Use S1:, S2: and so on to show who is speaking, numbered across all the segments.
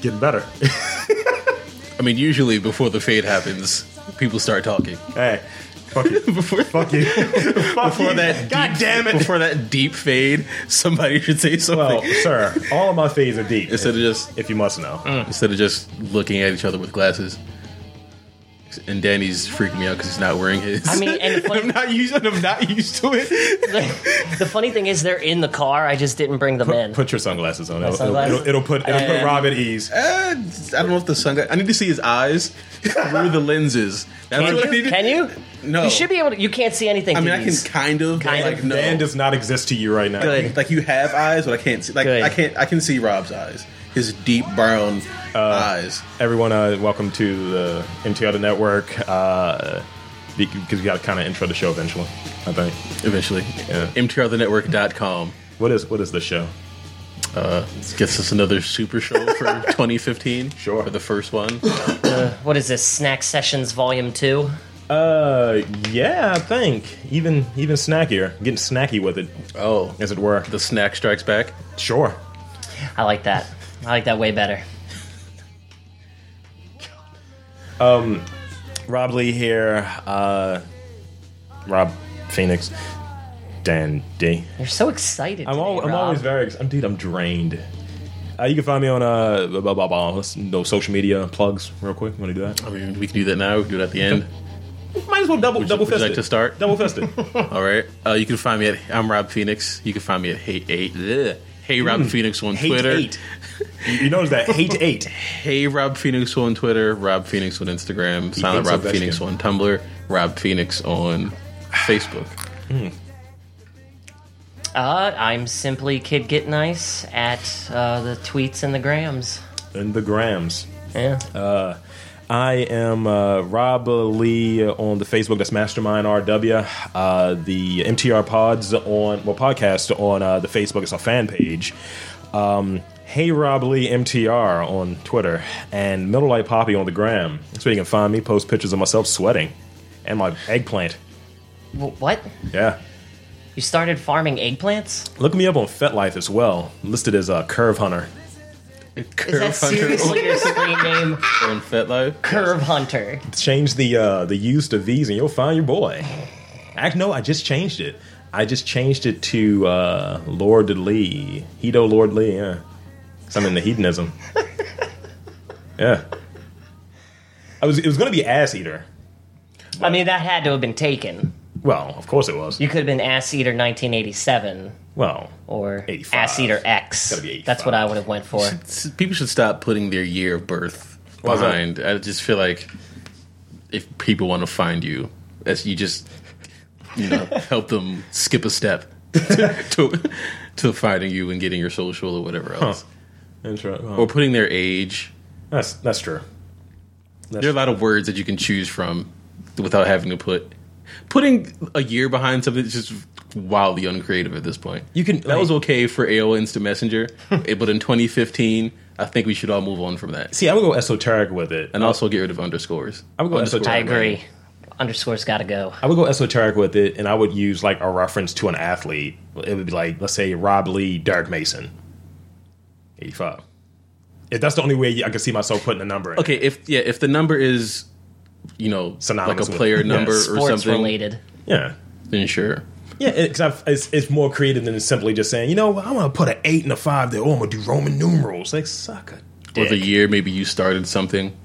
S1: Getting better.
S2: I mean, usually before the fade happens, people start talking.
S1: hey, fuck you.
S2: Before,
S1: fuck you. fuck
S2: before
S1: you.
S2: that,
S1: God
S2: deep,
S1: damn it.
S2: Before that deep fade, somebody should say something
S1: Well, sir, all of my fades are deep.
S2: instead of just
S1: if you must know.
S2: instead of just looking at each other with glasses. And Danny's freaking me out because he's not wearing his.
S3: I mean, and the funny-
S2: I'm not used. I'm not used to it.
S3: the funny thing is, they're in the car. I just didn't bring them in.
S1: Put your sunglasses on. It'll, it'll,
S3: sunglasses?
S1: it'll, it'll put it'll put
S2: And-
S1: Rob at ease.
S2: Uh, I don't know if the sun. I need to see his eyes through the lenses. That's
S3: Can
S2: what I need
S3: you?
S2: to-
S3: Can you?
S2: No.
S3: You should be able to. You can't see anything.
S2: I mean,
S3: through
S2: I can
S3: these.
S2: kind of. but,
S3: Kind
S2: like,
S3: of.
S2: No.
S1: Man does not exist to you right now.
S3: Good.
S2: like, like you have eyes, but I can't see. Like
S3: Good.
S2: I can't. I can see Rob's eyes. His deep brown
S3: Uh,
S2: eyes.
S1: Everyone, uh, welcome to the MT Other Network. Uh, because we got to kind of intro the show eventually. I think.
S2: Eventually,
S1: Yeah.
S2: mtrthenetwork.com
S1: What is what is the show?
S2: gets us another super show for 2015.
S1: Sure.
S2: for the first one.
S3: What is this? Snack Sessions Volume Two.
S1: Uh, yeah, I think even even snackier, getting snacky with it,
S2: Oh,
S1: as it were.
S2: the snack strikes back.
S1: Sure.
S3: I like that. I like that way better.
S1: Rob Lee here. Uh, Rob Phoenix, Dan D.
S3: You're so excited.
S1: I'm,
S3: today,
S1: al- I'm
S3: Rob.
S1: always very. ex- I'm dude. I'm drained. Uh, you can find me on uh blah, blah, blah, blah. Let's- no social media plugs real quick. Want to do that?
S2: I mean, we can do that now. We can do it at the end.
S1: Might as well double
S2: Would you,
S1: double
S2: would you
S1: fist
S2: like
S1: it.
S2: to start?
S1: Double fisted.
S2: All right. Uh, you can find me at I'm Rob Phoenix. You can find me at Hey Eight. Ugh. Hey Rob Phoenix on Twitter.
S1: You, you notice that hate eight.
S2: Hey Rob Phoenix on Twitter. Rob Phoenix on Instagram. Silent
S1: thinks
S2: Rob
S1: of that
S2: Phoenix
S1: shit.
S2: on Tumblr. Rob Phoenix on Facebook.
S3: Uh, I'm simply Kid Get Nice at uh, the tweets and the grams. Uh,
S1: And the grams.
S3: Yeah.
S1: I am uh, Rob Lee on the Facebook. That's Mastermind RW. Uh, the MTR Pods on well podcast on uh, the Facebook. It's a fan page. Um, hey Rob Lee MTR on Twitter and Middle Light Poppy on the gram. That's where you can find me. Post pictures of myself sweating and my eggplant.
S3: W- what?
S1: Yeah,
S3: You started farming eggplants?
S1: look me up on FetLife as well. Listed as a curve hunter.
S3: Is that seriously your screen name?
S2: on FetLife.
S3: Curve Hunter.
S1: change the uh, the use to V's and you'll find your boy. Act no, I just changed it. I just changed it to uh, Lord Lee, Hedo Lord Lee. Yeah, 'Cause I'm into hedonism. yeah, I was. It was going to be ass eater.
S3: I mean, that had to have been taken.
S1: Well, of course it was.
S3: You could have been Ass Eater 1987
S1: well,
S3: or
S1: 85.
S3: Ass Eater X.
S1: Gotta be
S3: That's what I would have went for.
S2: S- People should stop putting their year of birth
S1: Why's that?
S2: behind. I just feel like if people want to find you, as you just you know help them skip a step to, to finding you and getting your social or whatever else,
S1: intro.
S2: or putting their age.
S1: that's that's true.
S2: There are a lot of words that you can choose from without having to put putting a year behind something is just wildly uncreative at this point.
S1: You can.
S2: that was okay for AOL Instant Messenger, eh, but in 2015, I think we should all move on from that.
S1: See, I would go esoteric with it.
S2: and also get rid of underscores.
S1: I would go
S2: Underscores
S1: esoteric.
S3: I
S2: are lame.
S3: agree. Underscore's got to go.
S1: I would go esoteric with it, and I would use like a reference to an athlete. It would be like, let's say Rob Lee, Derek Mason, eighty-five. If that's the only way I could see myself putting a number. In.
S2: Okay, if yeah, if the number is you know
S1: Synonymous
S2: like a
S1: with-
S2: player
S1: yeah,
S2: number or
S3: Sports
S2: something,
S3: related.
S1: Yeah.
S2: then sure.
S1: Yeah, because it's, it's more creative than simply just saying, you know, what, I'm gonna put an eight and a five there. Oh, I'm gonna do Roman numerals. Like, suck a
S2: Or the
S1: dick.
S2: year maybe you started something.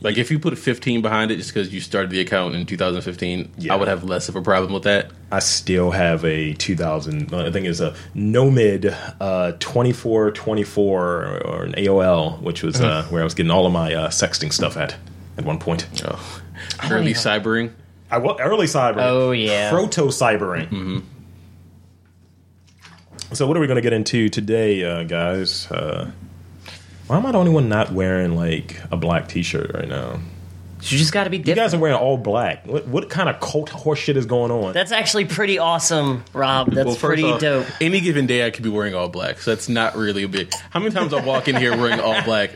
S2: Like if you put a 15 behind it just because you started the account in 2015,
S1: Yeah.
S2: I would have less of a problem with that.
S1: I still have a 2000. I think it's a Nomad uh, 2424 or an AOL, which was
S2: Mm-hmm.
S1: uh, where I was getting all of my uh, sexting stuff at at one point.
S2: Oh. Early
S3: yeah.
S2: cybering.
S1: I was early cybering.
S3: Oh, yeah. Mm-hmm.
S1: proto cybering. So what are we going to get into today, uh, guys? Uh, Why am I the only one not wearing like a black T-shirt right now?
S3: You just got to be
S1: You
S3: different.
S1: guys are wearing all black. What, what kind of cult horseshit is going on?
S3: That's actually pretty awesome, Rob. That's
S2: Well, first
S3: pretty
S2: off,
S3: dope.
S2: Any given day, I could be wearing all black, so that's not really a big. How many times I walk in here wearing all black?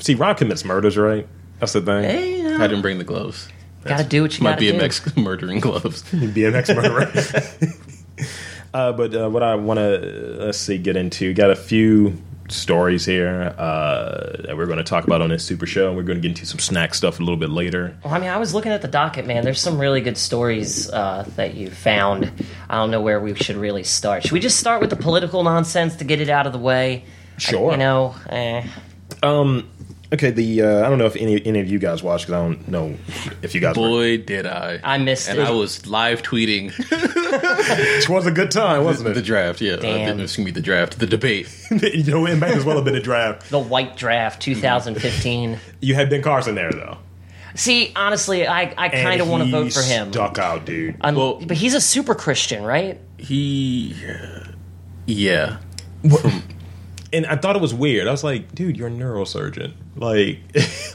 S1: See, Rob commits murders, right? That's the thing.
S3: Hey, you know,
S2: I didn't bring the gloves.
S3: gotta do what you
S2: My
S3: gotta do.
S2: BMX murdering gloves.
S1: BMX murderer. uh, but uh, what I want to let's see get into got a few stories here uh, that we're going to talk about on this super show, and we're going to get into some snack stuff a little bit later.
S3: Well, I mean, I was looking at the docket, man. There's some really good stories uh, that you found. I don't know where we should really start. Should we just start with the political nonsense to get it out of the way? I-
S1: Sure.
S3: you know, eh.
S1: Okay, the uh, I don't know if any any of you guys watched because I don't know if you guys. were-
S2: Boy, did I!
S3: I missed
S2: and
S3: it.
S2: I was live tweeting
S1: It was a good time, wasn't
S2: the
S1: it?
S2: draft. Yeah,
S3: Damn.
S2: Uh, excuse me, the draft, the debate.
S1: you know, it might as well have been a draft.
S3: the White Draft 2015.
S1: You had Ben Carson there though.
S3: See, honestly, I, I
S1: And
S3: kind of want to
S1: he
S3: vote for him.
S1: Stuck out, dude.
S3: Um,
S2: Well-
S3: but he's a super Christian, right?
S2: He, yeah,
S1: and I thought it was weird. I was like, dude, you're a neurosurgeon. Like,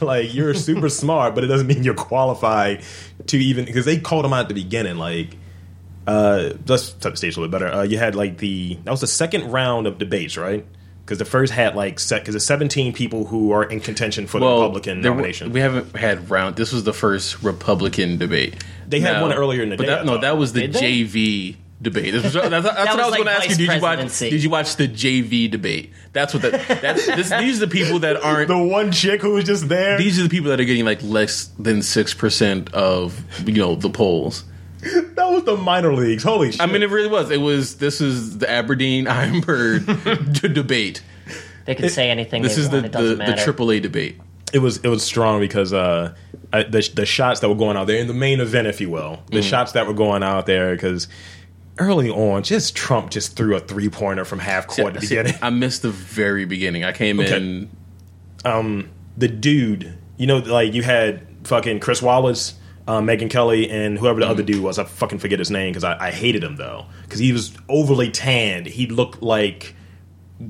S1: like you're super smart, but it doesn't mean you're qualified to even because they called him out at the beginning. Like, uh, let's set the stage a little bit better. Uh, you had like the that was the second round of debates, right? Because the first had like set because it's 17 people who are in contention for the
S2: well,
S1: Republican
S2: there were-
S1: nomination.
S2: We haven't had round. This was the first Republican debate.
S1: They had one earlier in the
S2: but
S1: day, I
S2: That, no,
S1: thought.
S2: that was the
S3: they?
S2: JV debate. That's, what- that's- that's what I was
S3: was like
S2: going to ask you.
S3: vice
S2: Did you watch?
S3: presidency.
S2: Did you watch the JV debate? That's what. That, that's this, these are the people that aren't.
S1: the one chick who was just there.
S2: these are the people that are getting like less than six percent of you know the polls.
S1: that was the minor leagues. Holy shit!
S2: I mean, it really was. It was. This is the Aberdeen Ironbird d- debate.
S3: They could say anything.
S2: This
S3: they
S2: is the
S3: want.
S2: the,
S3: it doesn't
S2: the
S3: matter.
S2: AAA debate.
S1: it was it was strong because uh, I, the the shots that were going out there in the main event, if you will, the shots that were going out there because early on, just Trump just threw a three pointer from half court to
S2: See,
S1: begin.
S2: I missed the very beginning. I came
S1: Okay.
S2: in.
S1: the dude, you know, like you had fucking Chris Wallace. Uh, Megan Kelly and whoever the other dude was, I fucking forget his name because I, I hated him though because he was overly tanned. He looked like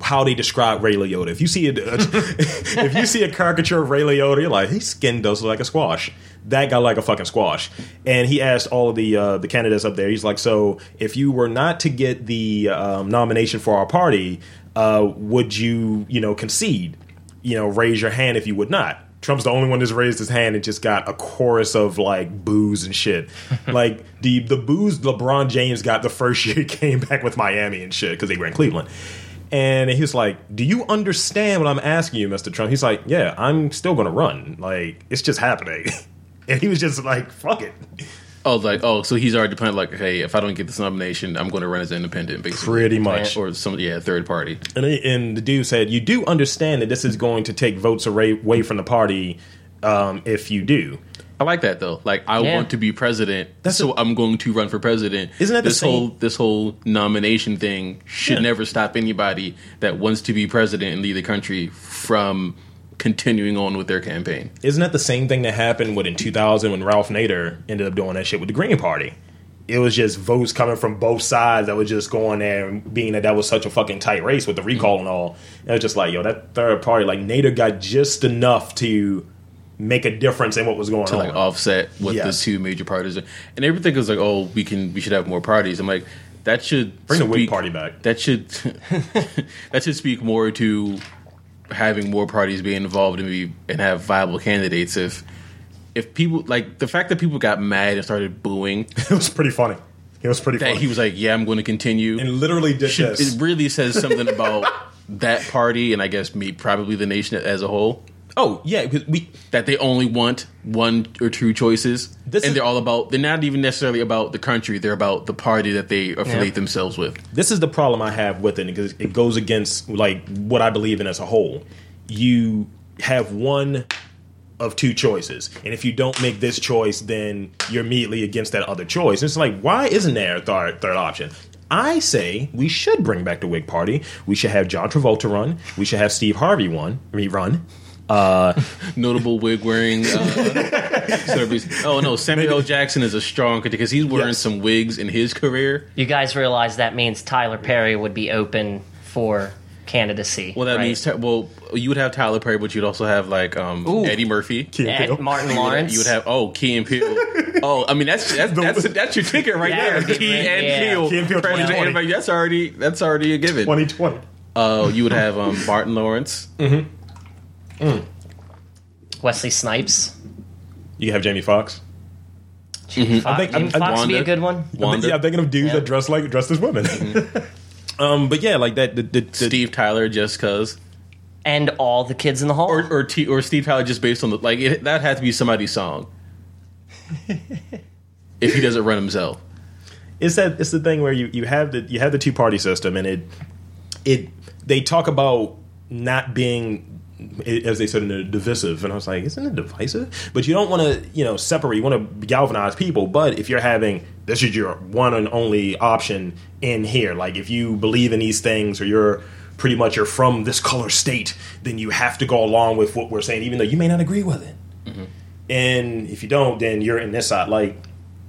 S1: how they describe Ray Liotta. If you see a if you see a caricature of Ray Liotta, you're like, his skin does look like a squash. That guy looked like a fucking squash. And he asked all of the uh, the candidates up there. He's like, so if you were not to get the um, nomination for our party, uh, would you you know concede? You know, raise your hand if you would not. Trump's the only one that's raised his hand and just got a chorus of like boos and shit. like the the boos LeBron James got the first year he came back with Miami and shit because they were in Cleveland. And he was like, "Do you understand what I'm asking you, Mr. Trump?" He's like, "Yeah, I'm still going to run. Like it's just happening." and he was just like, "Fuck it."
S2: Oh, like oh, so he's already planning. Like, hey, if I don't get this nomination, I'm going to run as an independent, basically,
S1: Pretty much.
S2: or some yeah, third party.
S1: And, he- and the dude said, "You do understand that this is going to take votes away, away from the party um, if you do."
S2: I like that though. Like, I
S3: Yeah.
S2: want to be president,
S1: That's
S2: so
S1: a-
S2: i I'm going to run for president.
S1: Isn't that the
S2: this
S1: same-
S2: whole this whole nomination thing should
S1: Yeah.
S2: never stop anybody that wants to be president and lead the country from continuing on with their campaign.
S1: Isn't that the same thing that happened with in 2000 when Ralph Nader ended up doing that shit with the Green Party? It was just votes coming from both sides that was just going there, and being that that was such a fucking tight race with the recall and all. And it was just like, yo, that third party, like Nader got just enough to make a difference in what was going on.
S2: like offset what
S1: Yes.
S2: the two major parties are. And everything is like, oh, we can we should have more parties. I'm like, that should
S1: Bring the Whig
S2: speak-
S1: Party back.
S2: That should that should speak more to having more parties being involved and be and have viable candidates. If if people like the fact that people got mad and started booing
S1: it was pretty funny. It was pretty
S2: that
S1: funny.
S2: he was like, yeah, I'm going to continue.
S1: and literally did
S2: should-
S1: this.
S2: It really says something about that party and I guess me probably the nation as a whole
S1: oh, yeah, because we.
S2: that they only want one or two choices,
S1: This
S2: and
S1: is-
S2: they're all about. They're not even necessarily about the country; they're about the party that they affiliate
S3: Yeah.
S2: themselves with.
S1: this is the problem I have with it because it goes against like what I believe in as a whole. You have one of two choices, and if you don't make this choice, then you're immediately against that other choice. It's like why isn't there a third third option? I say we should bring back the Whig Party. We should have John Travolta run. We should have Steve Harvey run rerun.
S2: Notable wig wearing uh, celebrities. Oh no, Samuel L. Jackson is a strong because he's wearing
S1: Yes.
S2: some wigs in his career.
S3: You guys realize that means Tyler Perry would be open for candidacy.
S2: Well, that
S3: right?
S2: means well, you would have Tyler Perry, but you'd also have like um,
S3: Ooh.
S2: Eddie Murphy.
S1: Key and
S3: Ed-
S1: Peele.
S3: Martin
S2: You would-
S3: Lawrence.
S2: You would have oh Key and Peele. oh, I mean that's that's that's, that's your ticket right
S3: That would
S2: there.
S3: be
S2: Key
S3: great,
S2: and
S3: yeah.
S2: Peele.
S1: Key and Peele
S2: President
S1: 2020.
S2: Everybody- That's already that's already a given.
S1: 2020.
S2: Uh, you would have um, Barton Lawrence.
S3: Wesley Snipes.
S1: You have Jamie Foxx.
S2: Mm-hmm.
S3: Jamie Fox
S1: think-
S3: Jamie
S1: I- I-
S3: Foxx be a
S2: Wanda.
S3: good one.
S2: Wanda.
S1: Yeah, I'm thinking of dudes
S3: Yeah.
S1: that dress like dressed as women. um, but yeah, like that. The, the, the,
S2: Steve Tyler, just cause,
S3: And all the kids in the hall.
S2: or or, T, or Steve Tyler, just based on the like it, that had to be somebody's song. if he doesn't run himself,
S1: it's that it's the thing where you, you have the you have the two party system and it it they talk about not being as they said in the divisive and I was like isn't it divisive but you don't want to you know separate you want to galvanize people but if you're having this is your one and only option in here like if you believe in these things or you're pretty much you're from this color state then you have to go along with what we're saying even though you may not agree with it and if you don't then you're in this side like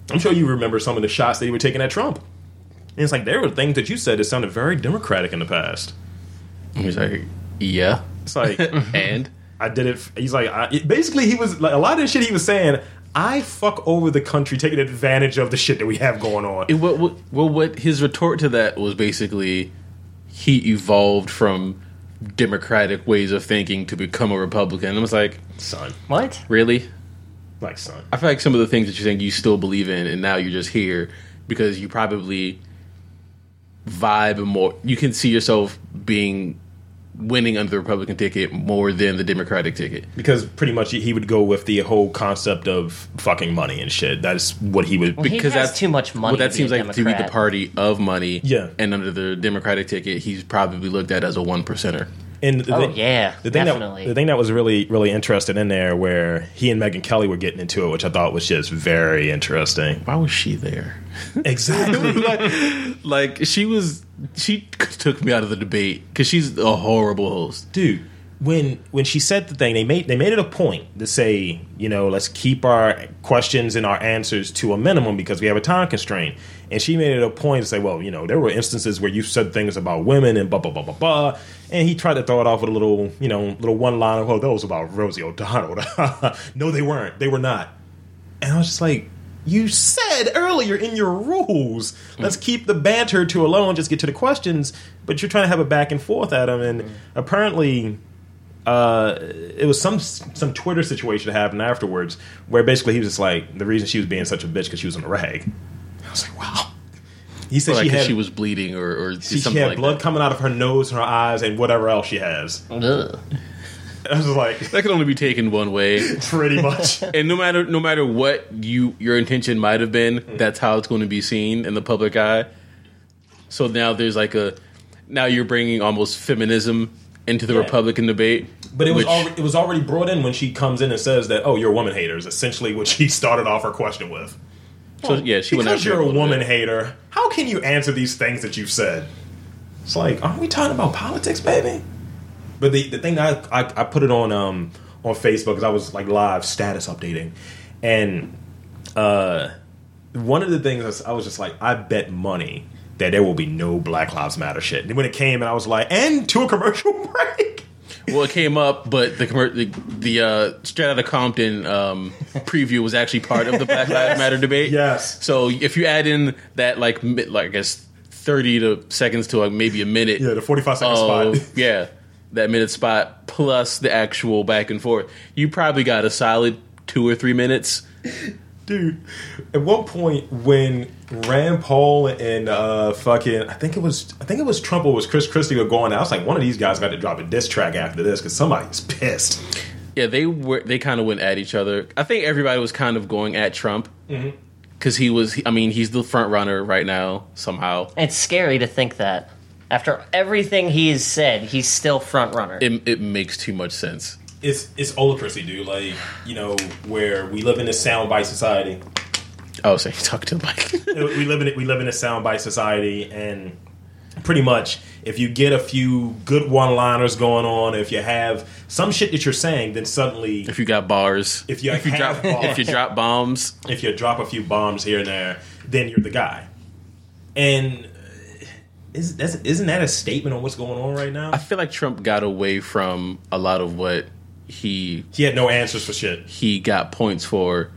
S1: I'm sure you remember some of the shots that he were taking at Trump. And it's like there were things that you said that sounded very democratic in the past.
S2: he's like, yeah,
S1: It's like
S2: and
S1: I did it. f- He's like I, it- basically he was like a lot of the shit he was saying. I fuck over the country, taking advantage of the shit that we have going on.
S2: it, what, what, well, what his retort to that was basically he evolved from democratic ways of thinking to become a Republican. I was like,
S1: son,
S3: what?
S2: really?
S1: like son,
S2: I feel like some of the things that you think you still believe in, and now you're just here because you probably vibe more. You can see yourself being winning under the Republican ticket more than the Democratic ticket.
S1: because pretty much he would go with the whole concept of fucking money and shit. That is what he would.
S3: He
S2: Because
S3: has
S2: that's-
S3: too much money.
S2: well, that
S3: to
S2: seems
S3: be a
S2: like to be the
S3: Democrat.
S2: party of money.
S1: Yeah.
S2: and under the Democratic ticket, he's probably looked at as a one percenter.
S1: And the
S3: Oh
S1: thing-
S3: yeah,
S1: The thing,
S3: definitely.
S1: that, the thing that was really, really interesting in there where he and Megan Kelly were getting into it, which I thought was just very interesting.
S2: Why was she there?
S1: Exactly.
S2: like, like she was, she took me out of the debate because she's a horrible host.
S1: dude when when she said the thing they made they made it a point to say you know let's keep our questions and our answers to a minimum because we have a time constraint and she made it a point to say well you know there were instances where you said things about women and blah blah blah blah blah and he tried to throw it off with a little you know little one line of oh that was about rosie o'donnell no they weren't they were not and I was just like, you said earlier in your rules, let's
S2: Mm.
S1: keep the banter to alone, just get to the questions. But you're trying to have a back and forth at him,
S2: Mm.
S1: and apparently, uh, it was some some Twitter situation that happened afterwards where basically he was just like, the reason she was being such a bitch because she was in a rag. I was like, wow. He said
S2: Like
S1: she
S2: 'cause
S1: had
S2: she was bleeding or, or
S1: she
S2: something
S1: had
S2: like
S1: blood
S2: that. Oh.
S1: coming out of her nose and her eyes and whatever else she has.
S3: Ugh.
S1: I was like,
S2: That could only be taken one way.
S1: pretty much.
S2: and no matter no matter what you your intention might have been,
S1: Mm-hmm.
S2: that's how it's going to be seen in the public eye. So now there's like a now you're bringing almost feminism into the
S1: Yeah.
S2: Republican debate.
S1: But it was
S2: which-
S1: alre it was already brought in when she comes in and says that, "Oh, you're a woman hater." Is essentially what she started off her question with.
S2: so, yeah, she went
S1: because
S2: after
S1: you're
S2: it
S1: a
S2: little
S1: woman
S2: bit.
S1: hater, how can you answer these things that you've said? It's like, aren't we talking about politics, baby? But the, the thing that I, I, I put it on um on Facebook because I was like live status updating, and uh, one of the things I was, I was just like, I bet money that there will be no Black Lives Matter shit. And when it came, and I was like, and to a commercial break.
S2: Well, it came up, but the commer- the, the uh, straight out of Compton um, preview was actually part of the Black Lives Matter debate.
S1: Yes.
S2: So if you add in that, like, mi- like I guess thirty to seconds to like maybe a minute,
S1: Yeah, the forty five second
S2: Oh,
S1: spot.
S2: yeah. That minute spot plus the actual back and forth. You probably got a solid two or three minutes.
S1: dude. At one point, when Rand Paul and uh, fucking, I think it was, I think it was Trump or was Chris Christie were going. I was like, one of these guys got to drop a diss track after this because somebody's pissed.
S2: Yeah, they were. They kind of went at each other. I think everybody was kind of going at Trump because he was. I mean, he's the front runner right now somehow.
S3: It's scary to think that after everything he has said, he's still front runner.
S2: It, it makes too much sense.
S1: It's it's oligarchy, dude. Like you know, where we live in a soundbite society.
S2: Oh, so he talked to the mic.
S1: we live in it. We live in a soundbite society, and pretty much, if you get a few good one-liners going on, if you have some shit that you're saying, then suddenly.
S2: if you got bars,
S1: If you
S2: if you
S1: have
S2: drop
S1: bars.
S2: if you drop bombs,
S1: if you drop a few bombs here and there, then you're the guy. And uh, is that's, isn't that a statement on what's going on right now?
S2: I feel like Trump got away from a lot of what he
S1: He had no answers for shit.
S2: he got points for,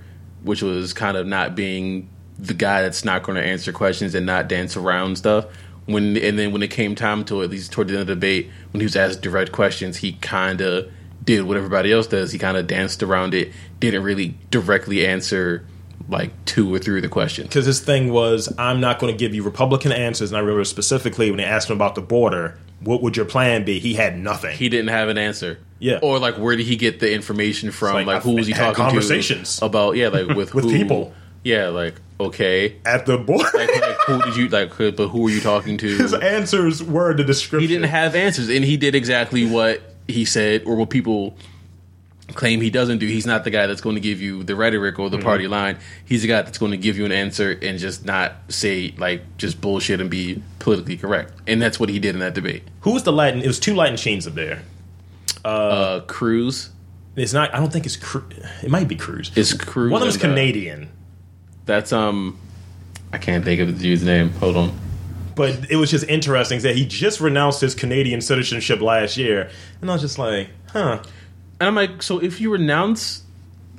S2: which was kind of not being the guy that's not going to answer questions and not dance around stuff. When and then when it came time to at least toward the end of the debate, when he was asked direct questions, he kind of did what everybody else does. He kind of danced around it, didn't really directly answer like two or three of the questions.
S1: Because his thing was, I'm not going to give you Republican answers. And I remember specifically when they asked him about the border, what would your plan be? He had nothing.
S2: He didn't have an answer.
S1: Yeah.
S2: Or like, where did he get the information from?
S1: like,
S2: Like,
S1: I've
S2: who was he
S1: had
S2: talking
S1: conversations.
S2: to? About yeah, like with
S1: With
S2: who?
S1: people.
S2: Yeah, like okay,
S1: At the border,
S2: like, like, who did you like? who- But who were you talking
S1: his
S2: to?
S1: answers were the description.
S2: He didn't have answers, and he did exactly what he said, or what people claim he doesn't do. He's not the guy that's going to give you the rhetoric or the
S1: Mm-hmm.
S2: party line. He's the guy that's going to give you an answer and just not say like just bullshit and be politically correct. And that's what he did in that debate.
S1: Who was the Latin? It was two Latin chains up there.
S2: Uh, Cruz
S1: It's not. I don't think it's. Cru- it might be Cruz.
S2: is Cruz.
S1: One of them's
S2: and, uh,
S1: Canadian,
S2: That's um, I can't think of the dude's name. Hold on.
S1: but it was just interesting that he just renounced his Canadian citizenship last year, and I was just like, huh.
S2: And I'm like, so if you renounce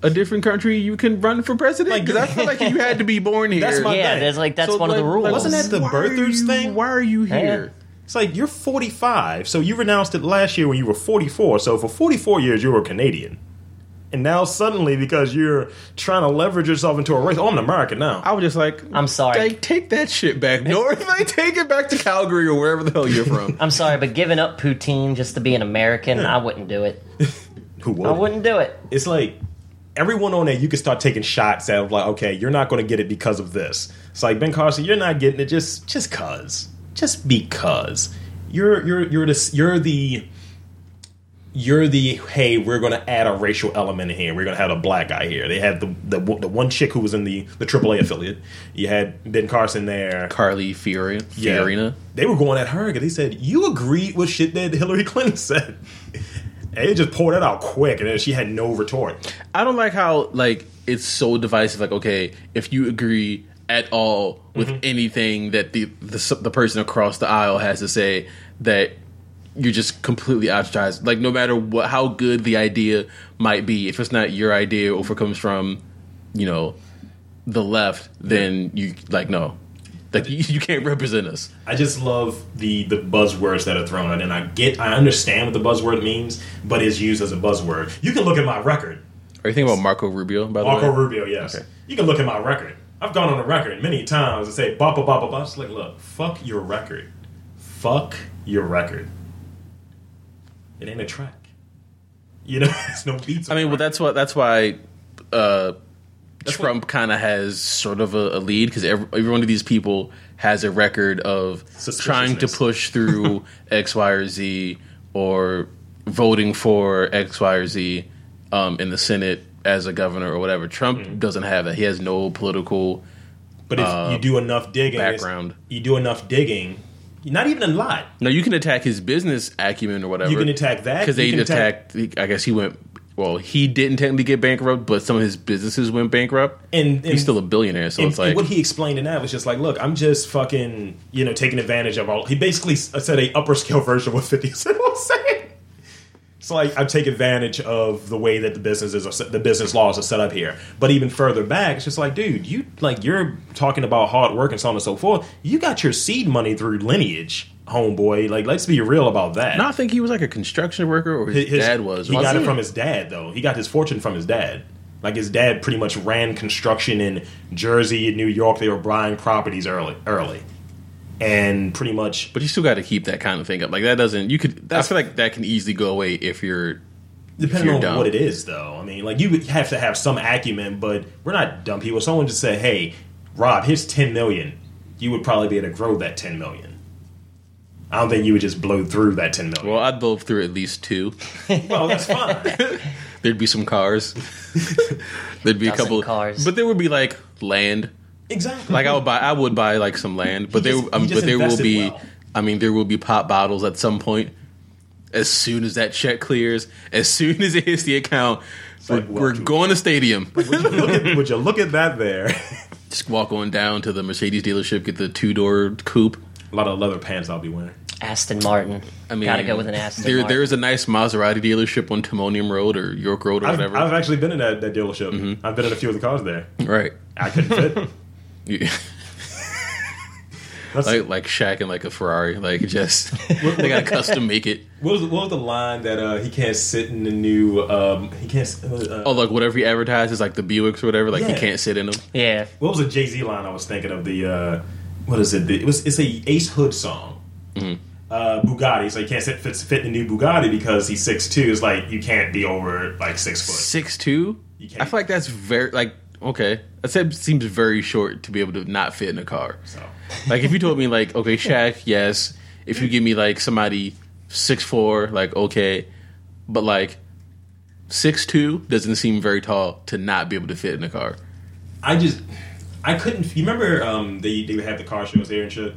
S2: a different country, you can run for president?
S1: Like,
S2: Because I feel like you had to be born here.
S1: That's my-
S3: yeah,
S1: Okay.
S3: there's like that's
S2: So,
S3: one of
S2: like-
S3: the rules.
S2: like,
S1: Wasn't that the
S2: why are
S1: birthers
S2: you-
S1: thing?
S2: Why are you here?
S1: It's like you're 45, so you renounced it last year when you were 44. So for 44 years, you were Canadian, and now suddenly because you're trying to leverage yourself into a race, oh, I'm an American now.
S2: I was just like,
S3: I'm sorry.
S2: Like, take that shit back north. like, take it back to Calgary or wherever the hell you're from.
S3: I'm sorry, but giving up poutine just to be an American, I wouldn't do it.
S1: Who
S3: I
S1: would?
S3: wouldn't do it.
S1: It's like everyone on there, you can start taking shots at like, okay, you're not going to get it because of this. It's like Ben Carson, you're not getting it just just cause, just because you're you're you're the you're the you're the hey we're going to add a racial element in here we're going to have a black guy here they had the, the the one chick who was in the the aaa affiliate you had ben carson there
S2: Carly Fiori-
S1: yeah.
S2: Fiorina.
S1: They were going at her because they said, You agreed with shit that Hillary Clinton said. and they just poured that out quick, and then she had no retort.
S2: I don't like how like it's so divisive. Like, okay, if you agree at all with anything that the, the s- the person across the aisle has to say, that you're just completely ostracized. Like, no matter what, how good the idea might be, if it's not your idea or if it comes from, you know, the left, then you like no, like you, you can't represent us.
S1: I just love the the buzzwords that are thrown out, and I get, I understand what the buzzword means, but it's used as a buzzword. You can look at my record,
S2: Are you thinking about Marco Rubio? By the
S1: Marco
S2: way,
S1: Rubio. Yes,
S2: Okay.
S1: you can look at my record. I've gone on a record many times and say, "Ba ba ba ba ba." It's like, look, fuck your record, fuck your record. It ain't a track. You know, it's no beats.
S2: I mean, well, that's what that's why uh,
S1: what-
S2: Trump kind of has sort of a, a lead because every, every one of these people has a record of trying to
S1: Suspiciousness.
S2: push through X, Y, or Z, or voting for X, Y, or Z um, in the Senate as a governor or whatever. Trump
S1: Mm-hmm.
S2: doesn't have that. He has no political.
S1: But if you do enough digging, it's-
S2: uh, background.
S1: you do enough digging, not even a lot.
S2: Now you can attack his business acumen or whatever.
S1: You can attack that
S2: because
S1: you
S2: they
S1: can
S2: attacked. I guess he went. Well, he didn't technically get bankrupt, but some of his businesses went bankrupt.
S1: And- and-
S2: he's still a billionaire, so
S1: And,
S2: it's like
S1: and what he explained in that was just like, look, I'm just fucking, you know, taking advantage of all. He basically s- said a upper scale version of what 50 Cent was saying. It's like I take advantage of the way that the businesses are set, the business laws are set up here. But even further back, it's just like, dude, you like you're talking about hard work and so on and so forth. You got your seed money through lineage, homeboy. Like, let's be real about that.
S2: No, I think he was like a construction worker, or his, dad was.
S1: He
S2: wasn't
S1: got it
S2: he?
S1: from his dad, though. He got his fortune from his dad. Like his dad pretty much ran construction in Jersey and New York. They were buying properties early, early, and pretty much
S2: but you still got to keep that kind of thing up. Like that doesn't. You could. I feel like that can easily go away if you're.
S1: depending
S2: you're
S1: on
S2: dumb.
S1: what it is, though. I mean, like you would have to have some acumen, but we're not dumb people. Someone just said, "Hey, Rob, here's ten million. You would probably be able to grow that ten million. I don't think you would just blow through that ten million.
S2: Well, I'd blow through at least two.
S1: well that's fine.
S2: There'd be some cars. There'd be a
S3: Dozen
S2: couple
S3: cars.
S2: but there would be like land.
S1: exactly.
S2: Like I would buy, I would buy like some land, but
S1: He
S2: there,
S1: just-
S2: um,
S1: he just
S2: but there will
S1: invested
S2: be.
S1: well.
S2: I mean, there will be pop bottles at some point. As soon as that check clears, as soon as it hits the account, we're,
S1: like, well,
S2: we're
S1: dude.
S2: going to stadium.
S1: Look at- would you look at that there?
S2: Just walk on down to the Mercedes dealership, get the two door coupe.
S1: A lot of leather pants I'll be wearing.
S3: Aston Martin.
S2: I mean,
S3: gotta go with an Aston.
S2: There,
S3: Martin.
S2: there is a nice Maserati dealership on Timonium Road or York Road or
S1: I've,
S2: whatever. Mm-hmm.
S1: I've actually been in that, that dealership. I've been in a few of the cars there.
S2: right.
S1: I couldn't fit.
S2: Yeah.
S1: That's-
S2: like like Shaq and like a Ferrari, like just they gotta custom make it.
S1: What was, the, what was the line that uh, he can't sit in the new? Um, he can't. s- Uh,
S2: Oh, like whatever he advertises, like the Buicks or whatever, like he
S1: Yeah.
S2: can't sit in them.
S3: yeah,
S1: what was the Jay Z line I was thinking of? The uh, what is it? The, it was it's a Ace Hood song.
S2: Mm-hmm.
S1: Uh, Bugatti. So he can't sit fit, fit in the new Bugatti because he's six two. It's like you can't be over like six foot.
S2: Six two.
S1: You can't-
S2: I feel like that's very like okay. That se- seems very short to be able to not fit in a car.
S1: So
S2: Like if you told me like okay, Shaq, yes. If you give me like somebody six four, like okay, but like six two doesn't seem very tall to not be able to fit in a car.
S1: I just I couldn't. You remember um, they they would have the car shows here and shit.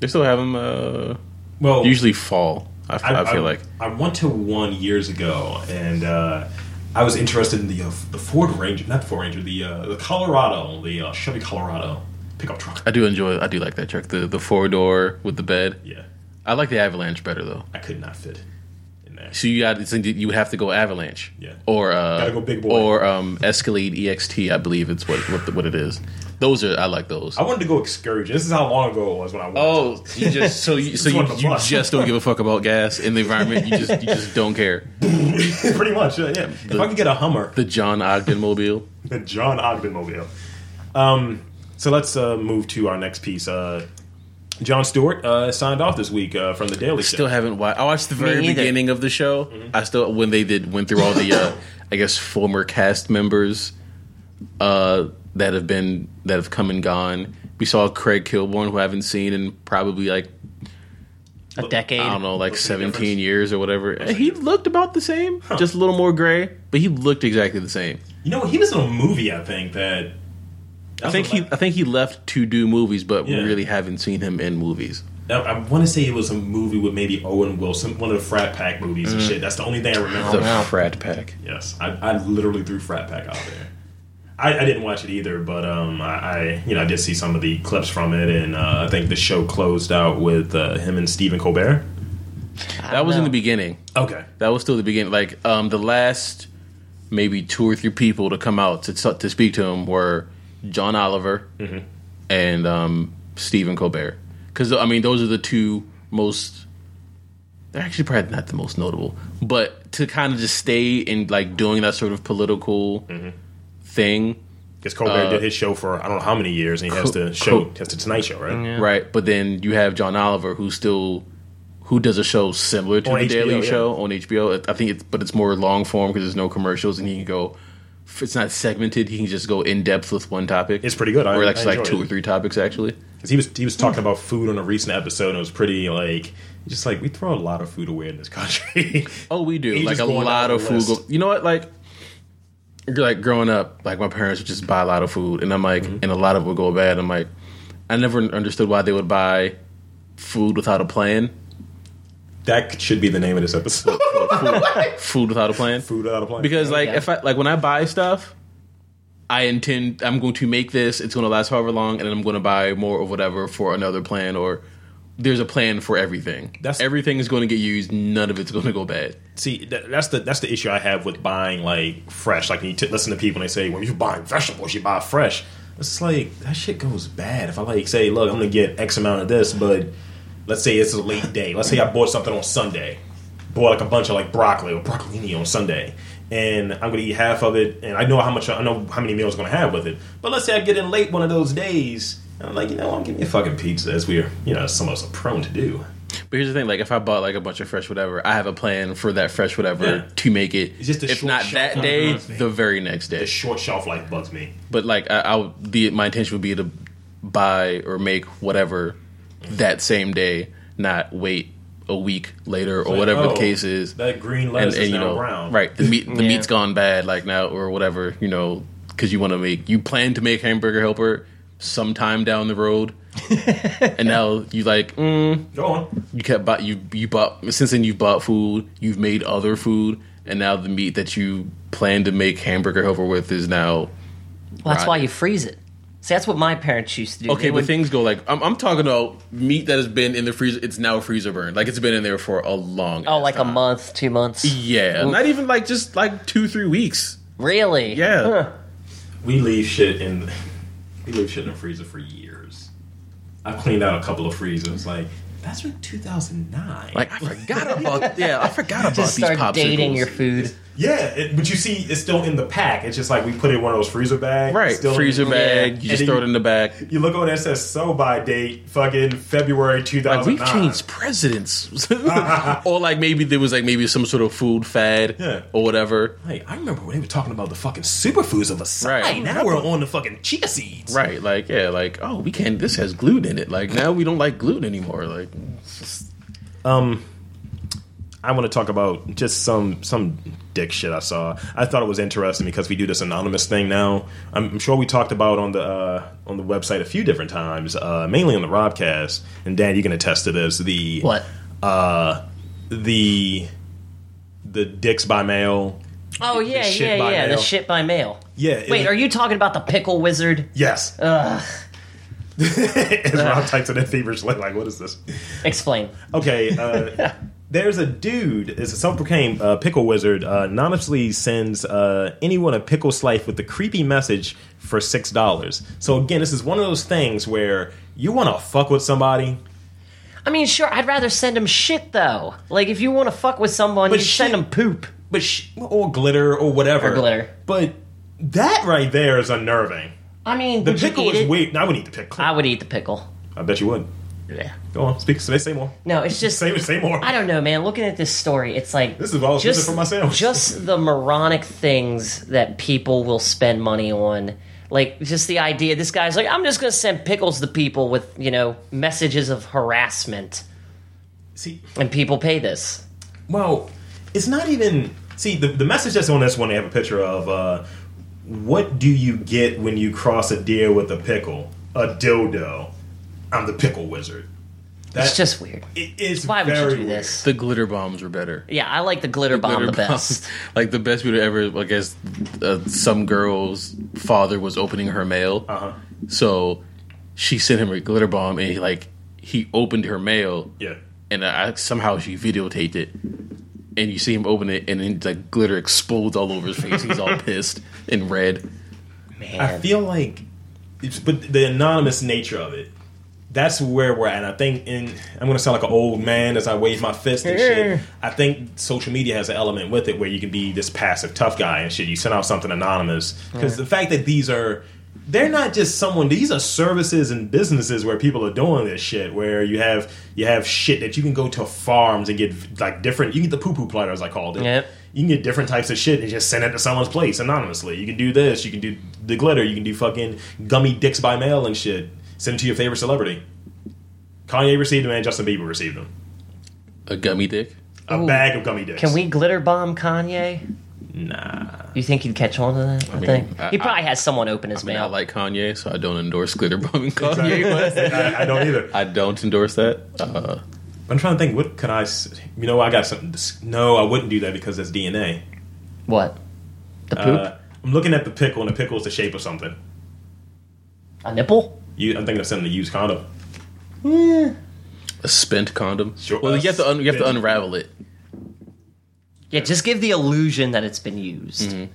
S2: They still have them. Uh,
S1: Well,
S2: usually fall. I, f- I feel like
S1: I went to one years ago, and uh, I was interested in the uh, the Ford Ranger, not the Ford Ranger, the uh, the Colorado, the uh, Chevy Colorado pickup truck.
S2: I do enjoy. I do like that truck. The the four door with the bed.
S1: Yeah,
S2: I like the Avalanche better though.
S1: I could not fit in there.
S2: So you got so you would have to go Avalanche.
S1: Yeah.
S2: Or uh,
S1: Gotta go big boy.
S2: Or um, Escalade EXT. I believe it's what what, the, what it is. Those are I like those.
S1: I wanted to go excursion. This is how long ago it was when I went.
S2: Oh, you just so you so
S1: It's
S2: you,
S1: one of the
S2: you
S1: plus.
S2: just don't give a fuck about gas in the environment. You just you just don't care.
S1: pretty much. Uh, yeah, if I could get a Hummer,
S2: The John Ogden mobile.
S1: the John Ogden mobile. Um, so let's uh, move to our next piece. Uh, John Stewart uh, signed off this week uh, from the Daily Show.
S2: Still haven't watched. I watched the very
S3: either.
S2: beginning of the show.
S1: Mm-hmm.
S2: I still when they did went through all the uh, I guess former cast members uh, that have been that have come and gone. We saw Craig Kilborn, who I haven't seen in probably like
S3: a decade.
S2: I don't know, like
S1: What's the
S2: seventeen
S1: difference?
S2: years or whatever. He looked about the same, just a little more gray, but he looked exactly the same.
S1: you know, he was in a movie. I think that.
S2: I think he I think he left to do movies, but
S1: Yeah.
S2: we really haven't seen him in movies.
S1: I, I want to say it was a movie with maybe Owen Wilson, one of the Frat Pack movies
S2: Mm.
S1: and shit. That's the only thing I remember.
S2: The frat pack.
S1: yes, I, I literally threw Frat Pack out there. I, I didn't watch it either, but um, I, I you know I did see some of the clips from it, and uh, I think the show closed out with uh, him and Stephen Colbert.
S2: That was in the beginning.
S1: Okay,
S2: That was still the beginning. Like um, the last maybe two or three people to come out to to speak to him were John Oliver and um, Stephen Colbert. Because I mean, those are the two most. They're actually probably not the most notable, but to kind of just stay in like doing that sort of political thing,
S1: because Colbert
S2: Uh,
S1: did his show for I don't know how many years, and he has to show has the Tonight Show, right?
S2: right? But then you have John Oliver who still who does a show similar to
S1: On
S2: the
S1: HBO,
S2: Daily
S1: yeah.
S2: Show on HBO. I think it's but it's more long form because there's no commercials and he can go. if It's not segmented. He can just go in depth with one topic.
S1: It's pretty good. I,
S2: or like,
S1: I
S2: like two or three topics actually.
S1: Because he was he was talking about food on a recent episode, and it was pretty like just like we throw a lot of food away in this country.
S2: Oh, we do
S1: He's
S2: like
S1: just
S2: a
S1: going
S2: lot
S1: down
S2: of
S1: the
S2: food.
S1: list.
S2: Go, you know what? Like, like growing up, like my parents would just buy a lot of food, and I'm like,
S1: Mm-hmm.
S2: and a lot of it would go bad. I'm like, I never understood why they would buy food without a plan.
S1: that should be the name of this episode.
S2: Food without a plan.
S1: food out of plan.
S2: because like
S3: Okay.
S2: if I like when I buy stuff, I intend I'm going to make this. It's going to last however long, and I'm going to buy more of whatever for another plan. Or there's a plan for everything.
S1: That's-
S2: everything is going to get used. None of it's going to go bad.
S1: See, that, that's the that's the issue I have with buying like fresh. Like when you t- listen to people and they say, "When you're buying vegetables, you buy fresh." It's like that shit goes bad. If I like say, "Look, I'm gonna get X amount of this," but let's say it's a late day. Let's say I bought something on Sunday, bought like a bunch of like broccoli or broccolini on Sunday, and I'm gonna eat half of it, and I know how much I know how many meals I'm gonna have with it. But let's say I get in late one of those days, and I'm like, you know, what, give me a fucking pizza, as we're you know some of us are prone to do.
S2: But here's the thing: like if I bought like a bunch of fresh whatever, I have a plan for that fresh whatever
S1: Yeah.
S2: to make it.
S1: It's just a
S2: if
S1: short
S2: not
S1: shot
S2: that
S1: on
S2: day,
S1: Thursday.
S2: the very next day.
S1: The short shelf life bugs me.
S2: But like I, I would, the my intention would be to buy or make whatever that same day, not wait a week later or
S1: Like,
S2: whatever
S1: oh,
S2: the case is.
S1: That green
S2: and,
S1: lettuce
S2: and,
S1: is
S2: you
S1: now
S2: know,
S1: brown.
S2: right? The meat, the
S3: Yeah.
S2: meat's gone bad, like now or whatever, you know, because you want to make you plan to make hamburger helper sometime down the road, and now you like mm,
S1: Go on.
S2: you kept bought you you bought since then you've bought food, you've made other food, and now the meat that you planned to make hamburger helper with is now
S3: Well, that's why
S2: Right.
S3: you freeze it. It's See, that's what my parents used to do. They
S2: Okay, but
S3: would-
S2: things go like I'm, I'm talking about meat that has been in the freezer. It's now freezer burned. Like it's been in there for a long.
S3: oh,
S2: ass
S3: like a
S2: time.
S3: month, two months.
S2: Yeah, not even like just like two three weeks.
S3: Really?
S2: Yeah.
S1: We leave shit in. We leave shit in the freezer for years. I cleaned out a couple of freezers. Like that's from 2009.
S2: Like I forgot about yeah, I forgot about
S3: Just
S2: these
S3: start
S2: popsicles.
S3: dating your food.
S1: yeah, it, but you see, it's still in the pack. It's just like we put it in one of those freezer bags.
S2: right,
S1: It's still
S2: freezer
S1: In,
S2: bag. You just
S1: And
S2: throw
S1: you-
S2: it in the back.
S1: you look over there, it says so by date, fucking February
S3: Oh,
S2: Like
S1: 2009.
S2: we've changed presidents, or like maybe there was like maybe some sort of food fad
S1: Yeah.
S2: or whatever.
S1: Like, I remember when they were talking about the fucking superfoods of acai.
S2: Right.
S1: Now we're on the fucking chia seeds.
S2: Right, like yeah, like oh, we can't. This has gluten in it. Like now we don't like gluten anymore. Like
S1: I want to talk about just some some dick shit I saw. I thought it was interesting because we do this anonymous thing now. I'm, I'm sure we talked about on the uh, on the website a few different times, uh, mainly on the Robcast. And Dan, you can attest to this. The
S3: What?
S1: Uh, the the dicks by mail.
S3: Oh yeah,
S1: shit
S3: yeah,
S1: by
S3: yeah.
S1: mail.
S3: The shit by mail.
S1: Yeah. it-
S3: Wait, are you talking about the pickle wizard?
S1: Yes. Ugh. As Rob types it in feverishly, like, what is this?
S3: Explain.
S1: Okay, uh, there's a dude, is a self-proclaimed uh, pickle wizard, uh, anonymously sends uh, anyone a pickle slice with a creepy message for six dollars. So again, this is one of those things where you want to fuck with somebody,
S3: I mean, sure, I'd rather send him shit though. Like, if you want to fuck with someone,
S1: But
S3: you send
S1: shit-
S3: him poop.
S1: but sh- or glitter or whatever,
S3: Or glitter.
S1: But that right there is unnerving.
S3: I mean,
S1: The
S3: would
S1: pickle
S3: you eat
S1: is
S3: it?
S1: weird. I would eat the pickle.
S3: I
S1: I
S3: would eat the pickle.
S1: bet you would.
S3: Yeah.
S1: Go on, speak. Say, say more.
S3: No, it's just
S1: Say, say more.
S3: I don't know, man. Looking at this story, it's like
S1: This is what I was using for myself.
S3: just the moronic things that people will spend money on. Like just the idea, this guy's like, I'm just gonna send pickles to people with you know messages of harassment,
S1: See,
S3: and people pay this.
S1: Well, it's not even. See, the, the message that's on this one, they have a picture of uh, what do you get when you cross a deer with a pickle? A dildo. I'm the pickle wizard. That's
S3: It's just weird.
S1: It is
S3: Why would
S1: very
S3: you do
S1: weird.
S3: this?
S2: the glitter bombs were better.
S3: Yeah, I like the glitter bomb the
S2: Glitter bomb.
S3: best.
S2: like the best we would ever. I guess uh, some girl's father was opening her mail,
S1: Uh-huh.
S2: so she sent him a glitter bomb, and he like he opened her mail,
S1: Yeah.
S2: and I, somehow she videotaped it. And you see him open it, and then like glitter explodes all over his face. He's all pissed and red.
S3: Man,
S1: I feel like, it's, but the anonymous nature of it. That's where we're at. I think, in I'm going to sound like an old man as I wave my fist and shit. I think social media has an element with it where you can be this passive tough guy and shit. You send out something anonymous because the fact that these are, they're not just someone. These are services and businesses where people are doing this shit. Where you have you have shit that you can go to farms and get like different. You can get the poo poo platter as I called it
S3: Yep.
S1: you can get different types of shit and just send it to someone's place anonymously. You can do this, you can do the glitter, you can do fucking gummy dicks by mail and shit. Send it to your favorite celebrity. Kanye received them and Justin Bieber received them.
S2: A gummy dick.
S1: A
S3: Ooh.
S1: bag of gummy dicks.
S3: can we glitter bomb Kanye?
S1: Nah.
S3: You think he'd catch on to that? I,
S2: mean,
S3: think
S2: I-
S3: he probably has someone open his
S2: I mean, I
S3: mail.
S2: like Kanye, so I don't endorse glitter bombing Kanye.
S1: I, I don't either.
S2: I don't endorse that. Uh,
S1: I'm trying to think. What could I? s- You know, I got something. to s- No, I wouldn't do that because that's DNA.
S3: what? The poop?
S1: Uh, I'm looking at the pickle, and the pickle is the shape of something.
S3: a nipple?
S1: You, I'm thinking of sending a used condom.
S2: a spent condom.
S1: Sure.
S2: Well, you have to un- you have to
S1: Spent.
S2: unravel it,
S3: Yeah, just give the illusion that it's been used.
S2: and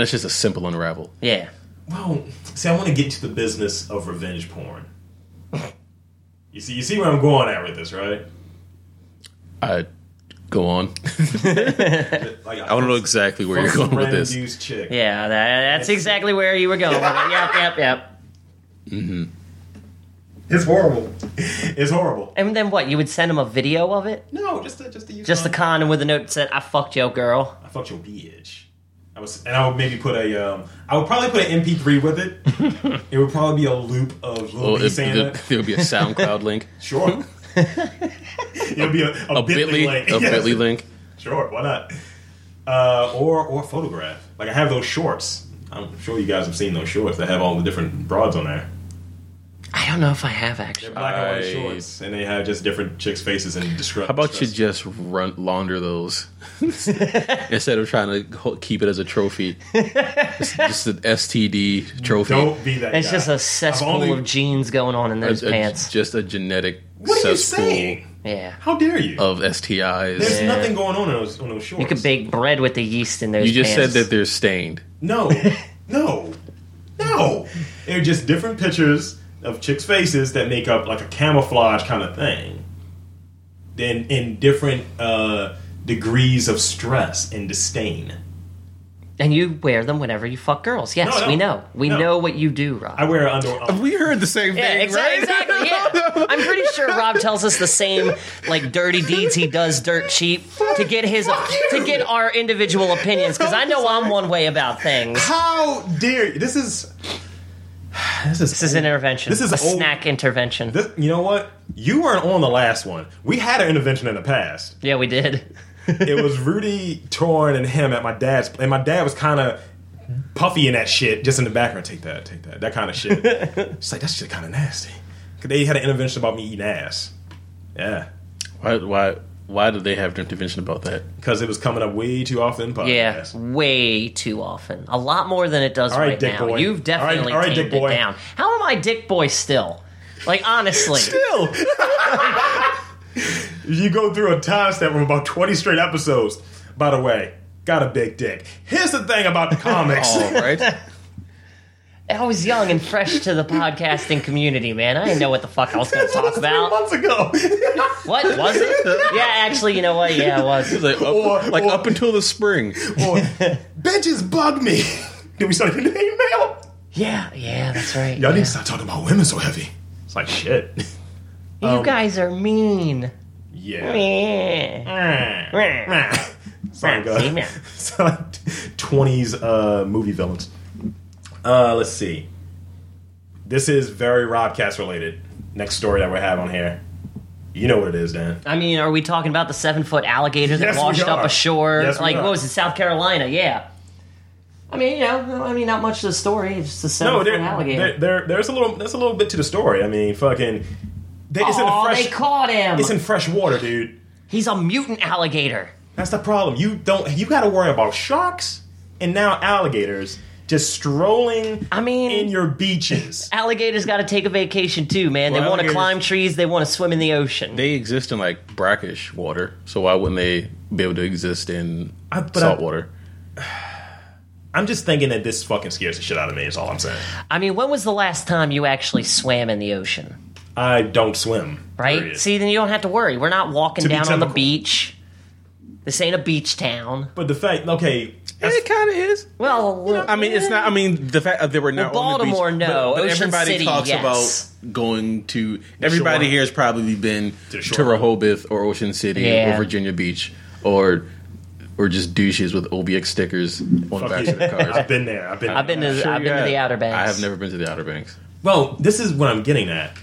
S2: that's just a simple unravel.
S3: Yeah.
S1: Well, see, I want to get to the business of revenge porn. You see, you see where I'm going at with this, right?
S2: I go on.
S1: Like,
S2: I don't know exactly where you're going with this.
S1: Used chick.
S3: Yeah, that, that's exactly where you were going with it. Yep, yep, yep.
S1: It's horrible. It's horrible.
S3: And then what? You would send him a video of it?
S1: No, just the, just the used
S3: Just the
S1: condom.
S3: condom with a note that said, I fucked your girl.
S1: I fucked your bitch. I was, and I would maybe put a, um, I would probably put an MP3 with it. it would probably be a loop of Lil
S2: Well,
S1: B
S2: if,
S1: saying
S2: there,
S1: that.
S2: will be a SoundCloud link,
S1: Sure. It'll be a, a,
S2: a Bitly,
S1: link.
S2: a
S1: Yes.
S2: Bitly link.
S1: Sure, why not? Uh, or or photograph. Like I have those shorts. I'm sure you guys have seen those shorts that have all the different broads on there.
S3: I don't know if I have actually.
S1: Black and white
S2: I-
S1: shorts, and they have just different chicks' faces and describe.
S2: How about you just run launder those instead of trying to ho- keep it as a trophy? It's just an STD trophy.
S1: Don't be that.
S3: It's
S1: guy.
S3: just a
S1: I've
S3: cesspool
S1: only-
S3: of genes going on in
S2: A-
S3: those
S2: a-
S3: pants.
S2: Just a genetic
S1: What are you
S2: cesspool
S1: saying?
S3: yeah.
S1: How dare you?
S2: of STIs.
S1: There's
S3: Yeah.
S1: nothing going on in those, on those shorts.
S3: You could bake bread with the yeast in those
S2: You just
S3: pants.
S2: said that they're stained.
S1: No, no, no. They're just different pictures of chicks' faces that make up like a camouflage kind of thing. Then in different uh, degrees of stress and disdain.
S3: And you wear them whenever you fuck girls. Yes,
S1: No, no.
S3: we know. We
S1: No.
S3: know what you do, Rob.
S1: I wear an underarm.
S2: We heard the same
S3: yeah,
S2: thing,
S3: exa-
S2: right?
S3: exactly. Yeah. I'm pretty sure Rob tells us the same like dirty deeds he does dirt cheap to get his to get our individual opinions because I know I'm one way about things.
S1: How dare you? This is this is
S3: This is an intervention.
S1: This is
S3: a
S1: old-
S3: snack intervention.
S1: This, you know what? You weren't on the last one. We had an intervention in the past.
S3: yeah, we did.
S1: it was Rudy Torn and him at my dad's, and my dad was kind of puffy in that shit, just in the background. Take that, take that, that kind of shit. it's like that shit kind of nasty. 'Cause they had an intervention about me eating ass. Yeah,
S2: Why? Why? Why do they have an intervention about that?
S1: because it was coming up way too often. in
S3: Yeah,
S1: podcasts.
S3: way too often. A lot more than it does
S1: All right,
S3: right
S1: Dick
S3: now.
S1: Boy.
S3: You've definitely
S1: All right- all right,
S3: tamed
S1: Dick Boy.
S3: it down. How am I Dick Boy still? Like honestly,
S1: Still, you go through a time step of about twenty straight episodes. By the way, got a big dick. Here's the thing about the comics.
S2: All right.
S3: I was young and fresh to the podcasting community, man. I didn't know what the fuck I was going to
S1: That was
S3: talk
S1: three
S3: about.
S1: months ago.
S3: What was it? Yeah, actually, you know what? Yeah, it was.
S2: It's like up,
S1: Or-
S2: like
S1: or-
S2: up until the spring.
S1: or bitches bug me. Then we started getting the email.
S3: Yeah, yeah, that's right.
S1: Y'all need
S3: yeah.
S1: to stop talking about women so heavy. It's like shit.
S3: you guys are mean.
S1: Yeah.
S3: Yeah.
S1: It's like, uh, it's like 20s uh, movie villains. Uh, let's see. This is very Robcast related. Next story that we have on here. You know what it is, Dan.
S3: I mean, are we talking about the seven foot alligator that
S1: Yes, we
S3: washed up
S1: are.
S3: ashore?
S1: Yes, we
S3: like,
S1: are.
S3: what was it, South Carolina? Yeah. I mean, you know, I mean, not much to the story. Oh, It's just a seven
S1: No,
S3: foot
S1: there,
S3: alligator.
S1: there, there, there's a little, there's a little bit to the story. I mean, fucking, they, it's in
S3: Aw,
S1: fresh,
S3: Oh, they caught him.
S1: it's in fresh water, dude.
S3: He's a mutant alligator.
S1: That's the problem. You don't. You got to worry about sharks and now alligators just strolling.
S3: I mean-
S1: in your beaches.
S3: Alligators got to take a vacation too, man.
S2: Well,
S3: they want to
S2: alligators-
S3: climb trees. They want to swim in the ocean.
S2: They exist in like brackish water, so why wouldn't they be able to exist in
S1: I- but
S2: salt
S1: I-
S2: water?
S1: I'm just thinking that this fucking scares the shit out of me. Is all I'm saying.
S3: I mean, when was the last time you actually swam in the ocean?
S1: I don't swim.
S3: Right?
S1: period.
S3: See, then you don't have to worry. We're not walking
S1: To be
S3: down on the
S1: typical.
S3: beach. This ain't a beach town.
S1: but the fact, okay, that's-
S2: It kind of is.
S3: Well,
S2: I mean, it's not. I mean, the fact that they were not
S3: Well,
S2: on the beach-
S3: Baltimore, no.
S2: But, but
S3: Ocean
S2: everybody
S3: City,
S2: talks
S3: yes.
S2: about going to. Everybody
S1: shore.
S2: here has probably been
S1: To
S2: to,
S1: shore.
S2: Rehoboth or Ocean City
S3: Yeah.
S2: or Virginia Beach or or just douches with OBX stickers on the
S1: fuck
S2: backs
S1: you.
S2: of their cars.
S1: I've been there. I've been.
S3: I've been
S1: there.
S3: to
S2: Sure
S3: I've
S2: you
S3: been
S2: have.
S3: to the Outer Banks.
S2: I have never been to the Outer Banks.
S1: Well, this is what I'm getting at.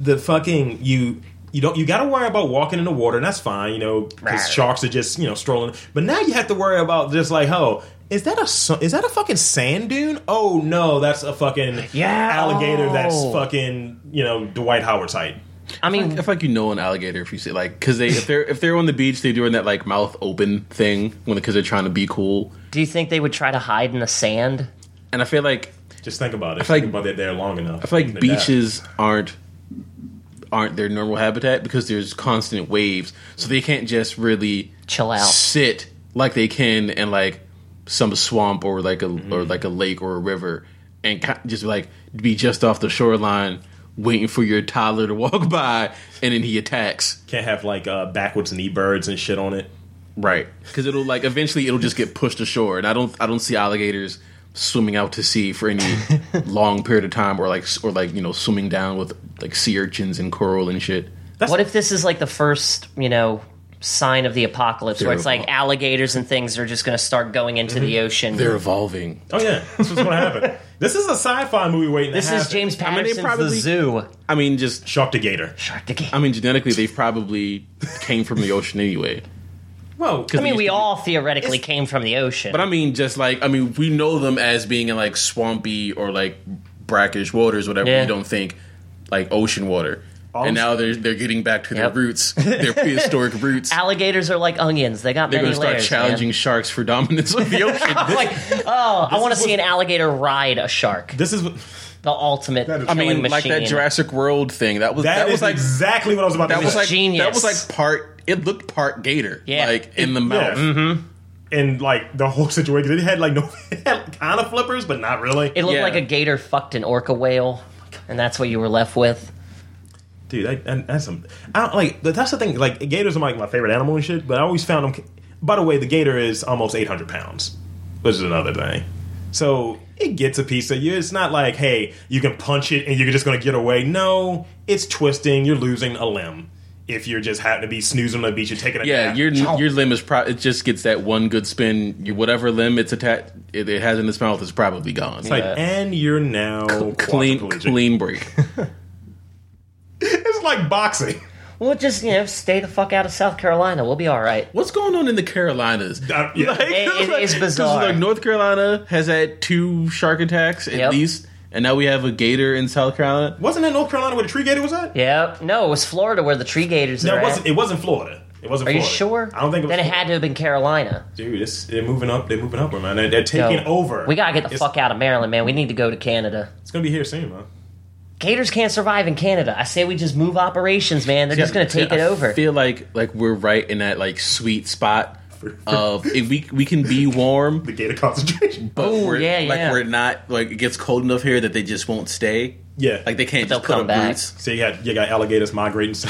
S1: The fucking you you don't you got to worry about walking in the water, and that's fine, you know, because
S3: Right.
S1: sharks are just you know strolling. But now you have to worry about just like, oh, is that a su- is that a fucking sand dune? Oh no, that's a fucking
S3: Yeah.
S1: alligator. That's
S3: Oh.
S1: fucking you know Dwight Howard type.
S3: I mean,
S2: I feel like you know an alligator if you see like because they if they're if they're on the beach they're doing that like mouth open thing when because they're trying to be cool
S3: do you think they would try to hide in the sand?
S2: and I feel like
S1: Just think about it.
S2: feel like-
S1: think about it there long enough.
S2: I feel like
S1: They
S2: beaches aren't aren't their normal habitat because there's constant waves, so they can't just really
S3: Chill out.
S2: sit like they can in like some swamp or like a or like a lake or a river and ki- just like be just off the shoreline waiting for your toddler to walk by and then he attacks
S1: die. can't have like uh, backwards knee birds and shit on it.
S2: right because it'll like eventually it'll just get pushed ashore and i don't i don't see alligators swimming out to sea for any long period of time or like s- or like you know swimming down with like sea urchins and coral and shit
S3: What if this is like the first, you know, sign of the apocalypse where it's like
S2: Terrible. Mm-hmm.
S3: alligators and things are just going to start going into the ocean?
S2: They're evolving.
S1: Oh yeah, this is what happened. This is a sci-fi movie waiting.
S3: this
S1: to
S3: is
S1: happen.
S3: James
S2: mean, they
S3: Patterson's The
S2: probably-
S3: Zoo.
S2: I mean, just
S1: Shark the Gator.
S3: Shark the
S2: I mean, genetically, they probably came from the ocean anyway.
S1: Whoa,
S3: I
S2: used
S3: mean, we
S2: to be-
S3: all theoretically came from the ocean.
S2: But I mean, just like I mean, we know them as being in like swampy or like brackish waters, whatever.
S3: Yeah.
S2: We don't think like ocean water.
S1: I'm-
S2: and now they're they're getting back to
S3: Yep.
S2: their roots, their prehistoric roots.
S3: Alligators are like onions; they got
S2: They're going
S3: many
S2: to start
S3: layers.
S2: challenging
S3: man.
S2: sharks for dominance of the ocean.
S3: I'm like, oh, I want to
S1: is
S3: see
S1: what-
S3: an alligator ride a shark.
S1: This is what-
S3: The ultimate.
S1: That is-
S2: I
S3: killing
S2: mean,
S3: machine.
S2: like that Jurassic World thing. That was that,
S1: that
S2: was
S1: is
S2: like
S1: exactly what I was about
S2: that
S1: to
S2: was
S1: say.
S2: like
S3: Genius.
S2: that was like part. It looked part gator,
S3: Yeah. Mm-hmm.
S2: like in the
S1: yeah.
S2: mouth.
S1: And like the whole situation, it had like no kind of flippers, but not really.
S3: It looked
S2: Yeah.
S3: like a gator fucked an orca whale, and that's what you were left with.
S1: dude. I, and that's some. I don't like. That's the thing. Like gators are like my favorite animal and shit. But I always found them. By the way, the gator is almost 800 pounds, which is another thing. So it gets a piece of you. It's not like hey, you can punch it and you're just gonna get away. No, it's twisting. You're losing a limb. If you're just happen to be snoozing on the beach, you're taking a
S2: Yeah,
S1: nap.
S2: your
S1: Chomp.
S2: your limb is pro- it just gets that one good spin. You, whatever limb it's attached, it, it has in its mouth is probably gone. It's
S1: Like,
S2: like
S1: and you're now
S2: clean
S1: quadriplegic.
S2: clean break.
S1: It's like boxing.
S3: We'll just you know stay the fuck out of South Carolina. We'll be all right.
S2: What's going on in the Carolinas?
S1: Uh, yeah.
S3: it is
S2: 'cause,
S3: bizarre.
S2: Like North Carolina has had two shark attacks at
S3: Yep.
S2: least, and now we have a gator in South Carolina.
S1: wasn't that North Carolina where the tree gator was at?
S3: Yep. No, it was Florida where the tree gators
S1: No, it
S3: are. at.
S1: wasn't. It wasn't Florida. It wasn't.
S3: Are you
S1: Florida.
S3: sure?
S1: I don't think. It was
S3: Then it had to have been Carolina.
S1: Dude, it's, they're moving up. They're moving upward, man. They're, they're taking
S3: Yo,
S1: over.
S3: We gotta get the
S1: It's-
S3: fuck out of Maryland, man. We need to go to Canada.
S1: It's gonna be here soon, man.
S3: Gators can't survive in Canada. I say we just move operations, man. They're just gonna take
S2: I
S3: it over.
S2: feel like like we're right in that like sweet spot of if we we can be warm,
S1: The gator concentration.
S2: but
S3: Ooh,
S2: we're
S3: yeah,
S2: like
S3: yeah.
S2: we're not like it gets cold enough here that they just won't stay.
S1: Yeah,
S2: Like they can't
S3: But
S2: just put
S3: they'll come
S2: up
S3: back.
S2: roots.
S1: So you got you got alligators migrating. So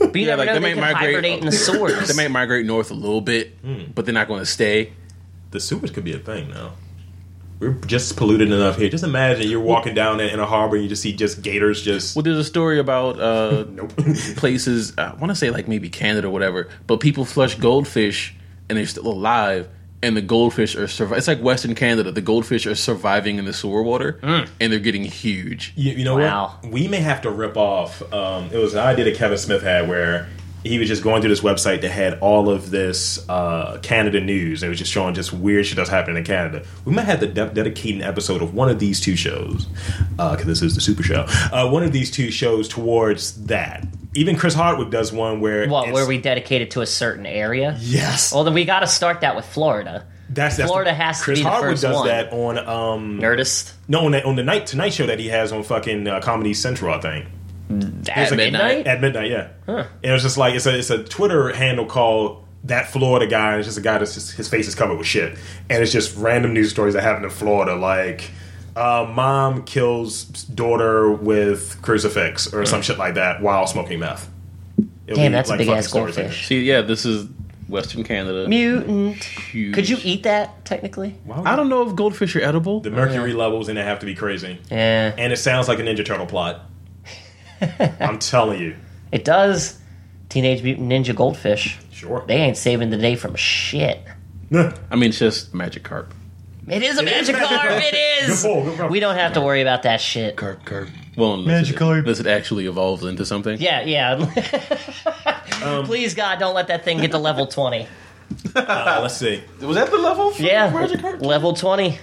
S3: But you
S2: yeah, like,
S3: never know
S2: they
S3: they,
S2: might
S3: can
S2: migrate-
S3: hibernate in the swords.
S2: They may migrate north a little bit, but they're not going to stay.
S1: the sewers could be a thing now. We're just polluted enough here. Just imagine you're walking down in, in a harbor and you just see just gators just.
S2: Well, there's a story about uh,
S1: Nope.
S2: places. I want to say like maybe Canada or whatever, but people flush goldfish and they're still alive, and the goldfish are surviving. It's like Western Canada. The goldfish are surviving in the sewer water,
S3: Hmm.
S2: and they're getting huge.
S1: You, you know
S3: Wow.
S1: what? We may have to rip off. Um, it was an idea that Kevin Smith had where he was just going through this website that had all of this uh, Canada news. And it was just showing just weird shit that's happening in Canada. We might have to de- dedicate an episode of one of these two shows, because this is the Super Show, uh, one of these two shows towards that. Even Chris Hardwick does one where.
S3: what?
S1: it's-
S3: Where we dedicate it to a certain area?
S1: Yes.
S3: Well, then we gotta start that with Florida.
S1: that's, that's
S3: Florida has to
S1: Chris
S3: be the
S1: Hardwick
S3: first
S1: does
S3: one.
S1: that on. Um,
S3: Nerdist
S1: no, on the, on the night Tonight Show that he has on fucking uh, Comedy Central, I think.
S3: at
S1: like
S3: midnight.
S1: At midnight, yeah. And it was just like it's a it's a Twitter handle called that Florida guy. And it's just a guy that's just, his face is covered with shit, and it's just random news stories that happen in Florida, like uh, mom kills daughter with crucifix or some shit like that while smoking meth. It'll
S3: Damn,
S1: be,
S3: that's a big
S1: fucking
S3: ass
S1: stories like
S3: goldfish.
S2: See, yeah, this is Western Canada.
S3: Mutant.
S2: Huge.
S3: Could you eat that technically?
S1: that. Why would
S2: I don't know if goldfish are edible.
S1: The mercury levels in it have to be crazy,
S3: Yeah.
S1: and it sounds like a Ninja Turtle plot. I'm telling you,
S3: It does. Teenage Mutant Ninja Goldfish.
S1: sure.
S3: They ain't saving the day from shit.
S2: I mean, it's just magic carp.
S3: It is
S1: is
S3: a magic
S1: magic.
S3: carp. It is.
S1: Good pull, good pull.
S3: we don't have to worry about that shit.
S2: Carp, carp. Well, unless
S1: Magic
S2: it,
S1: carp.
S2: Unless it actually evolves into something.
S3: Yeah, yeah.
S1: Um,
S3: Please God, don't let that thing get to level twenty.
S1: Uh, let's see.
S2: Was that the level? For
S3: Yeah,
S2: Magic carp.
S3: level twenty.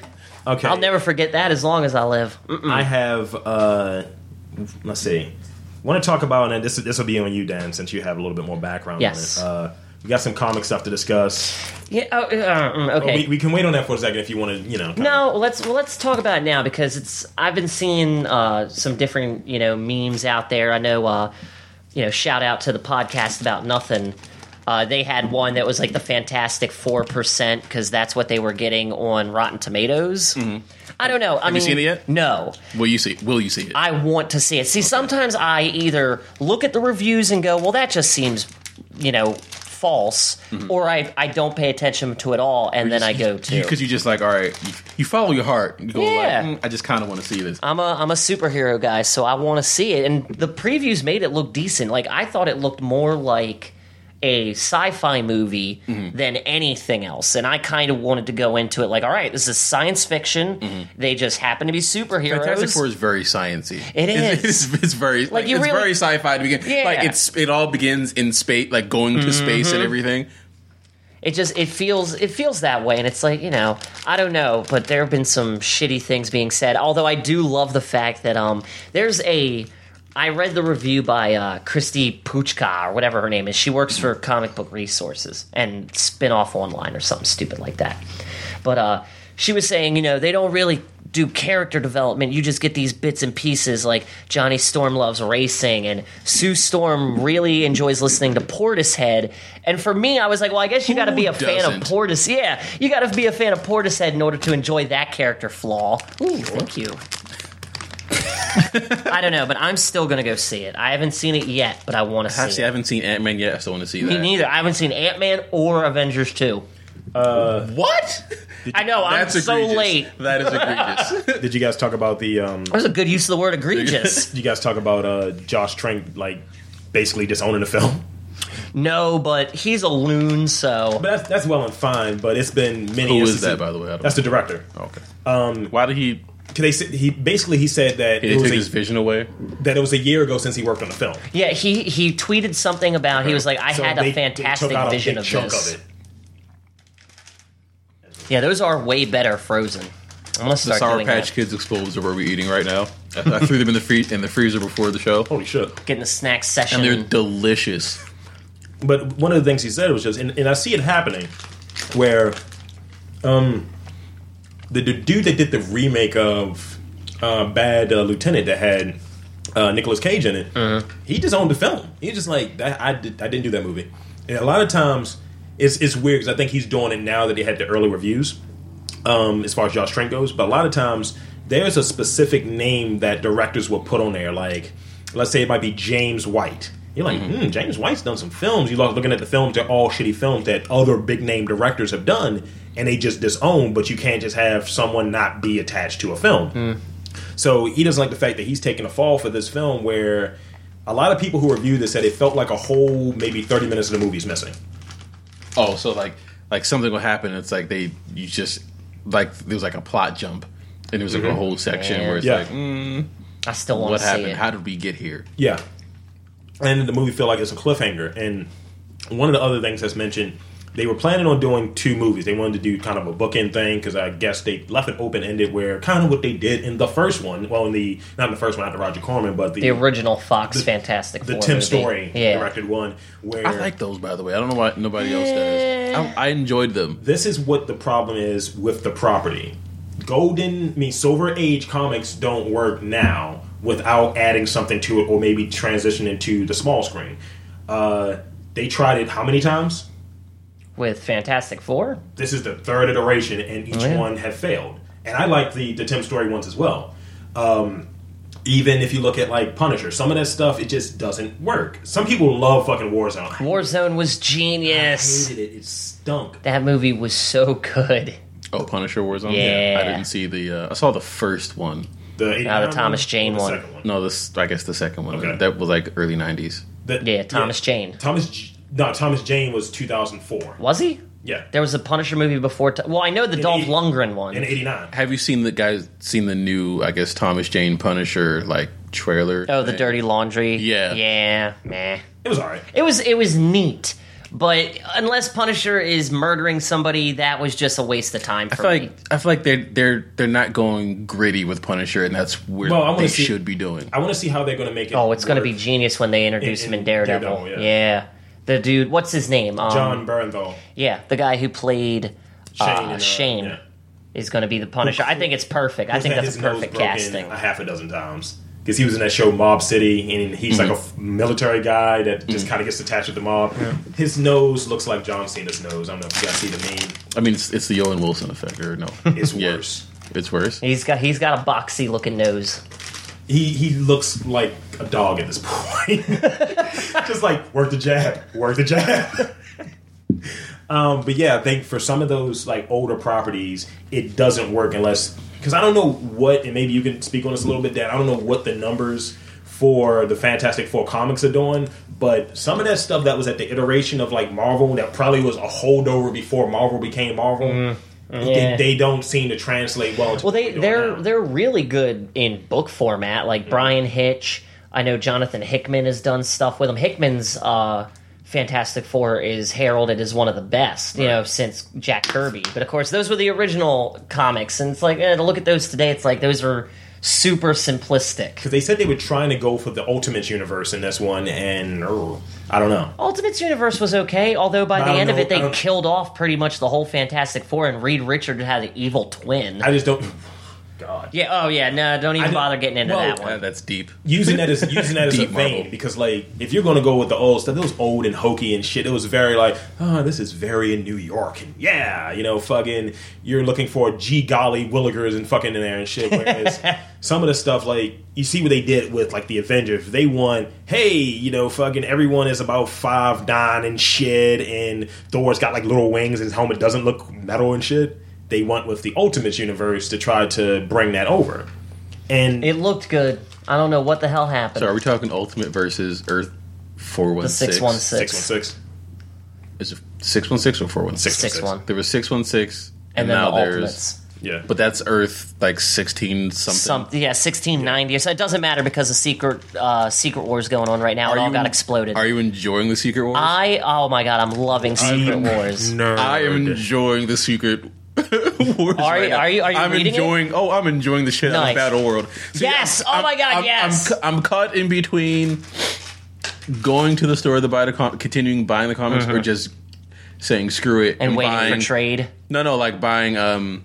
S1: Okay,
S3: I'll never forget that as long as I live. Mm. Mm-mm.
S1: I have. Uh, let's see. Want to talk about and this? This will be on you, Dan, since you have a little bit more background.
S3: Yes.
S1: on it. Uh, we got some comic stuff to discuss.
S3: Yeah. Oh, uh, mm, okay.
S1: We, we can wait on that for a second if you want to. You know. kinda-
S3: No, let's well, let's talk about it now because it's I've been seeing uh, some different you know memes out there. I know uh, you know shout out to the podcast about nothing. Uh, they had one that was like the Fantastic Four percent because that's what they were getting on Rotten Tomatoes. I don't know.
S2: Mm-hmm. Have
S3: I
S2: you
S3: mean,
S2: seen it yet?
S3: No.
S2: Will you see? Will you see it?
S3: I want to see it. See, sometimes I either look at the reviews and go, well, that just seems, you know, false, or I, I don't pay attention to it all and then I go to.
S2: because Mm-hmm. you, just like all right. You, you follow your heart. You go
S3: Yeah. Uh,
S2: like, mm, I just kind of want to see this.
S3: I'm a I'm a superhero guy, so I want to see it. And the previews made it look decent. Like I thought it looked more like a sci-fi movie
S2: Mm-hmm.
S3: than anything else. And I kind of wanted to go into it like, all right, this is science fiction. They just happen to be superheroes.
S2: Mm-hmm. Fantastic Four is very sciency.
S3: It
S2: It's-
S3: is.
S2: It's, it's very like,
S3: you
S2: it's
S3: really-
S2: very sci-fi to begin.
S3: Yeah. Mm-hmm.
S2: Like it's it all begins in space, like going to space and everything.
S3: it just it feels it feels that way and it's like you know i don't know but there have been some shitty things being said although i do love the fact that um there's a I read the review by uh, Christy Puchka or whatever her name is. She works for Comic Book Resources and Spinoff Online or something stupid like that. But uh, she was saying, you know, they don't really do character development. You just get these bits and pieces like Johnny Storm loves racing and Sue Storm really enjoys listening to Portishead. And for me, I was like, well, I guess you got to be a fan of
S2: doesn't?
S3: Portis. Yeah, you got to be a fan of Portishead in order to enjoy that character flaw. Ooh, thank you. I don't know, but I'm still gonna go see it. I haven't seen it yet, but I want to see
S2: Actually, I
S3: it.
S2: haven't seen Ant Man yet. I still want to see that.
S3: Me neither. I haven't seen Ant Man or Avengers Two.
S2: What?
S3: I know Oh, I'm so
S2: egregious.
S3: late.
S2: That is egregious.
S1: Did you guys talk about the? Um,
S3: That was a good use of the word egregious.
S1: did you guys talk about uh, Josh Trank like basically disowning the film?
S3: no, but he's a loon, so
S1: But that's, that's well and fine. But it's been many.
S2: Who is
S1: instances-
S2: that, by the way? I don't
S1: That's the director.
S2: okay. Um, Why did he?
S1: They said- he basically he said that
S2: He
S1: it
S2: took
S1: was a,
S2: his vision away.
S1: that it was a year ago since he worked on the film.
S3: yeah. He he tweeted something about he was like, I
S1: So
S3: had a
S1: they- they
S3: fantastic
S1: took out a
S3: vision
S1: big
S3: of
S1: chunk of
S3: this.
S1: it.
S3: Yeah, those are way better frozen. I'm gonna
S2: The
S3: start
S2: Sour
S3: doing
S2: Patch
S3: that.
S2: Kids explosions are where we're eating right now. I, I threw them in the free in the freezer before the show,
S1: Holy shit!
S3: Getting the snack session.
S2: and they're delicious.
S1: But one of the things he said was just, and, and I see it happening, where um, the, the dude that did the remake of uh, Bad uh, Lieutenant that had uh, Nicolas Cage in it, he just owned the film. He's just like, that, I, did, I didn't do that movie. And a lot of times, it's, it's weird because I think he's doing it now that he had the early reviews um, as far as Josh Trank goes, but a lot of times there's a specific name that directors will put on there. Like, let's say it might be James White. You're like, hmm, James White's done some films. You look looking at the films; they're all shitty films that other big name directors have done, and they just disown. But you can't just have someone not be attached to a film. So he doesn't like the fact that he's taking a fall for this film, where a lot of people who reviewed this said it felt like a whole maybe 30 minutes of the movie's missing.
S2: Oh, so like like something will happen. It's like they you just like there was like a plot jump, and there was like a whole section where it's
S1: Yeah.
S2: like mm,
S3: I still want
S2: what
S3: to see
S2: happened?
S3: it.
S2: How did we get here?
S1: Yeah. And the movie feel like it's a cliffhanger. And one of the other things that's mentioned, they were planning on doing two movies. They wanted to do kind of a bookend thing because I guess they left it open ended, where kind of what they did in the first one. Well, in the not in the first one, not the Roger Corman, but the
S3: the original Fox Fantastic
S1: the
S3: Four
S1: Tim
S3: movie.
S1: Story
S3: Yeah.
S1: directed one. Where
S2: I like those, by the way. I don't know why nobody else does. I, I enjoyed them.
S1: this is what the problem is with the property. Golden, I mean, Silver Age comics don't work now without adding something to it or maybe transitioning to the small screen. Uh, they tried it how many times?
S3: with Fantastic Four.
S1: this is the third iteration, and each
S3: yeah.
S1: one had failed. And I like the the Tim Story ones as well. Um, even if you look at like Punisher, some of that stuff it just doesn't work. Some people love fucking Warzone.
S3: Warzone was genius.
S1: I hated it. It stunk.
S3: That movie was so good.
S2: Oh, Punisher Warzone.
S3: Yeah.
S2: I didn't see the. Uh, I saw the first one.
S1: The,
S3: Now the
S1: 89
S3: Thomas
S1: or
S3: Jane
S1: the
S3: one.
S1: second
S2: No, this I guess the second one.
S1: Okay.
S2: That was like early '90s.
S1: The-
S3: Yeah, Thomas Jane.
S1: Thomas J- no Thomas Jane was 2004.
S3: Was he?
S1: Yeah,
S3: There was a Punisher movie before. T- well, I know the Dolph
S1: eight-
S3: Lundgren one.
S1: in '89.
S2: Have you seen the guys seen the new? I guess Thomas Jane Punisher like trailer.
S3: oh, the
S2: thing?
S3: Dirty Laundry.
S2: Yeah.
S3: yeah, meh.
S1: It was alright.
S3: It was it was neat, but unless Punisher is murdering somebody, that was just a waste of time
S2: I
S3: for
S2: feel
S3: me.
S2: like I feel like they're they're they're not going gritty with Punisher, and that's where
S1: Well, I wanna
S2: they
S1: see-
S2: should be doing.
S1: I want to see how they're going to make it.
S3: Oh, it's going to
S1: work.
S3: be genius when they introduce
S1: In-
S3: him in
S1: in
S3: Daredevil.
S1: Daredevil,
S3: yeah.
S1: yeah.
S3: the dude. What's his name? Um,
S1: John Bernthal.
S3: Yeah, the guy who played Shane.
S1: and, uh,
S3: Shane.
S1: yeah.
S3: Is going to be the Punisher. I think it's perfect. I
S1: He's
S3: think
S1: had
S3: that's a
S1: his nose
S3: perfect
S1: broken
S3: casting.
S1: a half a dozen times because he was in that show Mob City, and he's
S3: Mm-hmm.
S1: like a f- military guy that
S3: Mm.
S1: just kind of gets attached with the mob. His nose looks like John Cena's nose. I don't know if you guys see the
S2: I mean, it's, it's the Owen Wilson effect, or no?
S1: meme. It's
S2: Yeah.
S1: worse.
S2: It's worse.
S3: He's got he's got a boxy looking nose.
S1: He he looks like a dog at this point. just like work the jab, work the jab. Um, but yeah, I think for some of those like older properties, it doesn't work unless because I don't know what, and maybe you can speak on this a little bit, Dan. I don't know what the numbers for the Fantastic Four comics are doing, but some of that stuff that was at the iteration of like Marvel that probably was a holdover before Marvel became Marvel.
S3: Mm-hmm.
S1: They,
S3: yeah.
S1: they don't seem to translate well. into
S3: Well,
S1: what
S3: they
S1: we're doing
S3: they're
S1: now.
S3: they're really good in book format. Like Brian Hitch, I know Jonathan Hickman has done stuff with him. Hickman's uh, Fantastic Four is heralded as one of the best, you know, since Jack Kirby. But of course, those were the original comics, and it's like eh, to look at those today, it's like those are super simplistic.
S1: Because they said they were trying to go for the Ultimates universe in this one, and oh, I don't know.
S3: Ultimates universe was okay, although by the
S1: I don't
S3: end of
S1: know-
S3: it
S1: I
S3: they
S1: don't-
S3: killed off pretty much the whole Fantastic Four, and Reed Richard had an evil twin.
S1: I just don't. God.
S3: yeah. Oh yeah. No, don't even
S1: don't-
S3: bother getting into
S1: well,
S3: that one.
S2: Uh, that's deep.
S1: Using that as using that as a
S2: Deep Marvel.
S1: vein because like if you're gonna go with the old stuff, it was old and hokey and shit. It was very like, oh, this is very in New York and yeah, you know, fucking you're looking for gee golly willigers and fucking in there and shit. Whereas some of the stuff like you see what they did with like the Avengers, they won, hey, you know, fucking everyone is about five nine and shit and Thor's got like little wings and his helmet doesn't look metal and shit. They went with the Ultimate Universe to try to bring that over. And
S3: It looked good. I don't know what the hell happened.
S2: So are we talking Ultimate versus Earth four one
S3: the
S2: six?
S3: six one
S1: six one
S3: six.
S1: six.
S2: Is it six one six or four one six?
S1: Six.
S3: Six one.
S2: There was six one six,
S3: And then the
S2: there's
S3: Ultimates.
S1: Yeah,
S2: but that's Earth like sixteen something.
S3: Something, yeah, sixteen ninety. So it doesn't matter because the secret uh, secret war is going on right now. it all got exploded.
S2: Are you enjoying the Secret Wars?
S3: I oh my god, I'm loving Secret Wars.
S1: Nerd.
S2: I am enjoying the Secret Wars.
S3: Are you-
S2: right now.
S3: are you- are you
S2: I'm
S3: reading it?
S2: enjoying. Oh, I'm enjoying the shit out
S3: Nice.
S2: of Battle World. So,
S3: Yes! Oh my God,
S2: I'm,
S3: yes!
S2: I'm, cu- I'm caught in between going to the store to buy the com- continuing buying the comics, or just saying screw it
S3: Uh-huh. and waiting
S2: buying
S3: for trade.
S2: No, no, like buying um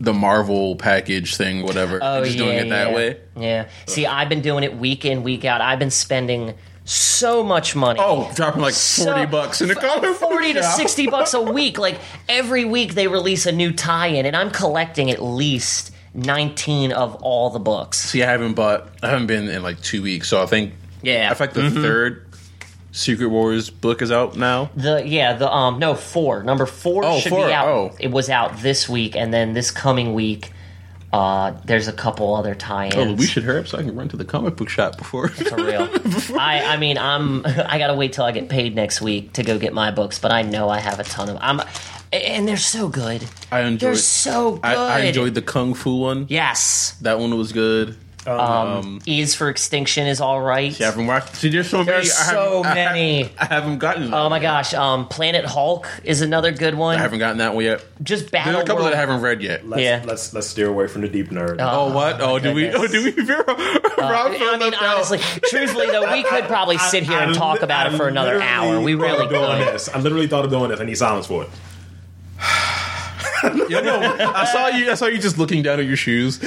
S2: the Marvel package thing, whatever.
S3: Oh
S2: and just
S3: yeah,
S2: doing it that
S3: yeah.
S2: way.
S3: Yeah. See, I've been doing it week in week out. I've been spending so much money.
S2: Oh, dropping like
S3: So-
S2: forty bucks in a comic.
S3: Forty to
S2: shop.
S3: sixty bucks a week. Like every week they release a new tie-in, and I'm collecting at least nineteen of all the books.
S2: See, I haven't bought. I haven't been in like two weeks, so I think
S3: Yeah,
S2: I think the third Secret Wars book is out now.
S3: The yeah, the um no four. Number four
S2: Oh,
S3: should
S2: four,
S3: be out.
S2: oh.
S3: It was out this week, and then this coming week, uh, there's a couple other tie-ins.
S2: Oh, we should hurry up so I can run to the comic book shop before.
S3: for real. I I mean I'm I gotta wait till I get paid next week to go get my books, but I know I have a ton of I'm and they're so good.
S2: I enjoyed.
S3: They're so good.
S2: I, I enjoyed the kung fu one.
S3: Yes,
S2: That one was good.
S3: Ease for Extinction is all right.
S2: Mm. I haven't watched. See, there's so many.
S3: There's
S2: I haven't-
S3: so
S2: I haven't-
S3: many.
S2: I haven't gotten.
S3: Oh my gosh, um, Planet Hulk is another good one.
S2: I haven't gotten that one yet.
S3: Just
S2: There's
S3: Battle
S2: a couple
S3: World.
S2: that I haven't read yet.
S1: Let's,
S3: Yeah.
S1: let's let's steer away from the deep nerd.
S2: Oh, what? Oh, do we?
S3: goodness.
S2: Oh, do we? Vera, Rob
S3: Uh, I mean, honestly, truthfully though, we could probably sit here and
S1: I
S3: talk
S1: li-
S3: about
S1: I
S3: it for another
S1: literally
S3: hour. We
S1: thought
S3: really
S1: of doing
S3: could.
S1: this. I literally thought of doing this. I need silence for it.
S2: I saw you. I saw you just looking down at your shoes.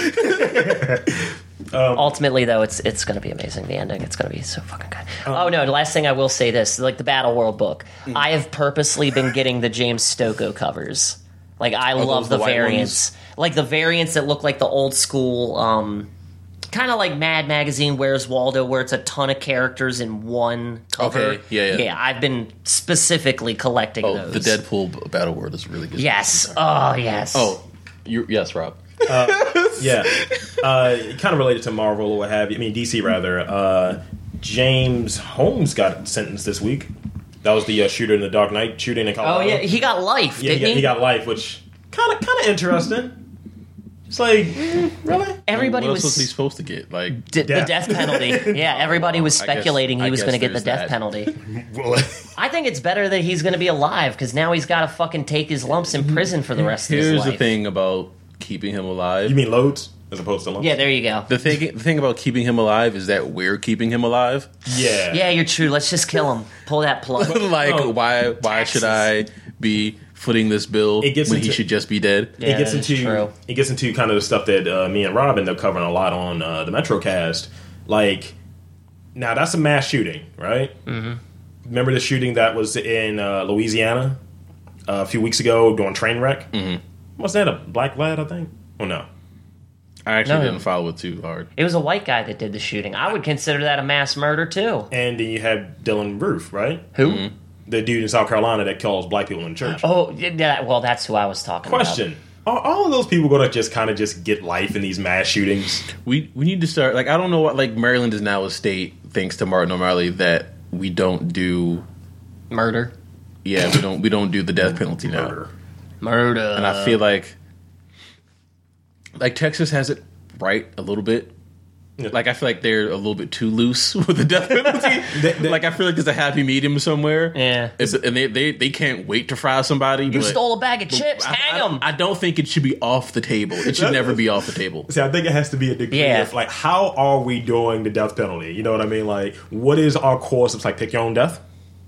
S3: ultimately though it's it's going to be amazing the ending it's going to be so fucking good oh no the last thing i will say this like the battle world book
S2: Mm.
S3: i have purposely been getting the james stocco covers like i love
S2: Oh, those
S3: the,
S2: the white
S3: variants like the variants that look like the old school um kind of like mad magazine where's waldo where it's a ton of characters in one cover
S2: Okay, yeah, yeah.
S3: i've been specifically collecting
S2: Oh,
S3: those
S2: the Deadpool b- Battle World is really good.
S3: yes oh yes
S2: Oh, you yes, Rob.
S1: Yeah, uh, kind of related to Marvel or what have you. I mean DC rather. Uh, James Holmes got sentenced this week. That was the uh, shooter in the Dark Knight shooting in
S3: oh
S1: Colorado.
S3: yeah he got life
S1: yeah. He
S3: didn't
S1: got, he got life, which kind of kind of interesting. It's like mm, really.
S3: everybody
S2: what
S3: was
S2: else was he supposed to get? Like,
S3: D- the
S1: Death.
S3: death penalty. Yeah, everybody was
S2: I guess-
S3: speculating
S2: I
S3: he was
S2: guess
S3: going to get the
S2: there's that.
S3: death penalty.
S1: Well,
S3: I think it's better that he's going to be alive because now he's got to fucking take his lumps in prison for the rest of his
S2: here's
S3: life.
S2: the thing about keeping him alive.
S1: you mean loads as opposed to lumps?
S3: Yeah, there you go.
S2: the thing, the thing about keeping him alive is that we're keeping him alive.
S1: yeah,
S3: Yeah, you're true. Let's just kill him. Pull that plug.
S2: like,
S1: Oh.
S2: why, why
S3: Taxes.
S2: should I be footing this bill
S1: It gets
S2: when he
S1: into-
S2: should just be dead?
S3: Yeah,
S1: it gets
S3: that is
S1: into
S3: true.
S1: it gets into kind of the stuff that uh, me and Rob end up covering a lot on uh, the MetroCast. Like, now that's a mass shooting, right? Mm-hmm. Remember the shooting that was in uh, Louisiana uh, a few weeks ago during train wreck? Mm-hmm. Was that a black lad? I think. Oh no,
S2: I actually
S3: No.
S2: didn't follow it too hard.
S3: It was a white guy that did the shooting. I would consider that a mass murder too.
S1: and then you had Dylan Roof, right?
S3: Who?
S1: The dude in South Carolina that kills black people in church.
S3: Oh, yeah, that, well, that's who I was talking about.
S1: Question. Are all of those people going to just kind of just get life in these mass shootings?
S2: We we need to start. Like, I don't know what. Like, Maryland is now a state, thanks to Martin O'Malley, that we don't do.
S3: Murder.
S2: Yeah, we don't we don't do the death penalty now.
S1: Murder.
S3: Murder.
S2: and I feel like like Texas has it right a little bit, Like I feel like they're a little bit too loose with the death penalty. like I feel like there's a happy medium somewhere.
S3: Yeah.
S2: It's- and they, they they can't wait to fry somebody.
S3: You
S2: but
S3: stole a bag of chips.
S2: I-
S3: Hang
S2: I-
S3: 'em.
S2: I, don't think it should be off the table. It should never be off the table.
S1: See, I think it has to be a degree
S3: Yeah.
S1: of like, how are we doing the death penalty? You know what I mean? Like, what is our course? It's like pick your own death.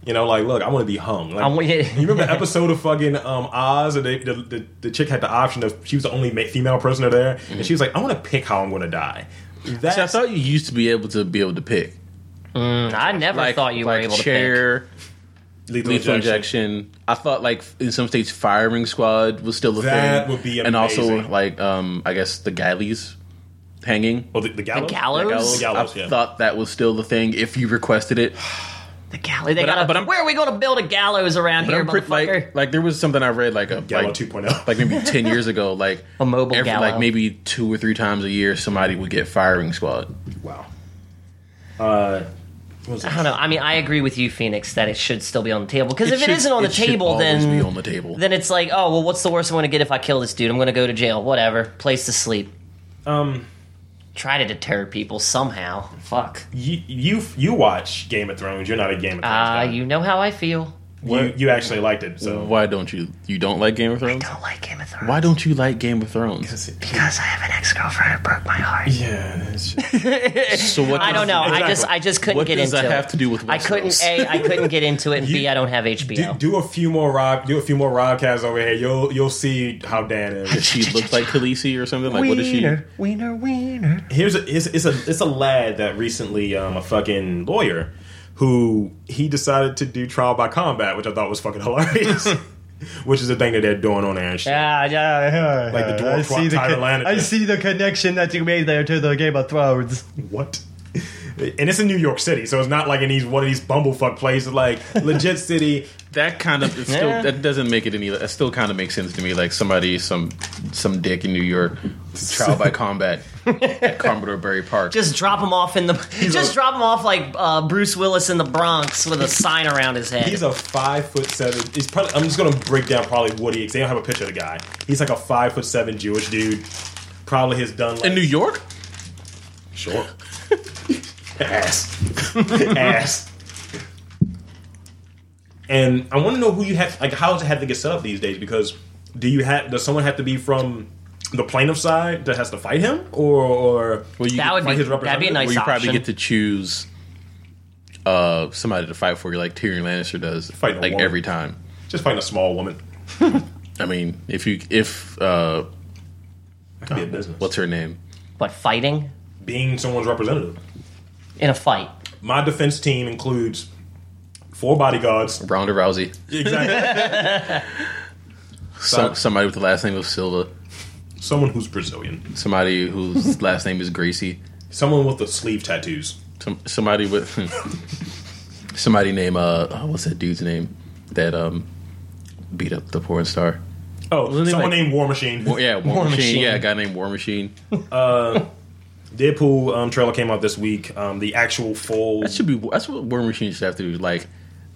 S1: You know, like, look, I want to be hung. Like,
S3: I want-
S1: you remember the episode of fucking um, Oz? And they, the, the the chick had the option of she was the only ma- female prisoner there,
S3: Mm-hmm.
S1: and she was like, I want to pick how I'm going to die. That's
S2: See, I thought you used to be able to be able to pick.
S3: I never
S2: Like,
S3: thought you
S2: like
S3: were able to pick.
S2: chair,
S1: lethal,
S2: lethal injection. I thought like in some states, firing squad was still a
S1: That
S2: thing.
S1: would be
S2: and also
S1: amazing.
S2: like um, I guess the galleys hanging.
S1: Oh, the, the gallows.
S3: The gallows?
S2: Like, I was-
S1: The gallows,
S2: I
S1: yeah.
S2: thought that was still the thing if you requested it.
S3: The gallows. They
S2: But I-
S3: gotta,
S2: but I'm-
S3: where are we going to build a gallows around
S2: But
S3: here,
S2: I'm pretty,
S3: motherfucker?
S2: like, like there was something I read like a
S1: Gallo oh.
S2: like,
S1: 2.0.
S2: like maybe ten years ago, like
S3: A mobile gallo.
S2: like maybe two or three times a year, somebody would get firing squad.
S1: wow. Uh, what was
S3: I
S1: that?
S3: don't know. I mean, I agree with you, Phoenix, that it should still be on the table. Because if
S2: should-
S3: it isn't on the
S2: should
S3: table,
S2: always
S3: then
S2: be on the table.
S3: then it's like, oh well, what's the worst I'm going to get if I kill this dude? I'm going to go to jail. Whatever, place to sleep.
S1: Um,
S3: Try to deter people somehow. Fuck.
S1: you, you you watch Game of Thrones. You're not a Game of Thrones.
S3: Ah,
S1: guy.
S3: you know how I feel.
S1: you you actually liked it, so
S3: Mm.
S2: Why don't you? You don't like Game of Thrones?
S3: Don't like Game of Thrones
S2: Why don't you like Game of Thrones?
S3: because I have an ex girlfriend who broke my heart.
S1: yeah. it's-
S2: So what?
S3: I
S2: does-
S3: don't know. I
S1: Exactly.
S3: just I just couldn't
S2: What
S3: get
S2: does
S3: into
S2: that
S3: it.
S2: have to do with?
S3: I couldn't
S2: Westeros?
S3: a I couldn't get into it, and b I don't have HBO.
S1: Do, do a few more Rob. Do a few more Robcasts over here. You'll you'll see how Dan
S2: Does
S1: is.
S2: she look like Khaleesi or something? Like what is she?
S3: Wiener, wiener.
S1: Here's a it's, it's a it's a lad that recently um, a fucking lawyer who he decided to do trial by combat, which I thought was fucking hilarious. which is the thing that they're doing on there and shit.
S4: Yeah, yeah, yeah.
S1: Like the dwarf
S4: I see the,
S1: Tyrell Lannister.
S4: I see the connection that you made there to the Game of Thrones.
S1: What? And it's in New York City, so it's not like in these one of these bumblefuck places, like legit city.
S2: That kind of it's still
S3: Yeah.
S2: that doesn't make it any. That still kind of makes sense to me. Like somebody, some some dick in New York, trial by combat at Commodore Berry Park.
S3: Just drop him off in the. just
S1: a-
S3: drop him off like uh, Bruce Willis in the Bronx with a sign around his head.
S1: He's a five foot seven. He's probably. I'm just gonna break down probably what he. 'cause They don't have a picture of the guy. He's like a five foot seven Jewish dude. Probably has done like
S2: in New York,
S1: Sure. Ass. Ass. And I want to know who you have. Like, how does it have to get set up these days? Because do you have? Does someone have to be from the plaintiff side that has to fight him, or, or
S2: well, you
S3: that would be
S1: his
S3: that'd be a
S1: representative?
S3: nice
S2: well, you probably
S3: option.
S2: get to choose uh, somebody to fight for you, like Tyrion Lannister does,
S1: Fighting a
S2: like
S1: woman.
S2: every time.
S1: just fighting a small woman?
S2: I mean, if you if uh,
S1: That could be a business.
S2: what's her name?
S3: what fighting
S1: being someone's representative?
S3: in a fight?
S1: My defense team includes four bodyguards.
S2: Ronda Rousey.
S1: Exactly.
S2: Some, somebody with the last name of Silva.
S1: someone who's Brazilian.
S2: Somebody whose last name is Gracie.
S1: Someone with the sleeve tattoos.
S2: Some, somebody with somebody named uh oh, what's that dude's name that um beat up the porn star?
S1: Oh,
S2: it
S1: someone
S2: like-
S1: named War Machine.
S2: War- yeah, War,
S3: War
S2: Machine.
S3: Machine.
S2: Yeah, a guy named War Machine.
S1: Deadpool um, trailer came out this week. Um, the actual full.
S2: That should be that's what War Machine should have to do. Like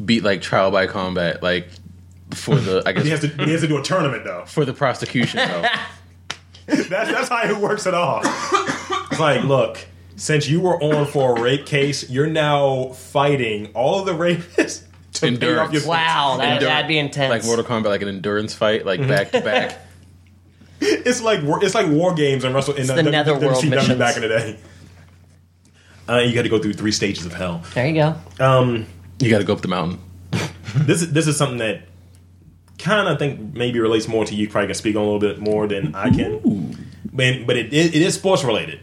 S2: beat like trial by combat. Like for the I
S1: He
S2: guess
S1: has to. He has to do a tournament though.
S2: for the prosecution though.
S1: That's that's how it works at all. It's like, look, since you were on for a rape case, you're now fighting all of the rapists to pay off your.
S2: Endurance.
S3: Wow, that,
S2: Endur-
S3: that'd be intense.
S2: Like Mortal Kombat, like an endurance fight, like back to back.
S1: It's like war- it's like war games and Russell in
S3: the Netherworld
S1: WCW
S3: missions.
S1: back in the day. Uh, you got to go through three stages of hell.
S3: there you go.
S2: You got to go up the mountain.
S1: this is this is something that kind of think maybe relates more to you. Probably can speak on a little bit more than I can. But but it, it, it is sports related.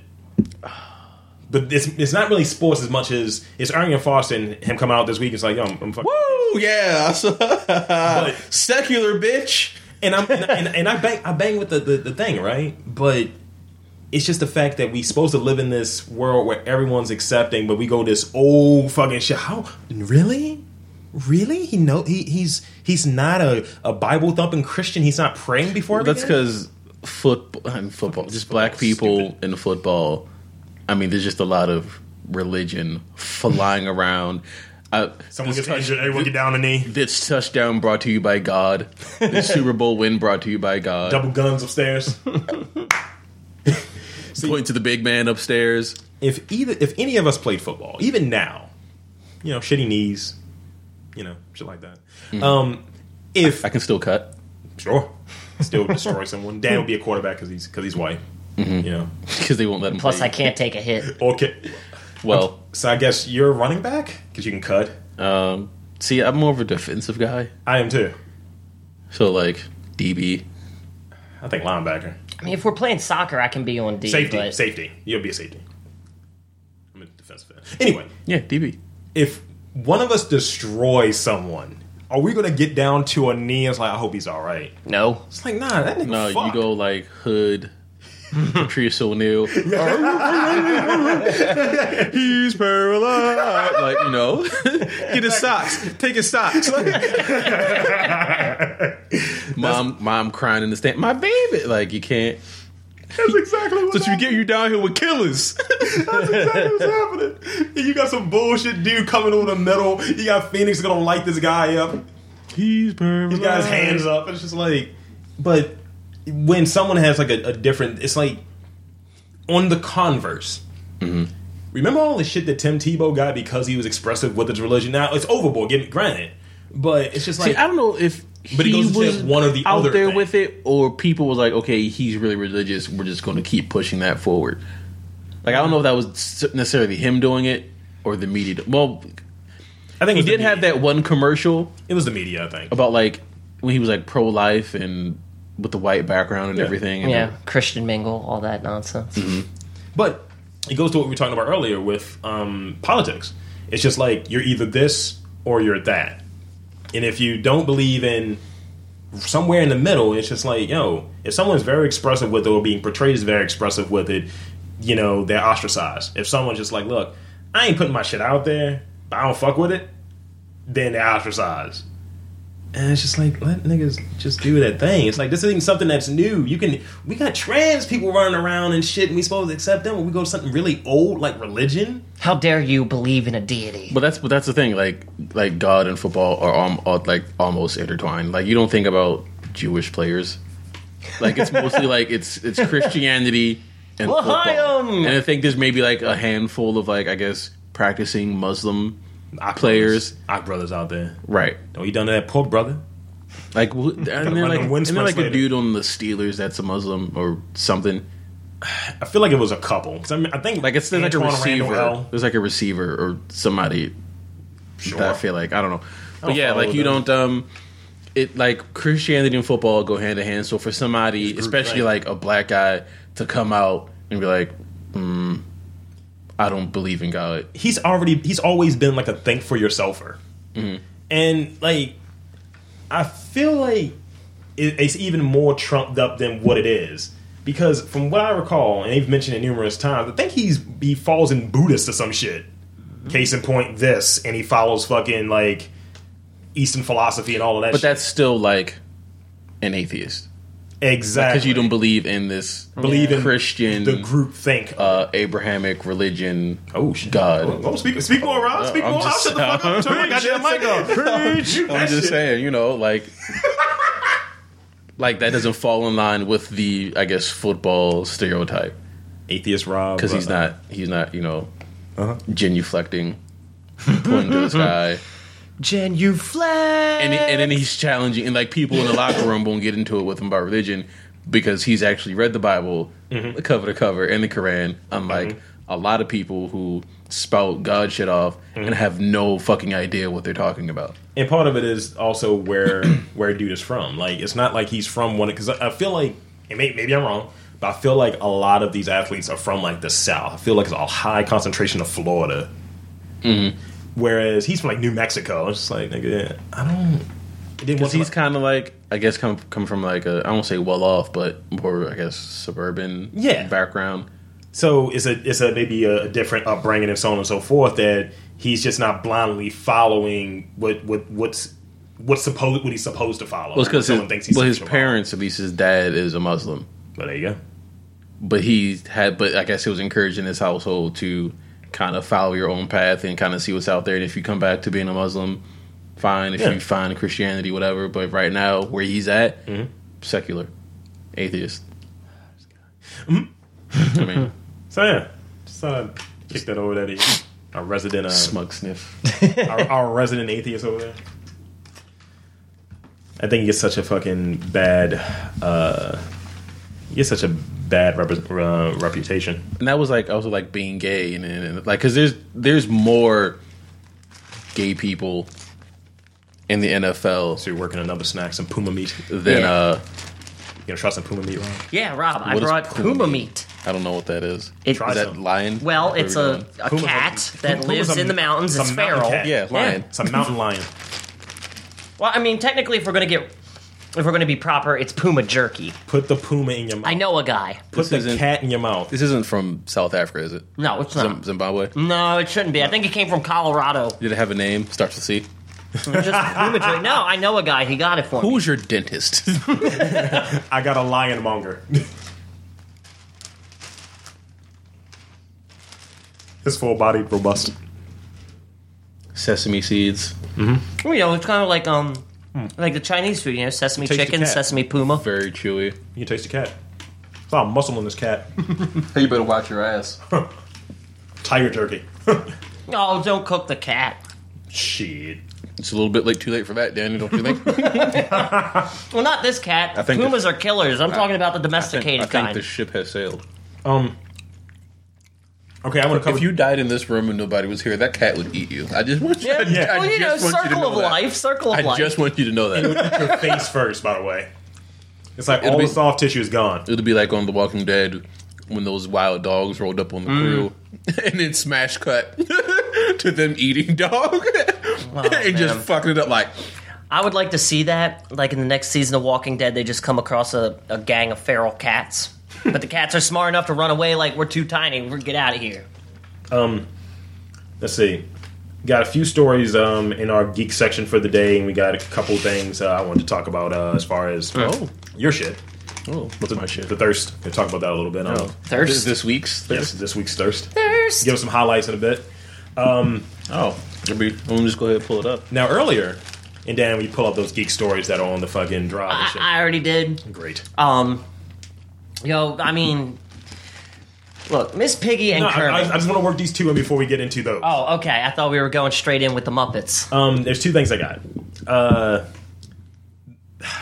S1: But it's it's not really sports as much as it's Arian Foster and him coming out this week. It's like yo, I'm, I'm fucking.
S2: Woo! Yeah,
S1: But,
S2: secular bitch.
S1: and I'm and, and, and I bang I bang with the, the the thing right, but. It's just the fact that we supposed to live in this world where everyone's accepting, but we go this old fucking shit. How really? Really? He know he, he's he's not a, a Bible thumping Christian. He's not praying before.
S2: Well, that's
S1: everything?
S2: because football and football, just black people in football. I mean, there's just a lot of religion flying around. Uh,
S1: someone
S2: this
S1: gets injured. Everyone get down a knee.
S2: This touchdown brought to you by God. This Super Bowl win brought to you by God.
S1: Double guns upstairs.
S2: Point to the big man upstairs.
S1: if either if any of us played football, even now, you know, shitty knees, you know, shit like that. Um, if
S2: I can still cut.
S1: sure, still destroy someone. Dan would be a quarterback because he's because he's white.
S2: Mm-hmm.
S1: You know,
S2: because they won't let him.
S3: Plus,
S2: play.
S3: I can't take a hit.
S1: okay.
S2: Well,
S1: So I guess you're running back because you can cut.
S2: um, see, I'm more of a defensive guy,
S1: I am too.
S2: so like DB.
S1: I think linebacker,
S3: I mean, if we're playing soccer, I can be on D.
S1: safety,
S3: but
S1: safety. You'll be a safety. I'm a defensive end. Anyway,
S2: Yeah, DB.
S1: if one of us destroys someone, are we gonna get down to a knee? and It's like I hope he's all right.
S3: no.
S1: It's like nah, that nigga.
S2: No,
S1: fuck.
S2: you go like Hood, Patrice O'Neal. He's paralyzed. Like you know, get his socks. Take his socks. mom, mom crying in the stand. My baby. Like you can't.
S1: That's exactly what.
S2: Since
S1: happened.
S2: we get you down here with killers.
S1: That's exactly what's happening. You got some bullshit dude coming with a medal. You got Phoenix gonna light this guy up.
S2: He's paralyzed.
S1: He's got his hands up. It's just like, but when someone has like a, a different, it's like on the converse. Remember all the shit that Tim Tebow got because he was expressive with his religion. Now it's overboard. Give it granted, but it's just
S2: See,
S1: like
S2: I don't know if
S1: But it
S2: he
S1: goes to
S2: was
S1: one or the
S2: out
S1: other
S2: there
S1: thing.
S2: with it, or people was like, okay, he's really religious. We're just going to keep pushing that forward. Like I don't know if that was necessarily him doing it or the media. do- Well,
S1: I think it
S2: he
S1: was the
S2: did have
S1: media.
S2: that one commercial
S1: It was the media, I think.
S2: about like when he was like pro life and with the white background and
S1: Yeah.
S2: everything. And
S3: Yeah, Christian mingle, all that nonsense.
S1: Mm-hmm. But it goes to what we were talking about earlier with um, politics. It's just like you're either this or you're that. And if you don't believe in somewhere in the middle, it's just like, yo, if someone's very expressive with it or being portrayed as very expressive with it, you know, they're ostracized. If someone's just like, look, I ain't putting my shit out there, but I don't fuck with it, then they're ostracized. And it's just like let niggas just do that thing. It's like this isn't even something that's new. You can we got trans people running around and shit, and we supposed to accept them when we go to something really old like religion.
S3: How dare you believe in a deity?
S2: But that's but that's the thing. Like like God and football are um, al- like almost intertwined. Like you don't think about Jewish players. Like it's mostly like it's it's Christianity and football.
S1: um,
S3: L'chaim!
S2: And I think there's maybe like a handful of like I guess practicing Muslim players.
S1: our brothers out there.
S2: Right.
S1: Don't you done to that poor brother?
S2: Like wh- and
S1: run
S2: then like
S1: the
S2: and
S1: wind
S2: then like
S1: later.
S2: a dude on the Steelers that's a Muslim or something.
S1: I feel like it was a couple. 'Cause I, mean, I think
S2: Like it's there's like a
S1: Antoine Randall
S2: receiver.
S1: L.
S2: There's like a receiver or somebody
S1: Sure.
S2: that I feel like I don't know. But
S1: don't
S2: yeah,
S1: follow
S2: like you
S1: them.
S2: don't um it like Christianity and football go hand in hand. So for somebody,
S1: group,
S2: especially
S1: right.
S2: like a black guy, to come out and be like, mm, I don't believe in God.
S1: he's already he's always been like a think for yourselfer,
S2: Mm-hmm.
S1: and like I feel like it, it's even more trumped up than what it is because from what I recall, and they've mentioned it numerous times, I think he's he falls in Buddhist or some shit.
S2: Mm-hmm.
S1: Case in point, this, and he follows fucking like Eastern philosophy and all of that.
S2: But
S1: shit.
S2: that's still like an atheist
S1: exactly
S2: because you don't believe in this
S1: Believe in
S2: Christian
S1: the group think.
S2: uh, Abrahamic religion.
S1: oh shit!
S2: God.
S1: Oh, speak, speak more, Rob. Speak
S2: I'm
S1: more. I'll
S2: just-
S1: shut the fuck up. Turn my goddamn mic off. Shoot
S2: I'm
S1: that
S2: just
S1: shit.
S2: saying, you know, like. Like that doesn't fall in line with the, I guess, football stereotype.
S1: Atheist Rob,
S2: because he's
S1: uh,
S2: not he's not you know
S1: Uh-huh.
S2: genuflecting pointing to the sky
S3: Jen, you flag.
S2: and, he- and then he's challenging and like people in the locker room won't get into it with him about religion because he's actually read the bible
S1: Mm-hmm.
S2: cover to cover and the quran unlike a lot of people who spout god shit off
S1: Mm-hmm.
S2: and have no fucking idea what they're talking about
S1: and part of it is also where where dude is from. Like it's not like he's from one because I, I feel like and may, maybe I'm wrong, but I feel like a lot of these athletes are from like the South. I feel like it's a high concentration of Florida,
S2: Mm-hmm.
S1: whereas he's from like New Mexico. It's just like nigga, I don't. it didn't
S2: because
S1: want
S2: he's
S1: to-
S2: kind of like i guess come come from like a i won't say well off but more i guess suburban
S1: Yeah.
S2: background
S1: so it's a it's a maybe a, a different upbringing and so on and so forth that he's just not blindly following what what what's what's supposed what he's supposed to follow.
S2: well, it's because
S1: someone thinks he's
S2: well, his
S1: supposed to follow.
S2: parents, at least his dad, is a Muslim.
S1: But there you go.
S2: but he had but i guess it was encouraged in his household to kind of follow your own path and kind of see what's out there and if you come back to being a muslim fine if
S1: Yeah.
S2: you find christianity whatever but right now where he's at
S1: Mm-hmm.
S2: secular atheist i mean
S1: Mm-hmm. So yeah, just thought I'd Kick that over there to you. Our resident, uh,
S2: Smug sniff.
S1: our, our resident atheist over there. I think he gets such a fucking bad, uh, he gets such a bad repre- uh, reputation.
S2: and that was like also like being gay and, and, and like because there's there's more gay people in the NFL
S1: So you're working another snack, some puma meat. You
S2: than
S3: Yeah.
S2: uh
S1: gonna try some puma meat? Ron?
S3: Yeah, Rob, I
S2: What is
S3: brought
S2: puma
S3: puma
S2: meat?
S3: meat.
S2: I don't know what that is.
S3: It-
S2: Is that
S1: Trisome.
S2: lion?
S3: Well,
S2: What are
S3: it's
S2: we
S3: a,
S2: doing?
S3: a
S1: Puma's a-
S3: cat that
S1: Puma's
S3: lives
S1: a-
S3: in the mountains.
S1: it's a
S3: It's
S1: mountain
S3: feral.
S1: cat.
S2: yeah, lion.
S1: It's a mountain lion.
S3: Well, I mean, technically, if we're gonna get, if we're gonna be proper, it's puma jerky.
S1: Put the puma in your mouth.
S3: I know a guy.
S1: Put
S2: This
S1: the
S2: isn't-
S1: cat in your mouth.
S2: This isn't from South Africa, is it?
S3: No, it's
S2: Zim-
S3: not. Mm.
S2: Zimbabwe.
S3: No, it shouldn't be. I think it came from Colorado.
S2: Did it have a name? Starts with C.
S3: Just puma jerky. No, I know a guy. He got it for me.
S2: Who's your dentist?
S1: I got a lion monger. His full body robust.
S2: Sesame seeds.
S3: You know, it's kind of like um, like the Chinese food. You know, sesame
S1: Tasty
S3: chicken,
S1: cat.
S3: sesame puma.
S2: Very chewy.
S1: You can taste the cat. It's all muscle in this cat.
S2: Hey, you better watch your ass.
S1: Tiger turkey.
S3: Oh, don't cook the cat.
S1: Shit.
S2: It's a little bit late, too late for that, Danny. Don't you think?
S3: Well, not this cat.
S2: I think
S3: Pumas
S2: the-
S3: are killers. I'm talking about the
S2: I think,
S3: domesticated
S2: I think
S3: kind.
S2: the ship has sailed.
S1: Um. Okay, I want to cover
S2: If you died in this room and nobody was here, that cat would eat you. I just want you.
S3: yeah.
S2: I,
S1: Yeah.
S2: I
S3: Well, you know,
S2: just want you to
S3: circle
S2: know
S3: of
S2: that.
S3: life, circle of
S2: I
S3: life.
S2: just want you to know that
S1: your face first. By the way, it's like
S2: It'll
S1: all
S2: be-
S1: the soft tissue is gone.
S2: it'll be like on The Walking Dead when those wild dogs rolled up on
S1: Mm.
S2: the crew, and then smash cut to them eating dog and just
S3: Oh, man.
S2: fucking it up like
S3: I would like to see that. Like in the next season of Walking Dead, they just come across a, a gang of feral cats. But the cats are smart enough to run away. Like we're too tiny. We're get out of here.
S1: Let's see. Got a few stories um, in our geek section for the day, and we got a couple things uh, I wanted to talk about uh, as far as
S2: oh
S1: your shit,
S2: oh what's my shit Oh.
S1: the thirst. We'll talk about that a little bit. Um,
S3: Thirst.
S2: this, this week's
S1: yes, this week's thirst.
S3: Thirst.
S1: Give us some highlights in a bit.
S2: oh it'll be- I'm gonna just go ahead and pull it up
S1: Now earlier, and Dan, we pull up those geek stories that are on the fucking drive. And shit.
S3: I, I already did.
S1: Great.
S3: Um, yo, I mean, look, Miss Piggy and
S1: No, I,
S3: Kermit.
S1: I- I just want to work these two in before we get into those.
S3: oh, okay. I thought we were going straight in with the Muppets.
S1: Um, there's two things I got. Uh,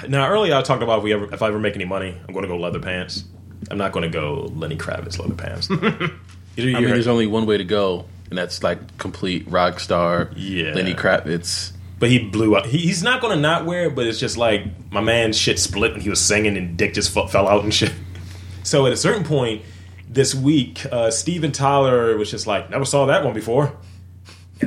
S1: now earlier I talked about if we ever if I ever make any money, I'm going to go leather pants. I'm not going to go Lenny Kravitz leather pants. Either
S2: I mean,
S1: you're-
S2: there's only one way to go, and that's like complete rock star
S1: Yeah.
S2: Lenny Kravitz.
S1: But he blew up. He, he's not going to not wear it, but it's just like my man's shit split when he was singing and dick just f- fell out and shit. So at a certain point this week, uh, Steven Tyler was just like, never saw that one before.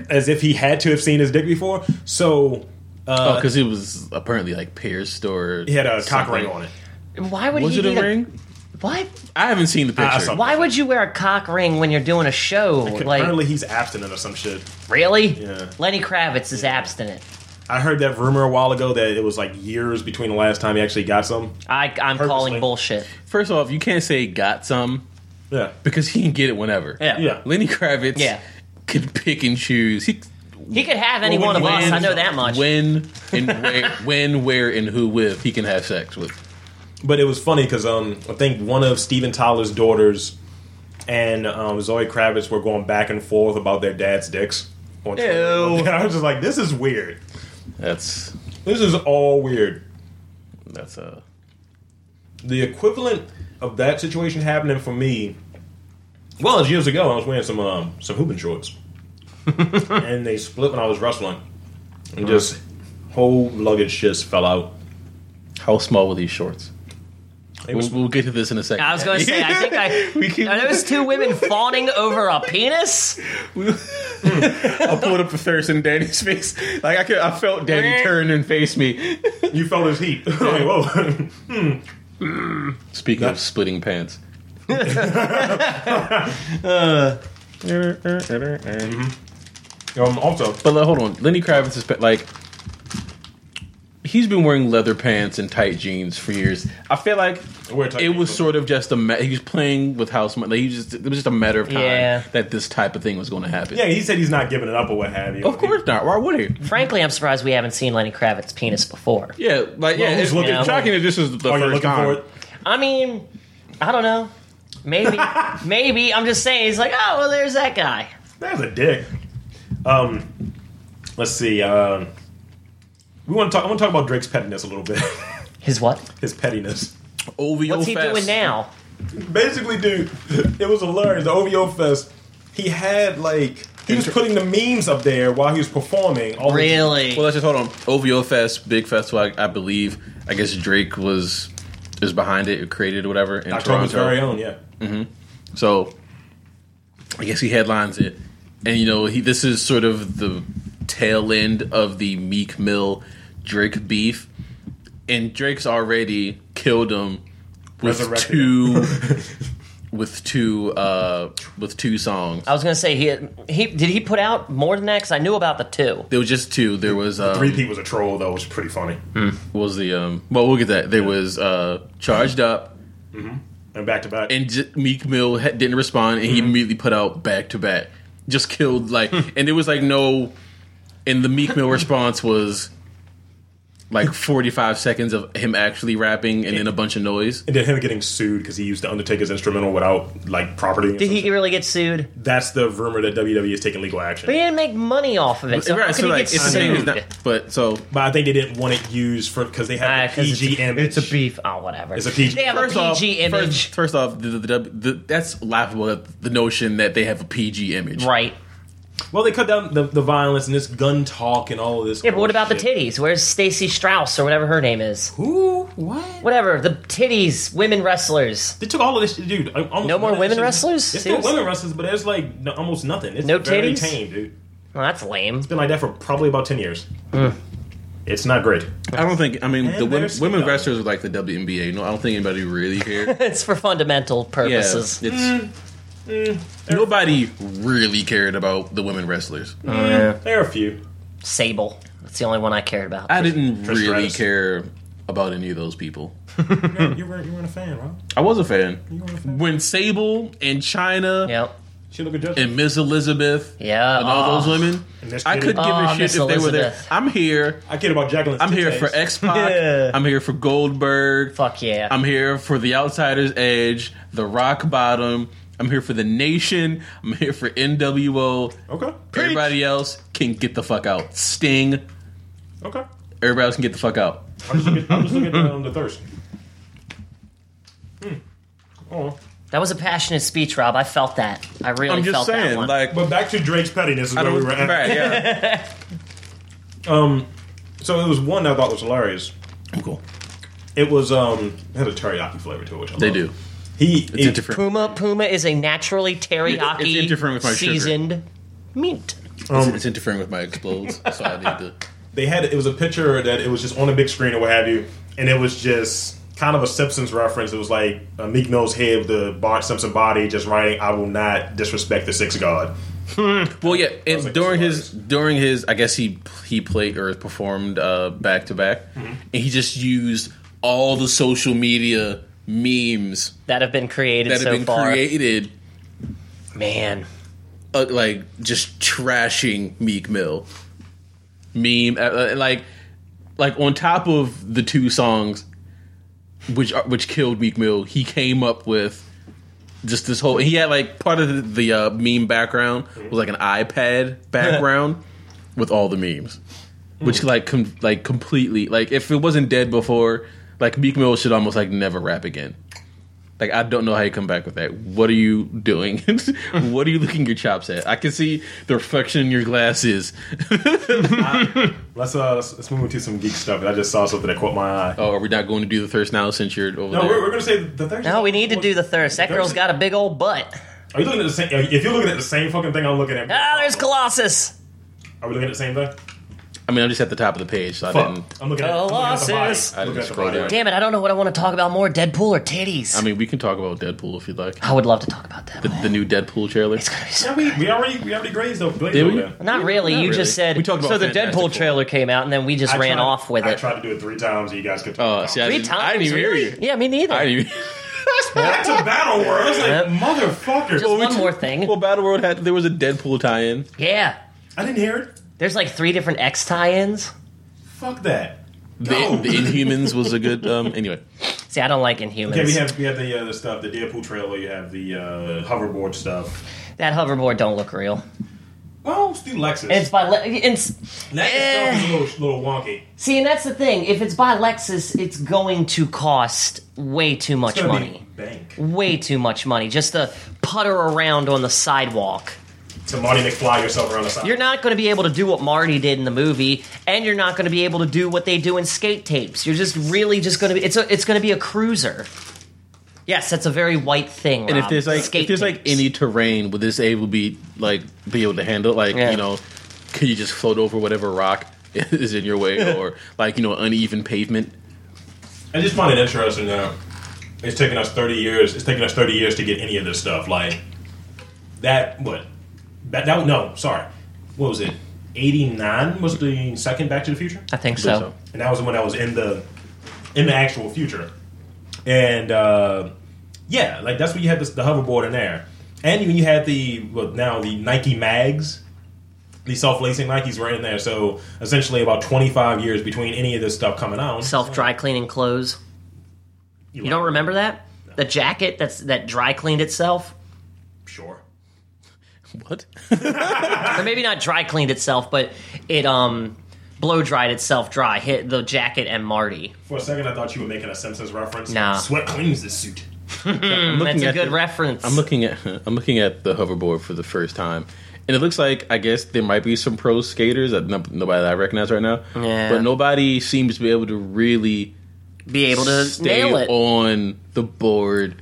S1: As if he had to have seen his dick before. So
S3: Uh,
S2: Oh, because it was apparently like pierced or
S1: he had a cock
S2: something.
S1: ring on it.
S3: Why would
S2: Was
S3: he
S2: it
S3: need
S2: a ring?
S3: What?
S2: I haven't seen the
S3: Ah,
S1: I
S2: picture.
S1: saw-
S3: Why would you wear a cock ring when you're doing a show? Like,
S1: Apparently he's abstinent or some shit.
S3: really?
S1: Yeah.
S3: Lenny Kravitz is abstinent.
S1: I heard that rumor a while ago that it was like years between the last time he actually got some.
S3: I, I'm
S1: Purposely.
S3: calling bullshit.
S2: First off, you can't say got some
S1: Yeah.
S2: because he can get it whenever.
S3: Yeah.
S1: Yeah.
S2: Lenny Kravitz
S3: Yeah.
S2: could pick and choose. He
S3: He could have any
S1: Well,
S3: one of
S1: when-
S3: us. I know that much.
S2: when and where, when, where, and who with he can have sex with.
S1: But it was funny because um, I think one of Steven Tyler's daughters and um, Zoe Kravitz were going back and forth about their dad's dicks. On Twitter.
S3: Ew.
S1: And I was just like, this is weird.
S2: That's
S1: This is all weird.
S2: that's uh, a
S1: The equivalent of that situation happening for me, well, it was years ago. I was wearing some um, some hooping shorts, and they split when I was wrestling, and
S2: Uh-huh.
S1: just whole luggage just fell out.
S2: how small were these shorts?
S1: It
S2: We'll,
S1: was
S2: we'll get to this in a second.
S3: I was going to say, I think I.
S2: We keep-
S3: Are those two women fawning over a penis?
S2: I pulled up the thirst in Danny's face. Like I could, I felt Danny turn and face me.
S1: You felt his heat. like, whoa.
S2: Speaking of splitting pants,
S1: um, also,
S2: but like, hold on, Lenny Kravitz is like he's been wearing leather pants and tight jeans for years. I feel like
S1: Wear tight
S2: it was
S1: jeans.
S2: sort of just a ma- he was playing with house money. Like, he just it was just a matter of time
S3: Yeah.
S2: that this type of thing was going to happen.
S1: yeah, he said he's not giving it up or what have you.
S2: Of course not. Why would he?
S3: Frankly, I'm surprised we haven't seen Lenny Kravitz's penis before.
S2: Yeah, like yeah,
S1: who's
S2: it's
S1: Oh, looking-
S2: it's shocking that this is the
S1: Are you
S2: first
S1: looking
S2: time.
S1: for it?
S3: I mean, I don't know. Maybe, maybe. I'm just saying. He's like, oh, well, there's that guy.
S1: That's a dick. Um, let's see. Um, we want to talk. I want to talk about Drake's pettiness a little bit.
S3: His what?
S1: His pettiness.
S2: OVO
S3: What's he
S2: fast.
S3: doing now?
S1: Basically, dude, it was hilarious. The OVO Fest. He had like he was putting the memes up there while he was performing. All the-
S3: Really?
S2: Well, let's just hold on. OVO Fest, big festival, I, I believe. I guess Drake was is behind it, it created it, whatever in
S1: October's
S2: Toronto.
S1: very own. Yeah.
S2: So I guess he headlines it, and you know he this is sort of the tail end of the Meek Mill Drake beef, and Drake's already killed him with
S1: Resurrected
S2: two with two uh with two songs.
S3: I was gonna say he he did he put out more than that because I knew about the two.
S2: There was just two. There was um,
S1: Three P was a troll though. It was pretty funny.
S2: was the um well we'll get that. There was uh charged up.
S1: And back to back.
S2: and j- Meek Mill ha- didn't respond, and he
S3: Mm-hmm.
S2: immediately put out back to back, just killed like,
S3: Hmm.
S2: and it was like no, and the Meek Mill response was like forty five seconds of him actually rapping, and then a bunch of noise.
S1: And then him getting sued because he used the Undertaker's instrumental without like property.
S3: Did he really get sued?
S1: That's the rumor that WWE is taking legal action.
S3: But he didn't make money off of it. So how
S2: Right,
S3: could
S2: so
S3: he
S2: like,
S3: get
S2: it's the same
S3: sued?
S2: as not- but so
S1: But I think they didn't want it used for because they
S3: Ah,
S1: have
S3: 'cause
S1: the PG
S3: it's a,
S1: image.
S4: It's a beef.
S3: Oh, whatever.
S1: It's a PG.
S3: They have
S2: first
S3: a
S2: off,
S3: PG image,
S2: first, first off, the, the, the, the, that's laughable. That the notion that they have a PG image,
S3: right?
S1: Well, they cut down the, the violence and this gun talk and all of this.
S3: Yeah, but what about the titties? Where's Stacy Strauss or whatever her name is?
S1: Who? What?
S3: Whatever the titties, women wrestlers.
S1: They took all of this, dude. I- Almost
S3: No more
S1: none of this
S3: women
S1: shit-
S3: wrestlers?
S1: It's
S3: Seriously?
S1: no women wrestlers, but there's like no, almost nothing. It's
S3: No
S1: very
S3: titties?
S1: tame, dude.
S3: Well, that's lame.
S1: Been like that for probably about ten years.
S2: Hmm.
S1: It's not great.
S2: I don't think. I mean,
S1: And
S2: the women,
S1: there's-
S2: women wrestlers are like the WNBA. No, I don't think anybody really cared.
S3: It's for fundamental
S2: Yeah,
S3: purposes.
S2: it's-
S1: Mm,
S2: nobody really cared about the women wrestlers.
S1: There are a few.
S3: Sable. That's the only one I cared about.
S2: I didn't
S1: Trish
S2: really
S1: Stratus.
S2: care about any of those people.
S1: You weren't you weren't a fan, Rob.
S2: I was a fan
S1: You weren't a fan.
S2: when Sable and China
S3: yep.
S1: She looked good.
S2: and Miss Elizabeth
S3: Yeah.
S2: and all
S3: oh.
S2: those women.
S1: And Miss
S2: I
S1: Kitty.
S2: could give
S3: Oh,
S2: a shit
S3: Miss
S2: if they were there.
S3: Elizabeth.
S2: I'm here.
S1: I kid about Jacqueline.
S2: I'm here for X Pac.
S4: Yeah.
S2: I'm here for Goldberg.
S3: Fuck yeah.
S2: I'm here for The Outsider's Edge, The Rock Bottom. I'm here for The Nation. I'm here for NWO.
S1: Okay.
S2: Everybody else can get the fuck out. Sting.
S1: Okay.
S2: Everybody else can get the fuck out.
S1: I'm just looking, I'm just looking at um, the thirst. Hmm. Oh.
S3: that was a passionate speech, Rob. I felt that. I really
S2: I'm just
S3: felt that
S2: saying,
S3: one.
S2: like,
S1: But back to Drake's pettiness is
S2: I
S1: where
S2: don't.
S1: we were at.
S2: Right, yeah.
S1: So it was one that I thought was hilarious.
S2: cool.
S1: It was um it had a teriyaki flavor to it. Which I
S2: They
S1: love.
S2: do.
S1: He
S2: It's
S1: he-
S2: indifferent.
S3: Puma Puma is a naturally teriyaki
S2: It's interfering with my sugar.
S3: seasoned meat.
S1: Um,
S2: It's, it's interfering with my explodes, so I need to.
S1: they had it was a picture that it was just on a big screen or what have you, and it was just kind of a Simpsons reference. It was like uh, Meek Mill's head with the Bart Simpson body just writing, "I will not disrespect the six god."
S2: Well, yeah, and
S1: like,
S2: during
S1: it's
S2: his during his, I guess he he played or performed uh back to back, and he just used all the social media memes
S3: That have been created
S2: that
S3: so
S2: have been
S3: far.
S2: created,
S3: Man.
S2: uh, like just trashing Meek Mill, meme uh, uh, like like on top of the two songs, which are, which killed Meek Mill, he came up with just this whole. He had like part of the, the uh, meme background was like an iPad background with all the memes, which like com- like completely like if it wasn't dead before, like Meek Mill should almost like never rap again. Like I don't know how you come back with that. What are you doing? what are you licking your chops at? I can see the reflection in your glasses.
S1: Let's uh let's, let's move into some geek stuff. I just saw something that caught my eye.
S2: Oh, are we not going to do the thirst now since you're
S1: No,
S2: over there?
S1: we're, we're gonna say the thirst.
S3: No, we need to do the thirst. That girl's
S1: Thirst-
S3: got a big old butt.
S1: Are you looking at the same? If you're looking at the same fucking thing, I'm looking at.
S3: Ah, there's Colossus.
S1: Are we looking at the same thing?
S2: I mean, I'm just at the top of the page, so I didn't.
S1: I'm looking at, I'm looking at the body.
S3: Colossus.
S2: Um, I
S1: I'm looking
S2: didn't
S1: at the
S2: scroll
S1: body.
S2: down.
S3: Damn it, I don't know what I want to talk about more, Deadpool or titties.
S2: I mean, we can talk about Deadpool if you'd like.
S3: I would love to talk about that.
S2: The, the new Deadpool trailer.
S3: It's gonna be so
S1: Yeah, we, we already we already grazed though.
S2: Did we?
S3: Not really.
S2: Not
S3: you
S2: really.
S3: just said
S2: We talked about
S3: so. The
S2: Fantastic
S3: Deadpool
S2: Four.
S3: trailer came out, and then we just ran off with
S1: I
S3: it.
S1: tried to do it three times. and You guys could.
S2: Oh, see, I
S3: Three
S2: didn't,
S3: times.
S2: I didn't even hear
S3: really?
S2: you.
S3: Yeah, me neither.
S2: I didn't even.
S1: Back to Battle World. I was like,
S3: Yep.
S1: motherfucker.
S3: Just one more thing.
S2: Well, Battle World had there was a Deadpool tie-in.
S3: yeah,
S1: I didn't hear it.
S3: there's like three different X tie-ins.
S1: Fuck that.
S2: The,
S1: Go. Oh.
S2: the Inhumans was a good. Um, anyway,
S3: See, I don't like Inhumans.
S1: Okay, we have we have the uh, the stuff, the Deadpool trailer. You have the uh, hoverboard stuff.
S3: that hoverboard don't look real.
S1: Well, it's the Lexus.
S3: It's by Le- it's
S1: that
S3: eh.
S1: itself is a little, little wonky.
S3: see, and that's the thing. If it's by Lexus, it's going to cost way too much
S1: It's gonna be
S3: money.
S1: bank
S3: Way too much money just to putter around on the sidewalk.
S1: to Marty McFly yourself around the side.
S3: You're not going to be able to do what Marty did in the movie, and you're not going to be able to do what they do in skate tapes. You're just really just going to be it's a, it's going to be a cruiser. Yes, that's a very white thing.
S2: And if
S3: Rob.
S2: there's like
S3: Um, Skate
S2: if there's like
S3: tapes.
S2: any terrain, would this able be like be able to handle? Like
S3: Yeah.
S2: you know, can you just float over whatever rock is in your way, or like you know uneven pavement?
S1: I just find it interesting that it's taken us 30 years. It's taken us 30 years to get any of this stuff. Like that. What? That. that no. Sorry. What was it? 89 was the second Back to the Future,
S3: I think
S2: believe
S3: so.
S1: and that was when I was in the in the actual future. And uh, yeah, like that's when you had this, the hoverboard in there, and when you had the well, now the Nike mags. The self lacing Nikes were in there, so essentially about 25 years between any of this stuff coming out.
S3: Self dry cleaning clothes. You don't remember that? The jacket that's that dry cleaned itself,
S1: Sure.
S2: What?
S3: Mm, or maybe not dry cleaned itself, but it um blow dried itself dry. Hit the jacket and Marty.
S1: For a second, I thought you were making a Simpsons reference.
S3: Nah.
S1: Sweat cleans the suit.
S2: I'm
S3: That's a
S2: at
S3: good
S2: the-
S3: reference.
S2: I'm looking at I'm looking at the hoverboard for the first time, and it looks like I guess there might be some pro skaters that no, nobody that I recognize right now.
S3: Yeah.
S2: But nobody seems to be able to really
S3: Be able to
S2: stay
S3: nail it.
S2: on the board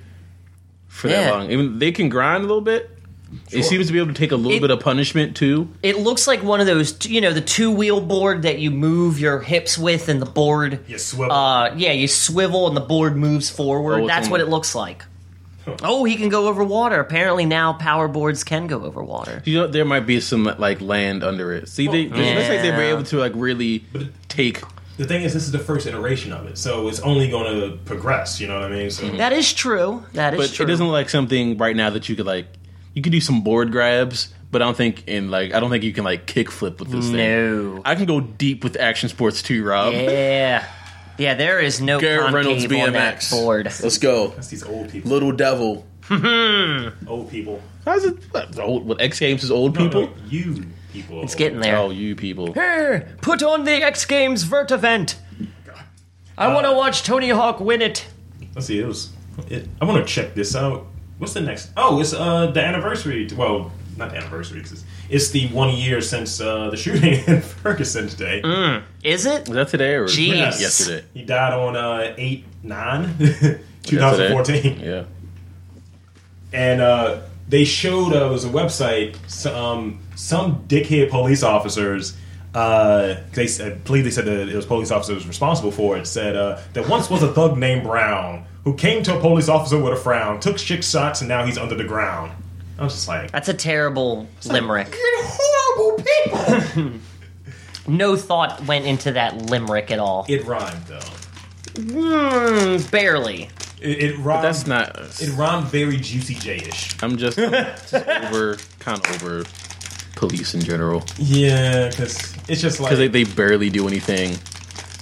S2: for
S3: Yeah.
S2: that long. Even they can grind a little bit. It seems to be able to take a little
S3: It-
S2: bit of punishment too.
S3: It looks like one of those, you know, the two wheel board that you move your hips with, and the board.
S1: You swivel.
S3: Uh, yeah, you swivel and the board moves
S2: Oh,
S3: forward.
S2: it's
S3: That's
S2: on
S3: what
S2: the-
S3: it looks like.
S1: Huh.
S3: Oh, he can go over water. Apparently now power boards can go over water.
S2: You know, there might be some like land under it. See, they, it looks like they were
S3: Yeah.
S2: able to like really take.
S1: the thing is, this is the first iteration of it, so it's only going to progress. You know what I mean? So
S3: That is true. That is
S2: But
S3: true.
S2: it doesn't look like something right now that you could like. You could do some board grabs, but I don't think in like I don't think you can like kick flip with this thing.
S3: no.
S2: I can go deep with action sports too, Rob.
S3: Yeah. Yeah, there is no
S2: Garrett
S3: concave
S2: Reynolds
S3: on that
S2: BMX.
S3: board.
S2: Let's go,
S1: that's these old people.
S2: little devil.
S1: old people.
S2: How's it? What, the old, what X Games is old
S1: No,
S2: people?
S1: no, you people.
S3: It's getting there.
S2: Oh, you people!
S3: Hey, put on the X Games Vert event.
S2: Uh,
S3: I want to watch Tony Hawk win it.
S1: Let's see. It was. It, I want to check this out. What's the next? Oh, it's uh the anniversary. Well, not the anniversary. 'cause It's, it's the one year since uh, the shooting in Ferguson today.
S3: Mm. Is it?
S2: Was that today or
S3: Jeez.
S1: Yes.
S2: yesterday?
S1: He died on uh, eight nine, 2014.
S2: Yeah.
S1: and uh, they showed uh, it was a website some some dickhead police officers. Uh, they said, I believe they said that it was police officer was responsible for it. Said uh, that once was a thug named Brown who came to a police officer with a frown, took six shots, and now he's under the ground. I was just like,
S3: That's a terrible limerick.
S1: "You're horrible people."
S3: No thought went into that limerick at all.
S1: it rhymed though.
S3: Mm, barely.
S1: It, it rhymed.
S2: That's not.
S1: It rhymed very juicy J ish.
S2: I'm just, I'm just over, kind of over police in general
S1: Yeah, because it's just like,
S2: because they, they barely do anything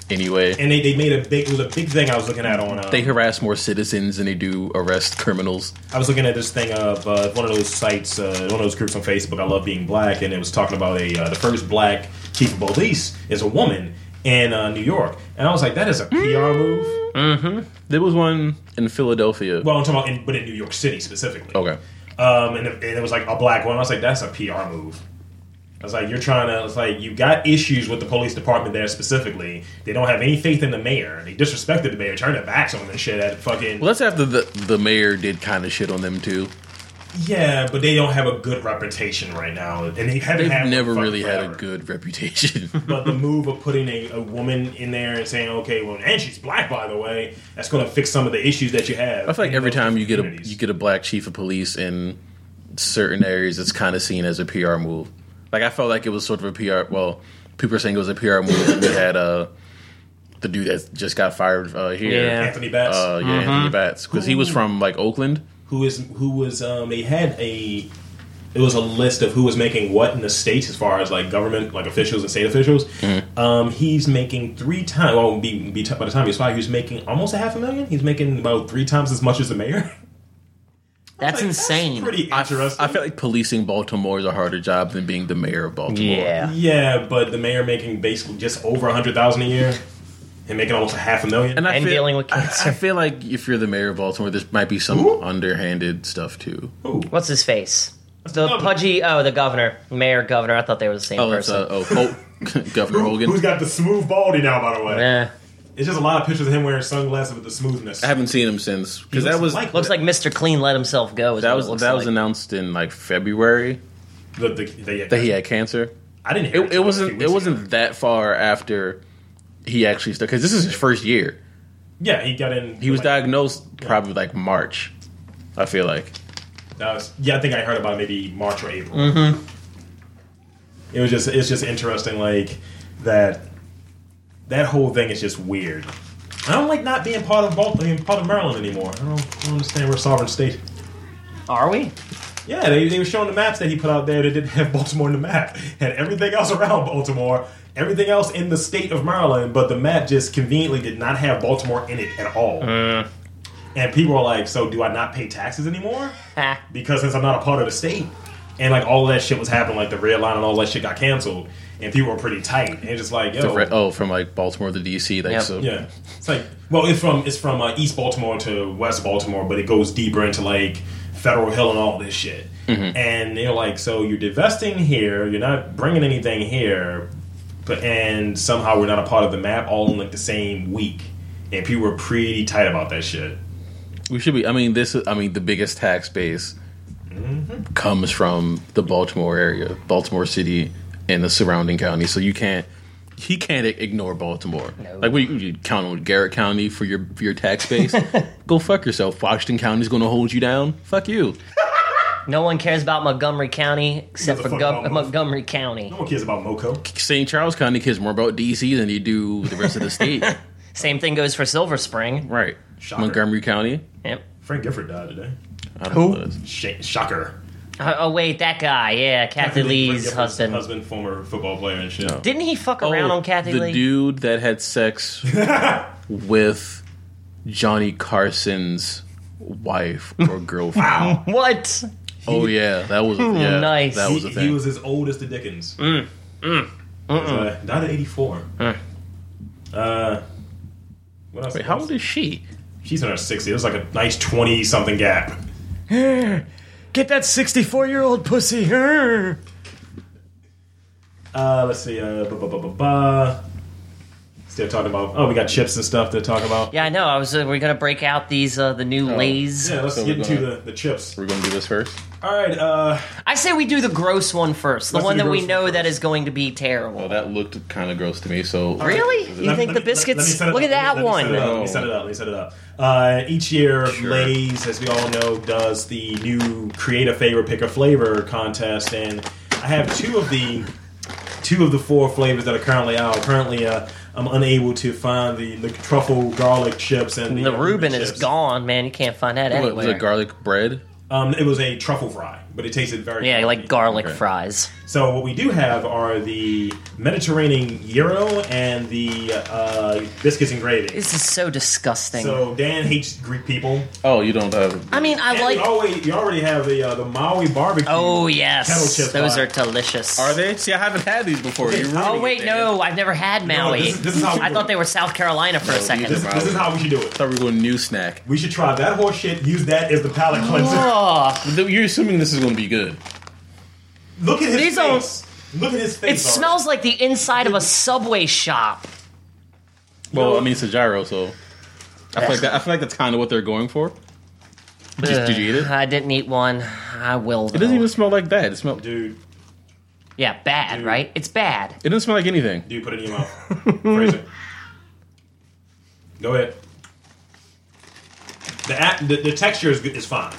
S2: anyway.
S1: and they, they made a big it was a big thing I was looking at on. Uh,
S2: They harass more citizens than they do arrest criminals.
S1: I was looking at this thing of uh, one of those sites, uh, one of those groups on Facebook. I love being black, and it was talking about a uh, the first black chief of police is a woman in uh, New York, and I was like, that is a PR move.
S2: There was one in Philadelphia.
S1: Well, I'm talking about, in, but in New York City specifically.
S2: okay.
S1: Um, and, it- and it was like a black woman. I was like, that's a PR move. I was like, you're trying to. It's like you got issues with the police department there specifically. They don't have any faith in the mayor. They disrespected the mayor, turned their backs on them and shit at fucking.
S2: Well, that's after the the mayor did kind of shit on them too.
S1: Yeah, but they don't have a good reputation right now, and they haven't
S2: They've
S1: had one
S2: never
S1: fucking
S2: really had a
S1: forever.
S2: good reputation.
S1: But the move of putting a, a woman in there and saying, okay, well, and she's black, by the way, that's going to fix some of the issues that you have.
S2: I feel like
S1: in
S2: every
S1: those
S2: time you get a
S1: communities.
S2: you get a black chief of police in certain areas, it's kind of seen as a PR move. Like I felt like it was sort of a PR. Well, people are saying it was a PR move. and we had uh, the dude that just got fired uh, here,
S3: Yeah. Mm-hmm.
S1: Anthony Batts,
S2: uh, yeah, Anthony Batts, because he was from like Oakland.
S1: who is who was um, they had a it was a list of who was making what in the states as far as like government like officials and state officials.
S2: Mm-hmm.
S1: Um, he's making three times. Well, be, be by the time he was fired, he was making almost a half a million. He's making about three times as much as the mayor.
S3: That's
S1: Like,
S3: insane.
S1: That's pretty
S2: I,
S1: interesting.
S2: I feel like policing Baltimore is a harder job than being the mayor of Baltimore.
S3: yeah.
S1: yeah, but the mayor making basically just over a hundred thousand a year and making almost a half a million.
S2: I
S3: And dealing with
S2: I-
S3: cancer.
S2: I, feel like if you're the mayor of Baltimore, there might be some underhanded stuff too.
S1: Ooh.
S3: What's his face? The
S1: governor.
S3: pudgy. Oh, the governor, mayor, governor. I thought they were the same
S2: Oh, that's
S3: person.
S2: uh, oh, Hol- Governor Hogan.
S1: Who's got the smooth baldy now? By the way,
S3: Eh.
S1: it's just a lot of pictures of him wearing sunglasses with the smoothness.
S2: I haven't seen him since because
S1: He
S2: that
S1: looks
S2: was
S1: like-
S3: Looks like Mr. Clean let himself go. Is
S2: that
S3: what
S2: was
S3: it looks
S2: that was
S3: like.
S2: announced in like February
S1: The, the, the,
S2: that he had cancer.
S1: I didn't hear
S2: It,
S1: till a
S2: it
S1: few
S2: wasn't
S1: weeks
S2: it
S1: ago.
S2: wasn't that far after he actually started because this is his first year.
S1: Yeah, he got in.
S2: He was
S1: like,
S2: diagnosed probably like March. I feel like
S1: That was, yeah, I think I heard about it maybe March or April.
S2: Mm-hmm.
S1: It was just it's just interesting, like that. That whole thing is just weird. I don't like not being part of Baltimore, I mean, part of Maryland anymore. I don't, I don't understand we're a sovereign state.
S3: Are we?
S1: Yeah, they, they were showing the maps that he put out there that didn't have Baltimore in the map. Had everything else around Baltimore, everything else in the state of Maryland, but the map just conveniently did not have Baltimore in it at all. And people are like, so do I not pay taxes anymore?
S3: Ha.
S1: Because since I'm not a part of the state. And like all that shit was happening, like the red line and all that shit got canceled, and people were pretty tight. And just like,
S2: The
S1: yo,
S2: re- oh, from like Baltimore to DC, like
S3: Yep.
S2: so.
S1: yeah, it's like well, it's from it's from uh, East Baltimore to West Baltimore, but it goes deeper into like Federal Hill and all this shit.
S3: Mm-hmm.
S1: And they're like, so you're divesting here, you're not bringing anything here, but and somehow we're not a part of the map all in like the same week, and people were pretty tight about that shit.
S2: We should be. I mean, this. is- I mean, the biggest tax base comes from the Baltimore area, Baltimore City, and the surrounding county. So you can't. He can't i- ignore Baltimore. Like we you count on Garrett County for your for your tax base. Go fuck yourself. Washington County's going to hold you down. Fuck you.
S3: No one cares about Montgomery County except for
S1: Motherfucker,
S3: Gov
S1: almost.
S3: Montgomery County.
S1: No one cares about MoCo.
S2: St. Charles County cares more about DC than you do the rest of the state.
S3: Same thing goes for Silver Spring.
S2: right.
S1: Shocker.
S2: Montgomery County.
S3: Yep.
S1: Frank Gifford died today.
S2: I don't
S4: Who?
S2: know this.
S1: Sh- shocker.
S3: Uh, oh wait, that guy. Yeah, Kathy
S1: Frank
S3: Lee's
S1: Gifford's
S3: husband.
S1: husband, former football player and shit.
S3: Didn't he fuck
S1: Oh,
S3: around on Kathy
S2: Oh, the
S3: Lee?
S2: dude that had sex with Johnny Carson's wife or girlfriend.
S3: What?
S2: Oh yeah, that was yeah,
S3: Hmm, Nice.
S2: That was
S1: he,
S2: a
S1: he
S2: thing.
S1: was as old as the Dickens. Mm. Mm. Uh, died at 84. Uh, what else?
S2: Wait, how old is she?
S1: She's in her 60s. It was like a nice 20 something gap.
S4: Get that 64 year old pussy. Her.
S1: Uh, let's see. Uh, ba, ba, ba, ba, ba. Still talking about. Oh, we got chips and stuff to talk about.
S3: Yeah, I know. I was. Uh, we're gonna break out these uh, the new Lay's.
S1: Oh, Yeah, let's
S2: So
S1: get
S2: we're
S1: into
S2: gonna-
S1: the, the chips.
S2: We're gonna do this first.
S1: All right. Uh,
S3: I say we do the gross one first, the
S1: Let's do
S3: one
S1: the
S3: that we
S1: gross
S3: know
S1: one
S3: that
S1: first.
S3: is going to be terrible.
S2: Oh, that looked kind of gross to me. So
S3: really? You
S1: let- let me-
S3: think the
S1: let- let me
S3: biscuits?
S1: set it
S3: Look
S1: up.
S3: at that
S1: Let me-
S3: one.
S1: Let me set it up. Let me set it up. Let me set it up. Uh, each year,
S2: Sure.
S1: Lay's, as we all know, does the new create a favorite, pick a flavor contest, and I have two of the two of the four flavors that are currently out. Currently, uh, I'm unable to find the, the truffle garlic chips and the,
S3: The
S1: uh,
S3: Reuben is
S1: chips.
S3: gone, man. You can't find that
S2: What, was
S3: anywhere.
S2: it garlic bread?
S1: Um, it was a truffle fry, but it tasted very
S3: yeah, like garlic
S2: Okay.
S3: fries.
S1: So what we do have are the Mediterranean gyro and the uh, biscuits and gravy.
S3: This is so disgusting.
S1: So Dan hates Greek people.
S2: Oh, you don't have.
S3: I mean, I
S1: And
S3: like.
S1: you always you already have the uh, the Maui barbecue.
S3: Oh
S1: Kettle
S3: yes,
S1: chip
S3: those
S1: pie.
S3: are delicious.
S2: Are they? See, I haven't had these before. You're
S3: Oh
S2: ruining
S3: wait,
S2: it, man.
S3: no, I've never had Maui.
S1: this is- this is how we
S3: I
S1: do
S3: thought
S1: it.
S3: they were South Carolina for a second.
S1: This, this is how we should do
S2: I
S1: it.
S2: thought we were going new snack.
S1: We should try that horse shit. Use that as the palate cleanser.
S3: Ugh.
S2: You're assuming this is going to be good.
S1: Look at his
S3: These are-
S1: face. Look at his
S3: it
S1: face. already.
S3: smells like the inside of a subway shop.
S2: Well, I mean, it's a gyro, so I feel like that, I feel like that's kind of what they're going for. Did, did you eat it?
S3: Ugh, I didn't eat one. I will.
S2: It doesn't even smell like that. It smelled. It
S1: Dude,
S3: Yeah, bad,
S1: Dude.
S3: right? It's bad.
S2: doesn't smell like anything.
S1: dude, put it in your mouth. Fraser. Go ahead. The, act, the the texture is good- is fine.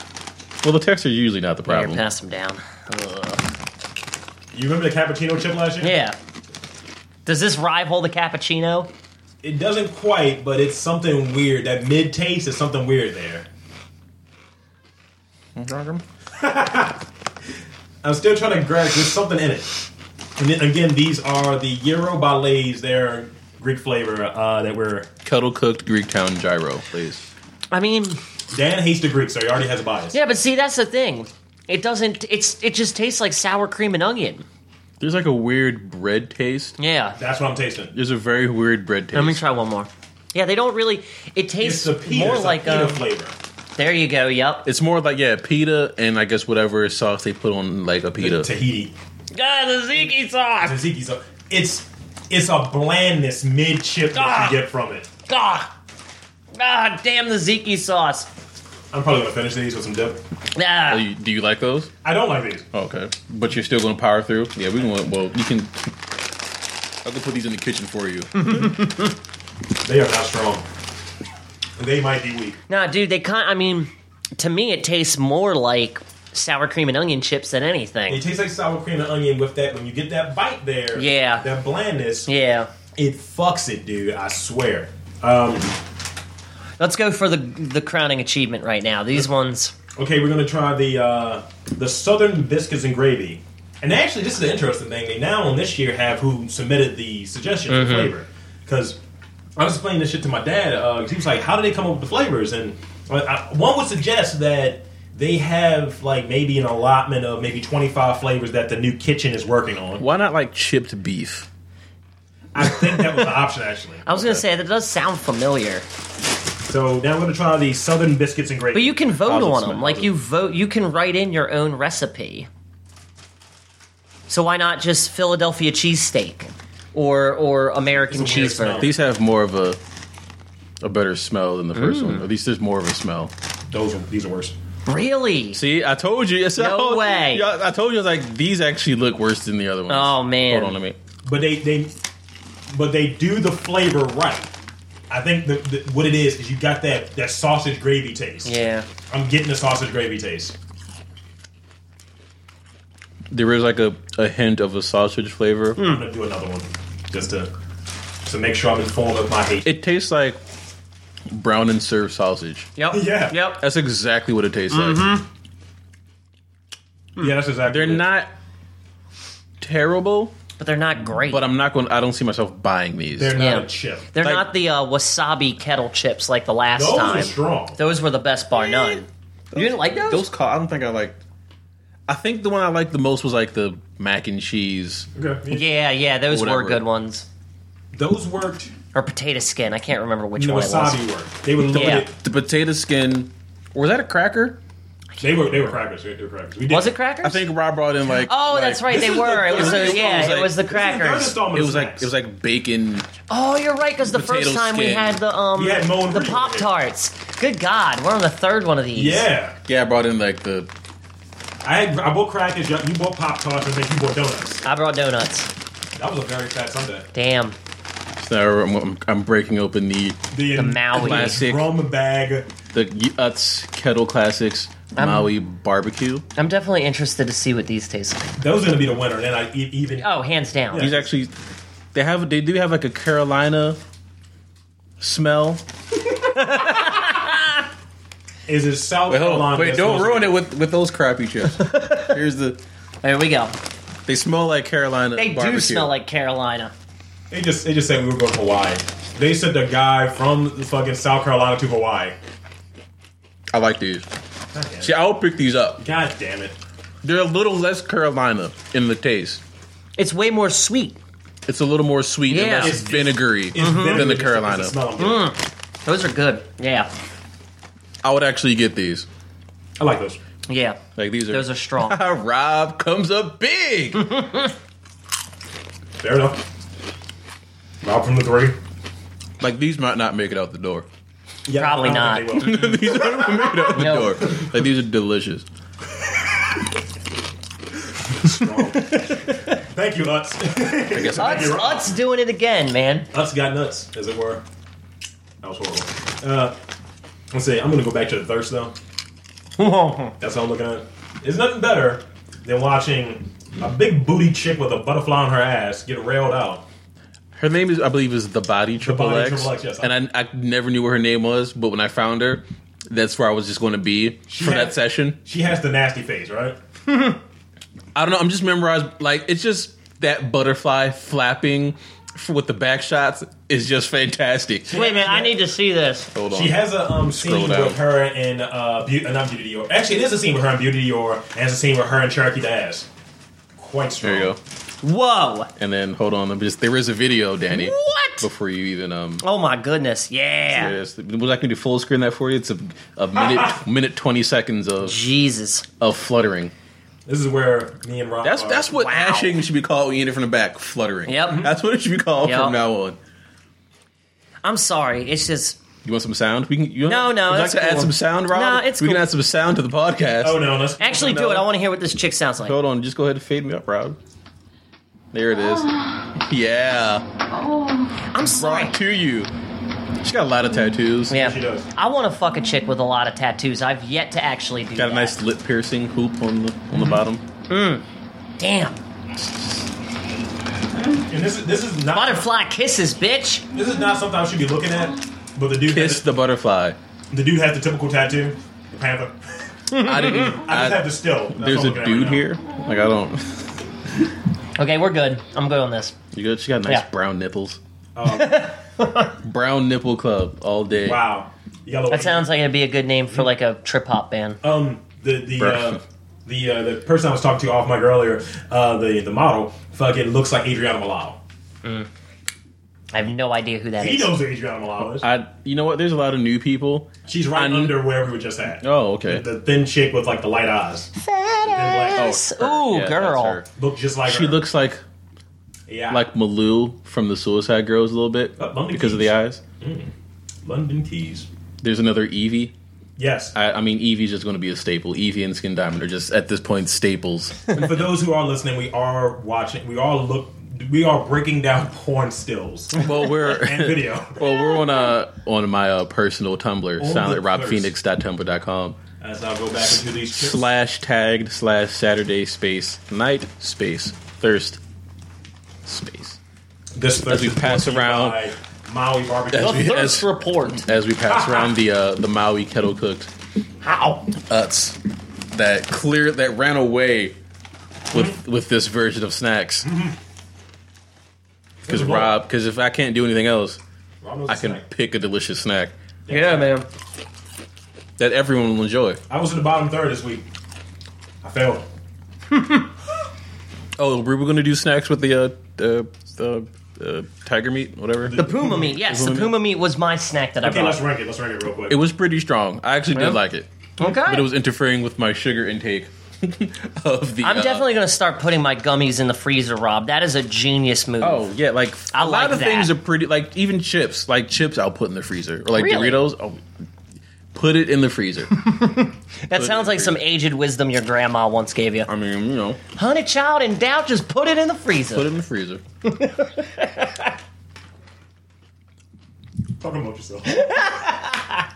S2: Well, the texture is usually not the
S3: Here,
S2: problem.
S3: pass them down. Ugh.
S1: You remember the cappuccino chip last year?
S3: Yeah. Does this rival the cappuccino?
S1: It doesn't quite, but it's something weird. That mid taste is something weird there. I'm still trying to grasp. There's something in it. And then, again, these are the Euro ballets. They're Greek flavor uh, that we're.
S2: Kettle cooked Greek town gyro, please.
S3: I mean,
S1: Dan hates the Greek, so he already has a bias.
S3: yeah, but see, that's the thing. It doesn't. It's it just tastes like sour cream and onion.
S2: There's like a weird bread taste.
S3: Yeah.
S1: That's what I'm tasting.
S2: There's a very weird bread taste.
S3: Let me try one more. Yeah, they don't really. It
S1: It's
S3: tastes
S1: the pita,
S3: more
S1: it's a
S3: like
S1: pita
S3: a.
S1: flavor.
S3: There you go. Yep.
S2: It's more like yeah, pita and I guess whatever sauce they put on like a pita.
S1: Tahiti,
S3: Ah, the ziki sauce.
S1: tzatziki. So it's it's a blandness mid chip that you
S3: Ah.
S1: get from it.
S3: Ah. Ah, damn the ziki sauce.
S1: I'm probably gonna finish these with some dip.
S3: Ah.
S2: Do Oh, you, do you like those? Oh,
S1: I don't like these.
S2: Okay, but you're still gonna power through. Yeah, we can. Well, you can. I can put these in the kitchen for you.
S3: Hmm.
S1: They are not strong. They might be weak.
S3: Nah, dude, they kind. I mean, to me, it tastes more like sour cream and onion chips than
S1: It
S3: anything.
S1: tastes like sour cream and onion with that. When you get that bite there,
S3: Yeah.
S1: that blandness,
S3: Yeah.
S1: it fucks it, dude. I swear. Um,
S3: Let's go for the the crowning achievement right now. These ones.
S1: okay, we're gonna try the uh, the Southern biscuits and gravy. And actually, this is an interesting thing. They now on this year have who submitted the suggestion
S3: Mm-hmm.
S1: for flavor because I was explaining this shit to my dad. Uh, he was like, "How do they come up with the flavors?" And I, I, one would suggest that they have like maybe an allotment of maybe twenty five flavors that the new kitchen is working on.
S2: Why not like chipped beef?
S1: I think that was the option actually.
S3: I was gonna say that does sound familiar,
S1: So now we're gonna try the Southern biscuits and gravy.
S3: but you can vote
S2: How's it
S3: on
S2: smell?
S3: them. Like you vote, you can write in your own recipe. So why not just Philadelphia cheesesteak or or American
S1: It's a weird smell.
S3: cheeseburger?
S2: These have more of a a better smell than the first
S3: Hmm.
S2: one. At least there's more of a smell.
S1: Those are, these are worse.
S3: Really?
S2: See, I told you. Yes, I
S3: No
S2: told-
S3: way.
S2: y'all- I told you. I was like, these actually look worse than the other ones.
S3: Oh, man.
S2: Hold on, let me.
S1: But they they but they do the flavor right. I think the, the, what it is is you got that that sausage gravy taste.
S3: Yeah.
S1: I'm getting the sausage gravy taste.
S2: There is like a, a hint of a sausage flavor.
S3: Hmm.
S1: I'm gonna do another one just to to make sure I'm informed of my hate.
S2: It tastes like brown and served sausage.
S3: Yep. Mm-hmm.
S1: Yeah.
S3: Yep.
S2: That's exactly what it tastes like.
S1: yeah, that's exactly.
S2: They're
S1: it.
S2: not terrible,
S3: But they're not great.
S2: but I'm not going. I don't see myself buying these.
S1: They're not
S3: Yeah.
S1: a chip.
S3: They're
S2: Like-
S3: not the uh, wasabi kettle chips like the last
S1: Those
S3: time.
S1: are strong.
S3: Those were the best bar none. you didn't like those?
S2: Those call. I don't think I like. I think the one I liked the most was like the mac and cheese.
S1: Okay.
S3: Yeah, yeah, those
S2: Whatever.
S3: were good ones.
S1: Those worked.
S3: Or potato skin. I can't remember which
S1: The
S3: one it was.
S1: wasabi worked. They were limited.
S2: The potato skin. Was that a cracker?
S1: They were they were crackers. They were crackers. We did.
S3: Was it crackers?
S2: I think Rob brought in like.
S3: Oh,
S2: like-
S3: that's right. They
S1: is
S3: were.
S1: the
S3: It was
S1: third
S3: the, yeah.
S2: installment.
S3: It was the
S1: Third
S3: crackers.
S1: installment
S2: It
S1: of
S2: was like
S1: snacks.
S2: it was like bacon.
S3: Oh, you're right. Because the
S2: Potato
S3: first time we
S2: skin.
S3: had the um
S1: We had Moe and
S3: the
S1: Brie.
S3: pop tarts. Good God, we're on the third one of these.
S1: yeah.
S2: Yeah, I brought in like the.
S1: I had, I bought crackers. You bought pop tarts, and then you bought donuts.
S3: I brought donuts.
S1: That was a very fat Sunday.
S3: Damn.
S2: So I'm, I'm- I'm breaking open the
S1: The,
S3: Maui.
S2: Classic.
S1: rum bag.
S2: the Utz Kettle Classics Maui barbecue.
S3: I'm definitely interested to see what these taste like.
S1: That was gonna be the winner. Then I e- even
S3: Oh, hands down.
S2: These actually, they have they do have like a Carolina smell.
S1: is it South
S2: Wait, hold
S1: Carolina.
S2: on. Wait,
S1: that
S2: don't
S1: smells
S2: ruin it with with those crappy chips. Here's the.
S3: There we go.
S2: They smell like Carolina.
S3: They
S2: barbecue.
S3: do smell like Carolina.
S1: like- They just they just said we were going to Hawaii. They sent the guy from the fucking South Carolina to Hawaii.
S2: I like these.
S1: God damn it.
S2: See, I'll pick these up.
S1: God damn it.
S2: They're a little less Carolina in the taste.
S3: It's way more sweet.
S2: It's a little more sweet and
S3: Yeah.
S2: less
S1: It's-
S2: vinegary
S1: It's
S3: Mm-hmm.
S1: better
S2: than the
S1: just-
S2: Carolina.
S1: just smell them
S3: Mm.
S1: good.
S3: Those are good. Yeah.
S2: I would actually get these.
S1: I like those.
S3: Yeah.
S2: Like these are.
S3: Those are strong.
S2: Rob comes up big.
S1: Fair enough. Rob from the three.
S2: like these might not make it out the door.
S1: Yeah,
S3: Probably
S1: I don't think they will.
S2: these aren't gonna make it out the
S3: No.
S2: door. Like these are delicious.
S1: Thank you, Lutz.
S2: I guess I,
S3: Utz, Utz doing it again, man.
S1: Us got nuts, as it were. That was horrible. Uh, let's see. I'm gonna go back to the thirst though. That's what I'm looking at. There's nothing better than watching a big booty chick with a butterfly on her ass get railed out.
S2: her name is I believe is the Body Triple
S1: Body
S2: X.
S1: Triple X, yes.
S2: And I, I never knew what her name was, but when I found her, that's where I was just going to be for
S1: had-
S2: that session.
S1: She has the nasty face, right?
S2: I don't know. I'm just memorized. Like it's just that butterfly flapping f- with the back shots is just fantastic.
S3: Wait a minute, I need to see this.
S2: Hold on.
S1: She has a um, scene
S2: Scroll down.
S1: with her and uh, Beauty, uh, not Beauty Dior. Actually, it is a scene with her and Beauty Dior, and it's a scene with her and Cherokee Dash. Quite strong.
S2: there you go.
S3: Whoa!
S2: And then hold on. I'm just there is a video, Danny.
S3: What?
S2: Before you even um.
S3: Oh my goodness, yeah.
S2: Yes. Would I can do full screen that for you? It's a, a minute, minute twenty seconds of
S3: Jesus.
S2: of fluttering.
S1: This is where me and Rob.
S2: That's
S1: are.
S2: that's what
S3: Wow.
S2: ashing should be called when you hit it from the back, fluttering.
S3: Yep.
S2: That's what it should be called
S3: Yep.
S2: from now on.
S3: I'm sorry. It's just
S2: You want some sound? We can. You
S3: No, no,
S2: Would you like
S3: that's
S2: to add
S3: cool.
S2: some sound, Rob?
S3: No, it's
S2: We can
S3: cool.
S2: add some sound to the podcast.
S1: Oh no, let's
S3: actually do
S2: No.
S3: it. I want to hear what this chick sounds like.
S2: Hold on, just go ahead and fade me up, Rob. There it is. Yeah,
S3: I'm sorry.
S2: brought to you. She got a lot of tattoos.
S1: She
S3: Yeah.
S1: does.
S3: I want to fuck a chick with a lot of tattoos. I've yet to actually do
S2: Got
S3: that.
S2: a nice lip piercing hoop on the on
S3: Mm-hmm.
S2: the bottom.
S3: Damn.
S1: And this is this is not
S3: Butterfly kisses, bitch.
S1: This is not something I should be looking at. But the dude,
S2: Kiss
S1: has,
S2: the butterfly.
S1: the dude has the typical tattoo, the panther.
S2: I didn't.
S1: I just have
S2: I,
S1: the still. That's
S2: Uh, there's
S1: all
S2: a
S1: I'm looking at
S2: dude
S1: right now.
S2: here. Like I don't.
S3: Okay, we're good. I'm good on this.
S2: You good? She got nice
S3: Yeah.
S2: brown nipples. brown nipple club all day.
S1: Um, Wow, yellow.
S3: That sounds like it'd be a good name for like a trip hop band.
S1: Um, the the
S2: Bruh.
S1: uh, the uh, the person I was talking to off mic earlier, uh, the the model, fucking looks like Adriana Malao.
S3: I have no idea who that
S1: He
S3: is.
S1: knows who Adriana Malao is.
S2: I. You know what? There's a lot of new people.
S1: She's right
S2: I'm-
S1: under where we were just at.
S2: Oh, okay.
S1: The thin chick with like the light eyes,
S3: Fat ass.
S2: her.
S3: Ooh,
S2: Yeah, that's
S3: girl.
S2: her.
S1: look just like
S2: Oh. She
S1: her.
S2: looks like
S1: yeah,
S2: like Malou from the Suicide Girls a little bit
S1: Uh, London
S2: because of the
S1: Keys.
S2: eyes.
S1: London Keys.
S2: There's another Evie.
S1: Yes.
S2: I, I mean, Evie's just going to be a staple. Evie and Skin Diamond are just at this point staples.
S1: And for those who are listening, we are watching. We are look. We are breaking down porn stills and
S2: well, we're
S1: video.
S2: well, we're on uh on my uh, personal Tumblr,
S1: the
S2: silentrophoenix.tumblr.com
S1: As I go back into these chips.
S2: slash tagged slash Saturday space night space thirst space
S1: this Thursday
S2: we
S1: is
S2: pass
S1: brought to you
S2: around-
S1: by Maui barbecue.
S2: As
S3: The
S2: we-
S3: thirst
S2: as-
S3: report.
S2: as we pass around the uh, the Maui kettle cooked
S3: How?
S2: uts that clear that ran away with with this version of snacks because
S1: Good lord.
S2: Rob because if I can't do anything else
S1: Rob knows
S2: I
S1: the
S2: can
S1: snack.
S2: pick a delicious snack
S3: Yeah, man.
S2: that everyone will enjoy.
S1: I was in the bottom third this week. I failed.
S2: Oh, we were going to do snacks with the uh, uh, uh, uh, tiger meat, whatever.
S3: The puma meat. Yes, the puma meat was my snack that I
S1: Okay, let's
S3: bought.
S1: rank it. Let's rank it real quick.
S2: It was pretty strong. I actually
S3: Yeah.
S2: did like it,
S3: Okay.
S2: but it was interfering with my sugar intake of the.
S3: I'm
S2: uh,
S3: definitely going to start putting my gummies in the freezer, Rob. That is a genius move.
S2: Oh yeah, like
S3: I
S2: a lot
S3: like
S2: of
S3: that.
S2: things are pretty. Like even chips, like chips, I'll put in the freezer. Or like
S3: Really?
S2: Doritos, I'll put it in the freezer.
S3: that sounds like some aged wisdom your grandma once gave you.
S2: I mean, you know,
S3: Honey, child, in doubt, just put it in the freezer.
S2: put it in the freezer.
S1: Talking about yourself.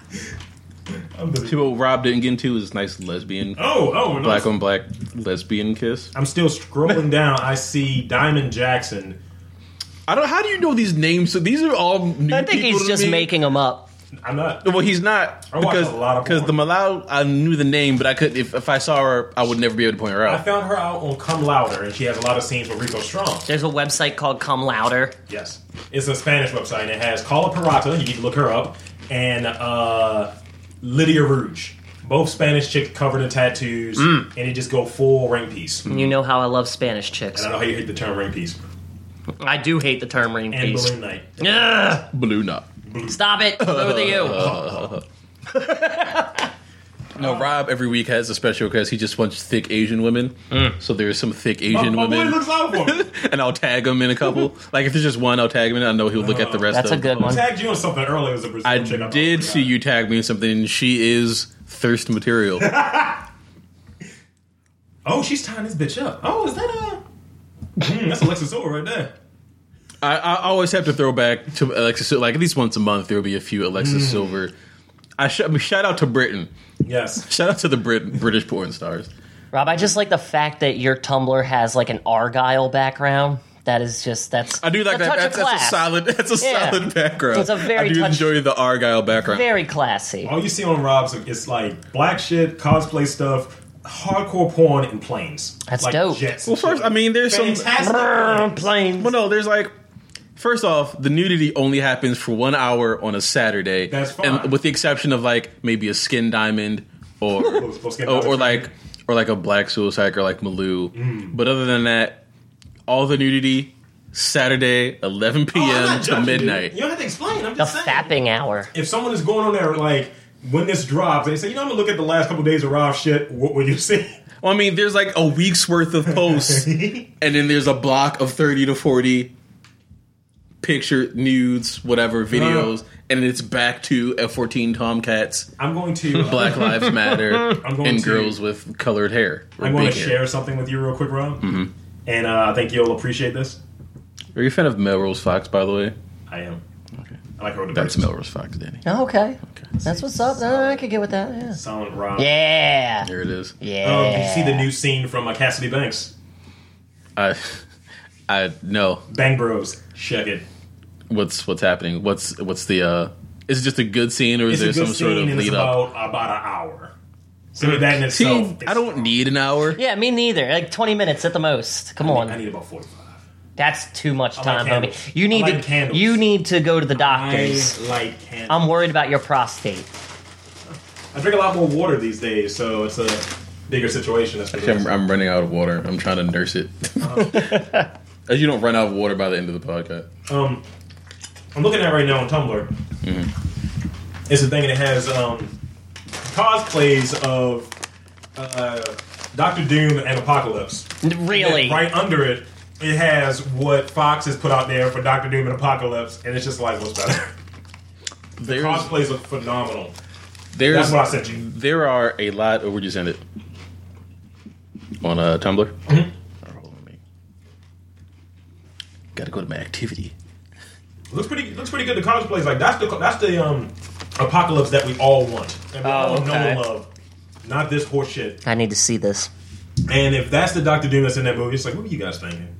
S1: I'm busy.
S2: People Rob didn't get into is this nice lesbian
S1: Oh, oh, no.
S2: black on black lesbian kiss.
S1: I'm still scrolling down. I see Diamond Jackson.
S2: I don't. How do you know these names? So these are all new.
S3: I think
S2: people
S3: he's
S2: to
S3: just
S2: me.
S3: making them up.
S1: I'm not.
S2: Well, he's not
S1: I watch
S2: because
S1: a lot of
S2: because the
S1: porn.
S2: Malau I knew the name, but I could if, if I saw her, I would never be able to point her
S1: I
S2: out.
S1: found her out on Come Louder, and she has a lot of scenes with Rico Strong.
S3: There's a website called Come Louder.
S1: Yes. It's a Spanish website, and it has Carla Parata, you need to look her up, and uh, Lydia Rouge. Both Spanish chicks covered in tattoos,
S2: Mm.
S1: and they just go full ring piece. And
S3: You know how I love Spanish chicks.
S1: I know how you hate the term ring piece.
S3: I do hate the term ring
S1: And
S3: piece.
S1: Balloon Night.
S3: Ugh,
S2: Blue not.
S3: stop it. Both of you.
S2: No, Rob every week has a special because he just wants thick Asian women. So there's some thick
S1: My,
S2: Asian
S1: Oh, my boy
S2: women,
S1: looks out for me.
S2: and I'll tag him in a couple. like if there's just one, I'll tag him in. I know he'll look at the rest.
S3: That's
S2: of
S3: a good one.
S1: tagged you on something earlier. It was a Brazil
S2: I
S1: chick. thought,
S2: did
S1: oh my
S2: see
S1: God.
S2: you tag me in something. She is thirst material.
S1: Oh, she's tying this bitch up. Oh, is that a? Hmm, that's Alexa Silver right there.
S2: I, I always have to throw back to Alexis. Sil- Like at least once a month, there will be a few Alexis Silver. I sh- shout out to Britain.
S1: Yes.
S2: Shout out to the Brit- British porn stars.
S3: Rob, I just like the fact that your Tumblr has like an Argyle background. That is just, that's.
S2: I do like
S3: a
S2: that.
S3: touch
S2: That's,
S3: of
S2: that's a
S3: class.
S2: solid. That's a
S3: Yeah.
S2: solid background.
S3: It's a very
S2: I do
S3: touch-
S2: enjoy the Argyle background.
S3: Very classy.
S1: All you see on Rob's is like black shit, cosplay stuff, hardcore porn in planes.
S3: That's
S1: like
S3: dope.
S1: Jets
S2: Well, first, I mean, there's some.
S1: fantastic.
S3: Brrr,
S1: planes.
S3: planes.
S2: Well, no, there's like. First off, the nudity only happens for one hour on a Saturday.
S1: That's fine.
S2: And with the exception of like maybe a skin diamond or
S1: well, skin
S2: or, or
S1: diamond.
S2: like or like a black suicide or like Malou.
S1: Mm.
S2: But other than that, all the nudity Saturday, 11
S1: Oh, I'm
S2: p.m.
S1: not
S2: to
S1: judging, dude.
S2: midnight.
S1: You don't have to explain. I'm
S3: the
S1: just saying.
S3: fapping hour.
S1: If someone is going on there, like when this drops, they say, you know, I'm gonna look at the last couple days of Rob shit. What will you see?
S2: Well, I mean, there's like a week's worth of posts, and then there's a block of 30 to 40 picture nudes, whatever videos, and it's back to F14 Tomcats,
S1: I'm going to. uh,
S2: Black Lives Matter,
S1: going
S2: and
S1: to-
S2: girls with colored hair. or
S1: I'm going to
S2: big hair. Mm-hmm.
S1: share something with you real quick, Rob. And uh, I think you'll appreciate this.
S2: Are you a fan of Melrose Fox, by the way?
S1: I am. I like her. with the
S2: That's
S1: braces.
S2: Melrose Fox, Danny.
S3: Oh, okay. That's what's up. No, I could get with that. Yeah.
S1: Silent Rob.
S3: Yeah.
S2: There it is.
S3: Yeah.
S1: Um,
S2: Oh,
S1: did you see the new scene from uh, Cassidy Banks?
S2: I, I know
S1: Bang Bros. Check it.
S2: what's what's happening. What's what's the? uh Is it just a good scene, or is
S1: It's
S2: there
S1: a good
S2: some
S1: scene,
S2: sort of
S1: and it's
S2: lead up?
S1: about about an hour. So that in
S2: See,
S1: itself, it's-
S2: I don't need an hour.
S3: Yeah, me neither. Like 20 minutes at the most. Come
S1: I
S3: on.
S1: need about forty-five.
S3: That's too much
S1: like
S3: time,
S1: candles.
S3: homie. You need
S1: I like
S3: to
S1: candles.
S3: you need to go to the
S1: I
S3: doctors.
S1: like candles.
S3: I'm worried about your prostate.
S1: I drink a lot more water these days, so it's a bigger situation. That's what it
S2: I'm,
S1: is.
S2: I'm running out of water. I'm trying to nurse it. As you don't run out of water by the end of the podcast.
S1: Um, I'm looking at it right now on Tumblr. It's a thing and it has um, cosplays of uh, Doctor Doom and Apocalypse.
S3: Really?
S1: And right under it, it has what Fox has put out there for Doctor Doom and Apocalypse, and it's just like what's better.
S2: There's,
S1: Cosplays look phenomenal. That's
S2: there's,
S1: what I sent you.
S2: there are a lot. Oh, where'd you send it? On uh, Tumblr.
S1: Mm-hmm.
S2: Oh, hold on, let me- Gotta go to my activity.
S1: Looks pretty. Looks pretty good. The cosplays like that's the that's the um apocalypse that we all want and we
S3: Oh,
S1: all know
S3: okay.
S1: and love. Not this horse shit.
S3: I need to see this.
S1: And if that's the Doctor Doom that's in that movie, it's like what were you guys thinking?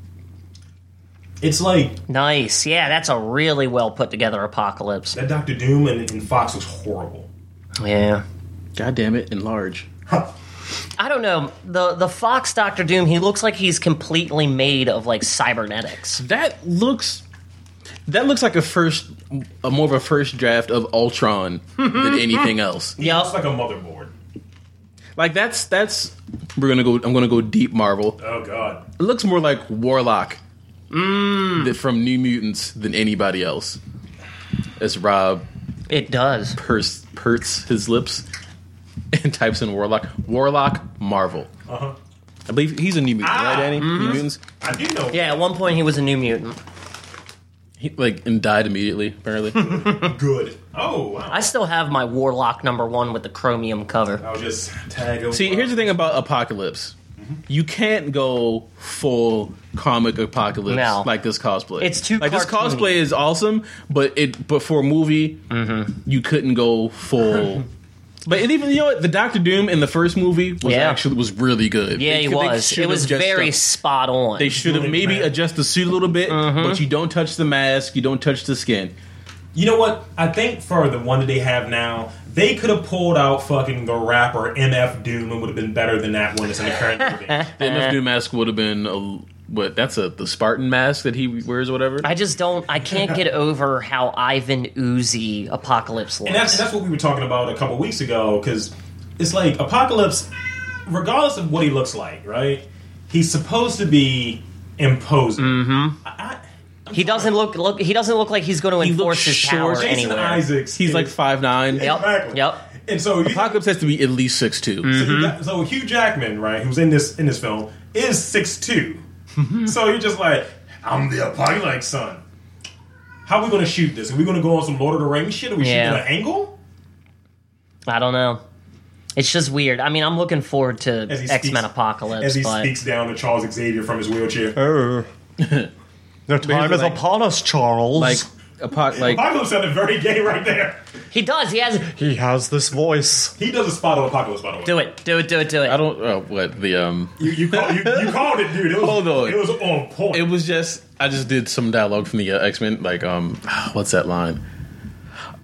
S1: It's like
S3: Nice. Yeah, that's a really well put together apocalypse.
S1: that Doctor Doom and, and Fox was horrible.
S3: Yeah.
S2: God damn it! Enlarge.
S3: I don't know. The the Fox Doctor Doom, he looks like he's completely made of like cybernetics.
S2: That looks that looks like a first a more of a first draft of Ultron than anything else.
S1: It's
S3: Yup.
S1: like a motherboard.
S2: Like that's that's we're gonna go I'm gonna go deep Marvel.
S1: Oh god.
S2: It looks more like Warlock th- from New Mutants than anybody else. As Rob
S3: It does.
S2: purse, purts his lips and types in Warlock. Warlock Marvel.
S1: Uh huh.
S2: I believe he's a New Mutant,
S1: Ah,
S2: right, Danny? New Mutants.
S1: I do know.
S3: Yeah, at one point he was a new mutant.
S2: He, like and died immediately, apparently.
S1: Good. Oh wow.
S3: I still have my Warlock number one with the chromium cover.
S1: I was just tag. over-
S2: See, here's the thing about Apocalypse. You can't go full comic apocalypse
S3: No.
S2: like this cosplay.
S3: It's too
S2: like this
S3: cartoony.
S2: cosplay is awesome, but it but for a movie,
S3: Mm-hmm.
S2: you couldn't go full. but and even you know what, the Doctor Doom in the first movie was
S3: Yeah.
S2: actually was really good.
S3: Yeah,
S2: They
S3: he
S2: could- they
S3: was.
S2: should
S3: It
S2: have
S3: was
S2: just
S3: very
S2: stuck-
S3: spot on.
S2: They should have
S1: Really
S2: maybe
S1: bad.
S2: adjust the suit a little bit,
S3: Mm-hmm.
S2: but you don't touch the mask, you don't touch the skin.
S1: You know what? I think for the one that they have now, they could have pulled out fucking the rapper MF Doom and would have been better than that one that's in the current movie.
S2: The
S3: Eh.
S2: MF Doom mask would have been a, what? That's a the Spartan mask that he wears, or whatever.
S3: I just don't. I can't get over how Ivan Uzi Apocalypse
S1: And that's
S3: looks.
S1: that's what we were talking about a couple weeks ago because it's like Apocalypse, regardless of what he looks like, right? He's supposed to be imposing. Mm-hmm. I, I,
S3: He doesn't look look. He doesn't look like he's going to
S2: He
S3: enforce
S2: looks
S3: his
S2: short.
S3: power
S1: Jason
S3: anywhere.
S1: Isaacs.
S2: He's
S1: is-
S2: like five nine.
S3: Yep.
S1: Exactly.
S3: Yep.
S1: and so you,
S2: Apocalypse has to be at least six two.
S1: so, you got- so Hugh Jackman, right, who's in this in this film, is six two. so you're just like, I'm the Apocalypse son. How are we going to shoot this? Are we going to go on some Lord of the Rings shit? Are we
S3: Yeah.
S1: shooting an angle?
S3: I don't know. It's just weird. I mean, I'm looking forward to
S1: As he
S3: X Men
S1: speaks-
S3: Apocalypse,
S1: As he
S3: but
S1: speaks down to Charles Xavier from his wheelchair.
S4: The time
S2: is like-
S4: upon us, Charles.
S2: Like apoc like
S1: Apocalypse sounded very gay right there.
S3: he does. He has.
S4: he has this voice.
S1: He does a spot on Apocalypse, by the way.
S3: Do it. Do it. Do it. Do
S2: I
S3: it.
S2: don't uh, what the um.
S1: You, you, call, you, you called it, dude. It was,
S2: Hold on.
S1: It was on point.
S2: It was just I just did some dialogue from the uh, X Men like um what's that line?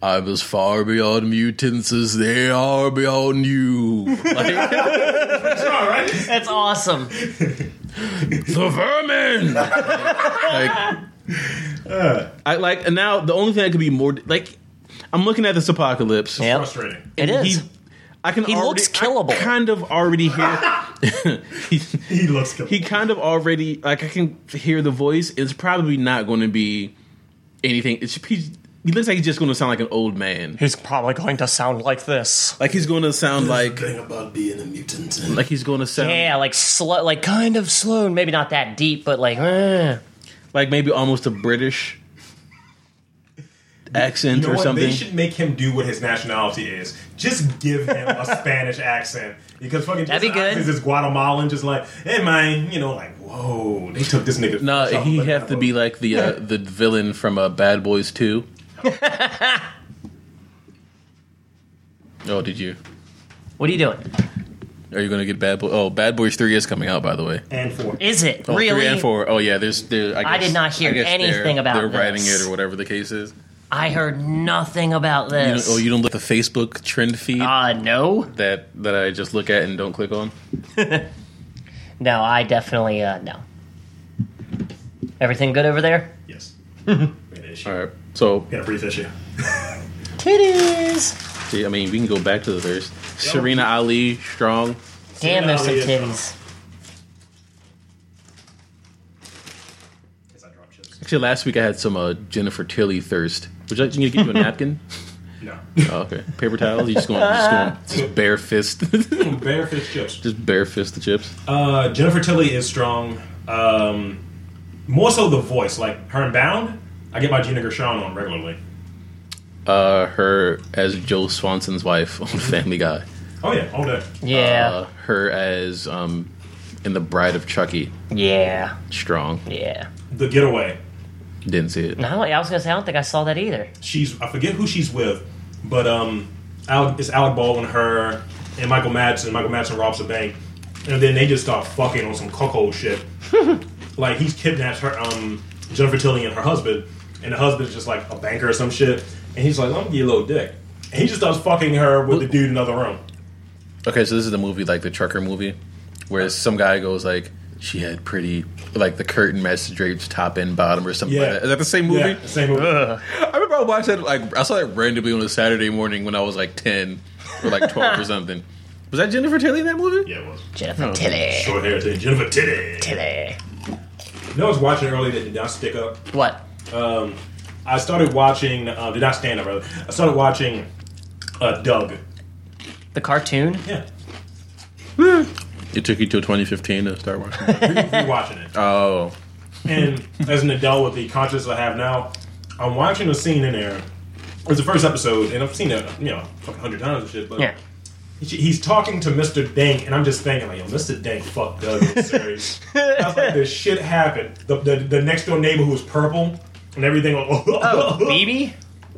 S2: I was far beyond mutants as they are beyond you. Like,
S3: That's awesome.
S2: the vermin. like, I like and now the only thing that could be more like I'm looking at this apocalypse.
S3: Yep.
S1: Frustrating.
S3: It
S2: and
S3: is.
S2: He, I can.
S3: He
S2: already,
S3: looks
S2: I
S3: killable.
S2: kind of already hear. he,
S1: He looks good.
S2: he kind of already like I can hear the voice. It's probably not going to be anything. It's he, he looks like he's just going to sound like an old man.
S4: He's probably going to sound like this.
S2: Like he's going to sound like
S5: about being a mutant.
S2: like he's going to sound
S3: yeah, like slow, like kind of slow, and maybe not that deep, but like. eh.
S2: like maybe almost a British
S1: You
S2: accent
S1: know
S2: or
S1: what?
S2: something.
S1: They should make him do what his nationality is. Just give him a Spanish accent because fucking
S3: That'd be
S1: Jason
S3: good.
S1: Isaacs is Guatemalan. Just like, hey man, you know, like whoa, they took this nigga.
S2: No,
S1: Something
S2: he
S1: like
S2: have
S1: that.
S2: to be like the uh, the villain from uh, Bad Boys Two. oh, did you?
S3: What are you doing?
S2: Are you going to get Bad Boy? Oh, Bad Boys Three is coming out, by the way.
S1: and four.
S3: Is it
S2: Oh, three
S3: really?
S2: and four. Oh yeah, there's there. I, guess,
S3: I did not hear
S2: I guess
S3: anything
S2: they're,
S3: about
S2: they're
S3: this.
S2: writing it or whatever the case is.
S3: I heard nothing about
S2: You
S3: this.
S2: don't, oh, you don't look at the Facebook trend feed
S3: uh, no,
S2: that that I just look at and don't click on.
S3: no, I definitely uh, no. Everything good over there?
S1: Yes. We had an issue.
S2: All right, so
S1: We had a brief issue.
S3: Titties.
S2: see, I mean, we can go back to the first. Serena Ali, strong.
S3: Damn, there's some
S1: Yeah, yeah.
S3: titties.
S2: Uh,
S1: Because I dropped chips.
S2: Actually, last week I had some uh, Jennifer Tilly thirst. Would you like me to give you a napkin?
S1: No.
S2: Oh, okay. Paper towels. You just going, just going, just bare fist,
S1: Bare fish chips.
S2: just bare fist the chips.
S1: Uh, Jennifer Tilly is strong. Um, more so the voice, like her in Bound. I get my Gina Gershon on regularly.
S2: Uh, her as Joe Swanson's wife on Family Guy.
S1: Oh yeah, all day.
S3: Yeah,
S2: Uh, her as um, in the Bride of Chucky.
S3: yeah,
S2: Strong.
S3: yeah.
S1: The Getaway.
S2: Didn't see it.
S3: No, I don't- I was gonna say I don't think I saw that either.
S1: she's I forget who she's with, but um, Alec, it's Alec Baldwin, her, and Michael Madsen. Michael Madsen robs a bank, and then they just start fucking on some cuckold shit. like he kidnaps her, um, Jennifer Tilly and her husband, and the husband's just like a banker or some shit, and he's like, "I'm gonna get a little dick," and he just starts fucking her with the dude in the other room.
S2: Okay, so this is the movie like the trucker movie, where some guy goes like, "She had pretty like the curtain matched the drapes top and bottom or something."
S1: Yeah.
S2: like that. Is that the same movie?
S1: Yeah, the same movie.
S2: I remember I watched that like I saw that randomly on a Saturday morning when I was like ten or like twelve or something. Was that Jennifer Tilly in that movie?
S1: Yeah, it was.
S3: Jennifer
S2: Hmm.
S3: Tilly,
S1: Short hair thing. Jennifer Tilly.
S3: Tilly.
S1: You know, I was watching earlier that did not stick up. Um,
S3: What?
S1: I started watching. Uh, did not stand up. Rather, I started watching. Uh, Doug.
S3: The cartoon?
S1: Yeah.
S2: It took you till 2015 to start watching.
S1: Rewatching it.
S2: oh,
S1: and as an adult with the conscience I have now, I'm watching a scene in there. It's the first episode, and I've seen it, you know, fucking hundred times and shit. But
S3: Yeah.
S1: he- he's talking to Mr. Dank, and I'm just thinking, like, yo, Mr. Dank fucked up in this series. I was like, this shit happened. The, the, the next door neighbor who was purple and everything. Oh,
S3: Oh, BB.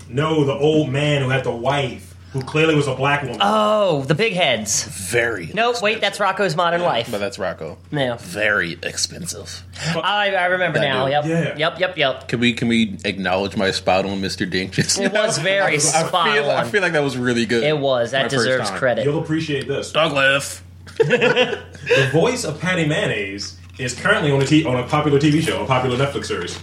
S1: no, the old man who had the wife, who clearly was a black woman.
S3: Oh, the big heads.
S5: Very.
S3: No, wait, that's Rocco's Modern Life.
S2: but that's Rocco.
S3: No,
S5: Very expensive.
S3: I, I remember
S2: That
S3: now.
S2: dude.
S3: Yep.
S1: Yeah.
S3: Yep. Yep. Yep.
S2: Can we can we acknowledge my spot on Mr. Dink just
S3: It
S2: now?
S3: was very spot
S2: I feel, I
S3: on.
S2: feel like that was really good.
S3: It was.
S2: My
S3: That
S2: first
S3: deserves
S2: time.
S3: credit.
S1: You'll appreciate this.
S2: Douglas.
S1: The voice of Patty Mayonnaise is currently on a, t- on a popular TV show, a popular Netflix series.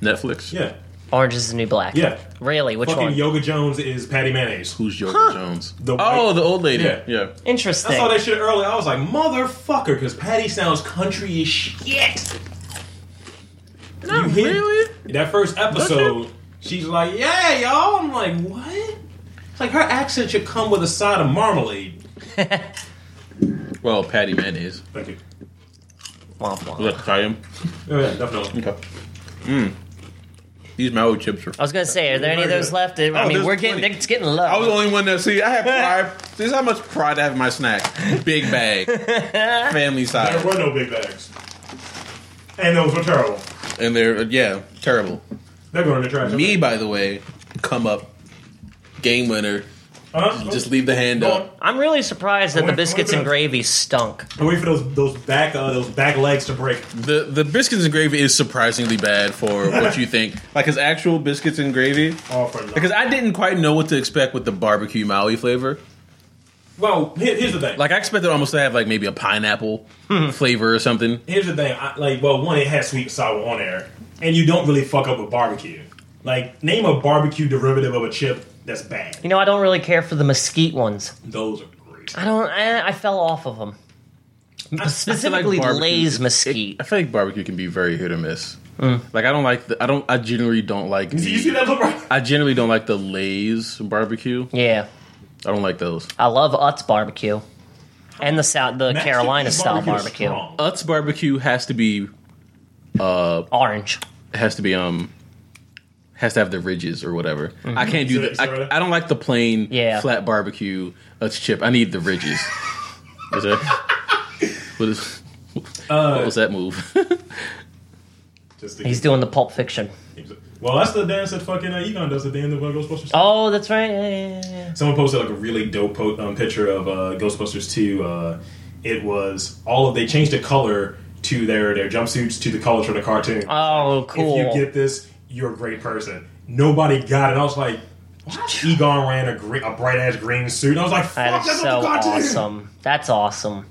S2: Netflix.
S1: Yeah.
S3: Orange is the New Black.
S1: Yeah.
S3: Really? Which
S1: Fucking
S3: one?
S1: Yoga Jones is Patty Mayonnaise.
S2: Who's Yoga Jones?
S1: The
S2: oh,
S1: white-
S2: the old lady.
S1: Yeah.
S2: Yeah.
S1: I saw
S3: Interesting.
S1: that shit earlier. I was like, motherfucker, because Patty sounds country as shit. You
S2: Not
S1: hear- That first episode, she's like, yeah, y'all. I'm like, what? It's like her accent should come with a side of marmalade.
S2: Well, Patty Mayonnaise.
S1: Thank you.
S3: Womp womp.
S2: Look, try him.
S1: Oh, yeah, definitely.
S2: Okay. Mmm. These Maui chips are.
S3: I was gonna say, are there any of those left? I
S2: Oh,
S3: mean,
S2: there's
S3: we're getting
S2: plenty.
S3: it's getting low.
S2: I was the only one that see. I had pride. this is how much pride I have in my snack. Big bag, family
S1: There
S2: size,
S1: were no big bags. And those were terrible.
S2: and they're yeah terrible.
S1: They're going to trash.
S2: Me, by the way, come up game winner
S1: Uh-huh.
S5: Just leave the hand up.
S3: I'm really surprised that
S1: went-
S3: the biscuits
S1: I went
S3: and
S1: to-
S3: gravy stunk.
S1: I'm waiting for those those back uh, those back legs to break.
S2: The the biscuits and gravy is surprisingly bad for what you think. Like his actual biscuits and gravy.
S1: Oh, for nothing.
S2: Because I didn't quite know what to expect with the barbecue Maui flavor.
S1: well, here, here's the thing.
S2: Like I expected almost to have like maybe a pineapple flavor or something.
S1: here's the thing. I, like, well, one, it has sweet and sour on there, and you don't really fuck up with barbecue. Like, name a barbecue derivative of a chip that's bad.
S3: You know, I don't really care for the mesquite ones.
S1: Those are great.
S3: I don't. I, I fell off of them. Specifically,
S2: barbecue-
S3: Lay's mesquite.
S2: I feel like barbecue can be very hit or miss. Like I don't like the, I don't I generally don't like
S1: Did you see
S2: the,
S1: that, LeBron?
S2: I generally don't like the Lay's barbecue.
S3: yeah,
S2: I don't like those.
S3: I love Utz barbecue, and the South, the
S1: Mac
S3: Carolina
S1: and cheese
S3: style
S1: is
S3: barbecue,
S1: strong.
S2: Utz barbecue has to be
S3: orange.
S2: has to be um has to have the ridges or whatever. I can't do
S1: Is
S2: that.
S1: there- is there a-
S2: I, I don't like the plain
S3: Yeah.
S2: flat barbecue Utz chip. I need the ridges. is that what is what was that move?
S1: Just to
S3: He's
S1: keep-
S3: doing the Pulp Fiction.
S1: well, that's the dance that fucking uh, Egon does at the end of uh, Ghostbusters.
S3: Oh, that's right. Yeah, yeah, yeah, yeah.
S1: Someone posted like a really dope po- um, picture of uh, Ghostbusters 2. Uh, it was all of they changed the color to their their jumpsuits to the colors from the cartoon.
S3: Oh, cool.
S1: If you get this, you're a great person. Nobody got it. I was like, Egon ran a, gre- a bright ass green suit. I was like, fuck,
S3: that
S1: that's
S3: is so
S1: what the cartoon.
S3: awesome. That's awesome.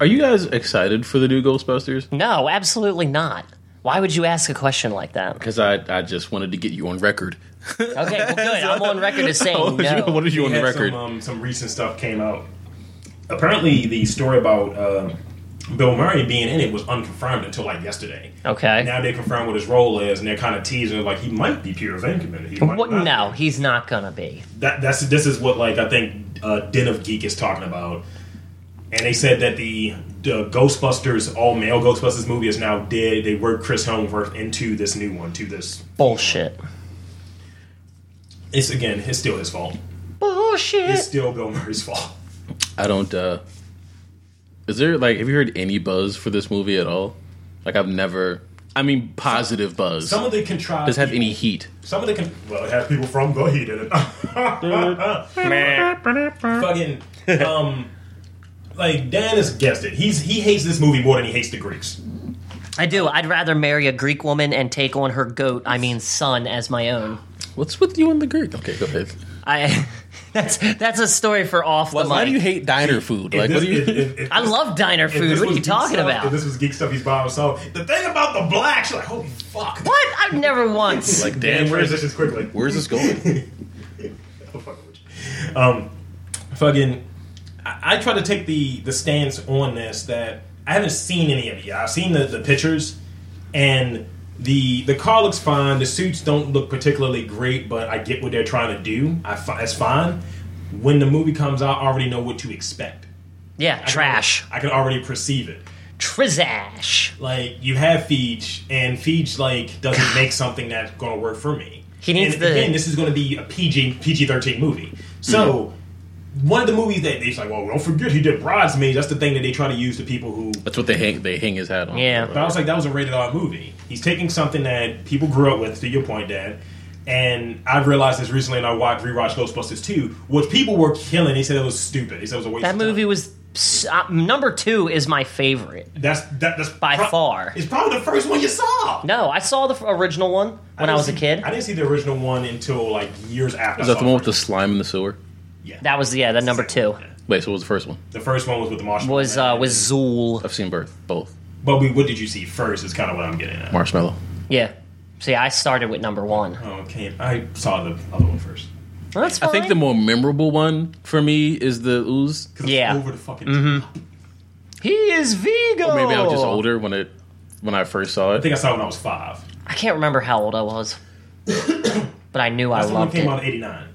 S2: Are you guys excited for the new Ghostbusters?
S3: No, absolutely not. Why would you ask a question like that?
S2: Because I, I just wanted to get you on record.
S3: Okay, well, good. I'm on record as
S1: Oh,
S3: saying
S2: What did you-
S3: no.
S2: what did you
S1: We
S2: on the
S1: had
S2: record?
S1: Some, um, some recent stuff came out. Apparently, the story about uh, Bill Murray being in it was unconfirmed until like yesterday.
S3: Oh, Okay.
S1: Now they confirm what his role is, and they're kind of teasing like he might be pure vein committed. He might
S3: What?
S1: not.
S3: No, he's not gonna be.
S1: that, that's this is what like I think uh, Den of Geek is talking about, and they said that the, the Ghostbusters all male Ghostbusters movie is now dead. They worked Chris Helmsworth into this new one to this.
S3: Bullshit.
S1: It's again, it's still his fault. It's
S3: Bullshit.
S1: still Bill Murray's fault.
S2: I don't. uh Is there like have you heard any buzz for this movie at all? Like I've never. I mean, positive buzz.
S1: Some of the contrived
S2: Does it have
S1: people-
S2: any heat?
S1: Some of the con- well, it has people from go he did it. Fucking um, like Dan has guessed it. He's he hates this movie more than he hates the Greeks.
S3: I do. I'd rather marry a Greek woman and take on her goat, I mean son, as my own.
S2: What's with you and the Greek? Okay, go ahead.
S3: I. That's that's a story for off the
S2: Why
S3: mic.
S2: do you hate diner food? Like,
S1: If
S2: what do
S1: this-
S2: you?
S1: if- if- if
S3: I
S1: this-
S3: love diner
S1: if
S3: food.
S1: this
S3: What are
S1: was
S3: you
S1: geek
S3: talking
S1: stuff-
S3: about?
S1: If this was geek stuff, he's by himself. The thing about the blacks, you're like, holy fuck.
S3: what? I've never once.
S2: like,
S1: Dan where's
S2: damn, where's
S1: this
S2: this?
S1: just quickly.
S2: Where's this going?
S1: I'm fucking with you. Um, fucking, I, I try to take the the stance on this that I haven't seen any of it yet. I've seen the, the pictures, and the the car looks fine. The suits don't look particularly great, but I get what they're trying to do. I fi- that's fine. When the movie comes out, I already know what to expect.
S3: yeah,
S1: I can-
S3: trash.
S1: I can already perceive it.
S3: Trizash.
S1: Like you have Feige, and Feige like doesn't make something that's going to work for me.
S3: He needs
S1: and
S3: the-
S1: again. This is going to be a PG PG thirteen movie. So
S3: Mm-hmm.
S1: one of the movies that they're like, well, don't forget he did Bridesmaids. That's the thing that they try to use to people who.
S2: That's what they hang. They hang his hat on.
S3: Yeah.
S1: But I was like, that was a rated R movie. He's taking something that people grew up with. To your point, Dad. And I realized this recently, and I watched rewatched Ghostbusters two, which people were killing. They said it was stupid. They said it was a waste.
S3: That
S1: of time.
S3: movie was s- uh, number two is my favorite.
S1: That's that, that's
S3: By far.
S1: It's probably the first one you saw.
S3: No, I saw the f- original one when I,
S1: didn't
S3: was a
S1: see-
S3: kid.
S1: I didn't see the original one until like years after.
S2: Is
S1: I
S2: that
S1: saw
S2: the one with the
S1: first
S2: slime in the sewer?
S1: Yeah,
S3: That was yeah, the number two
S2: Wait, so what was the first one?
S1: the first one was with the marshmallow.
S3: was
S1: man.
S3: uh was Zool.
S2: I've seen both. Both
S1: but we, what did you see first? Is kind of what I'm getting at.
S2: marshmallow.
S3: Yeah. See, I started with number one.
S1: Okay, I saw the other one first.
S3: Well, that's
S2: I
S3: fine.
S2: think the more memorable one for me is the ooze.
S1: 'Cause it's
S3: Yeah. Mm-hmm.
S1: over the fucking. top.
S3: he is Vigo.
S2: Maybe I was just older when it when I first saw
S1: Oh. I
S2: it.
S1: think I saw it when I was five.
S3: I can't remember how old I was, but I knew I
S1: That's the one
S3: loved
S1: came
S3: it.
S1: out in '89.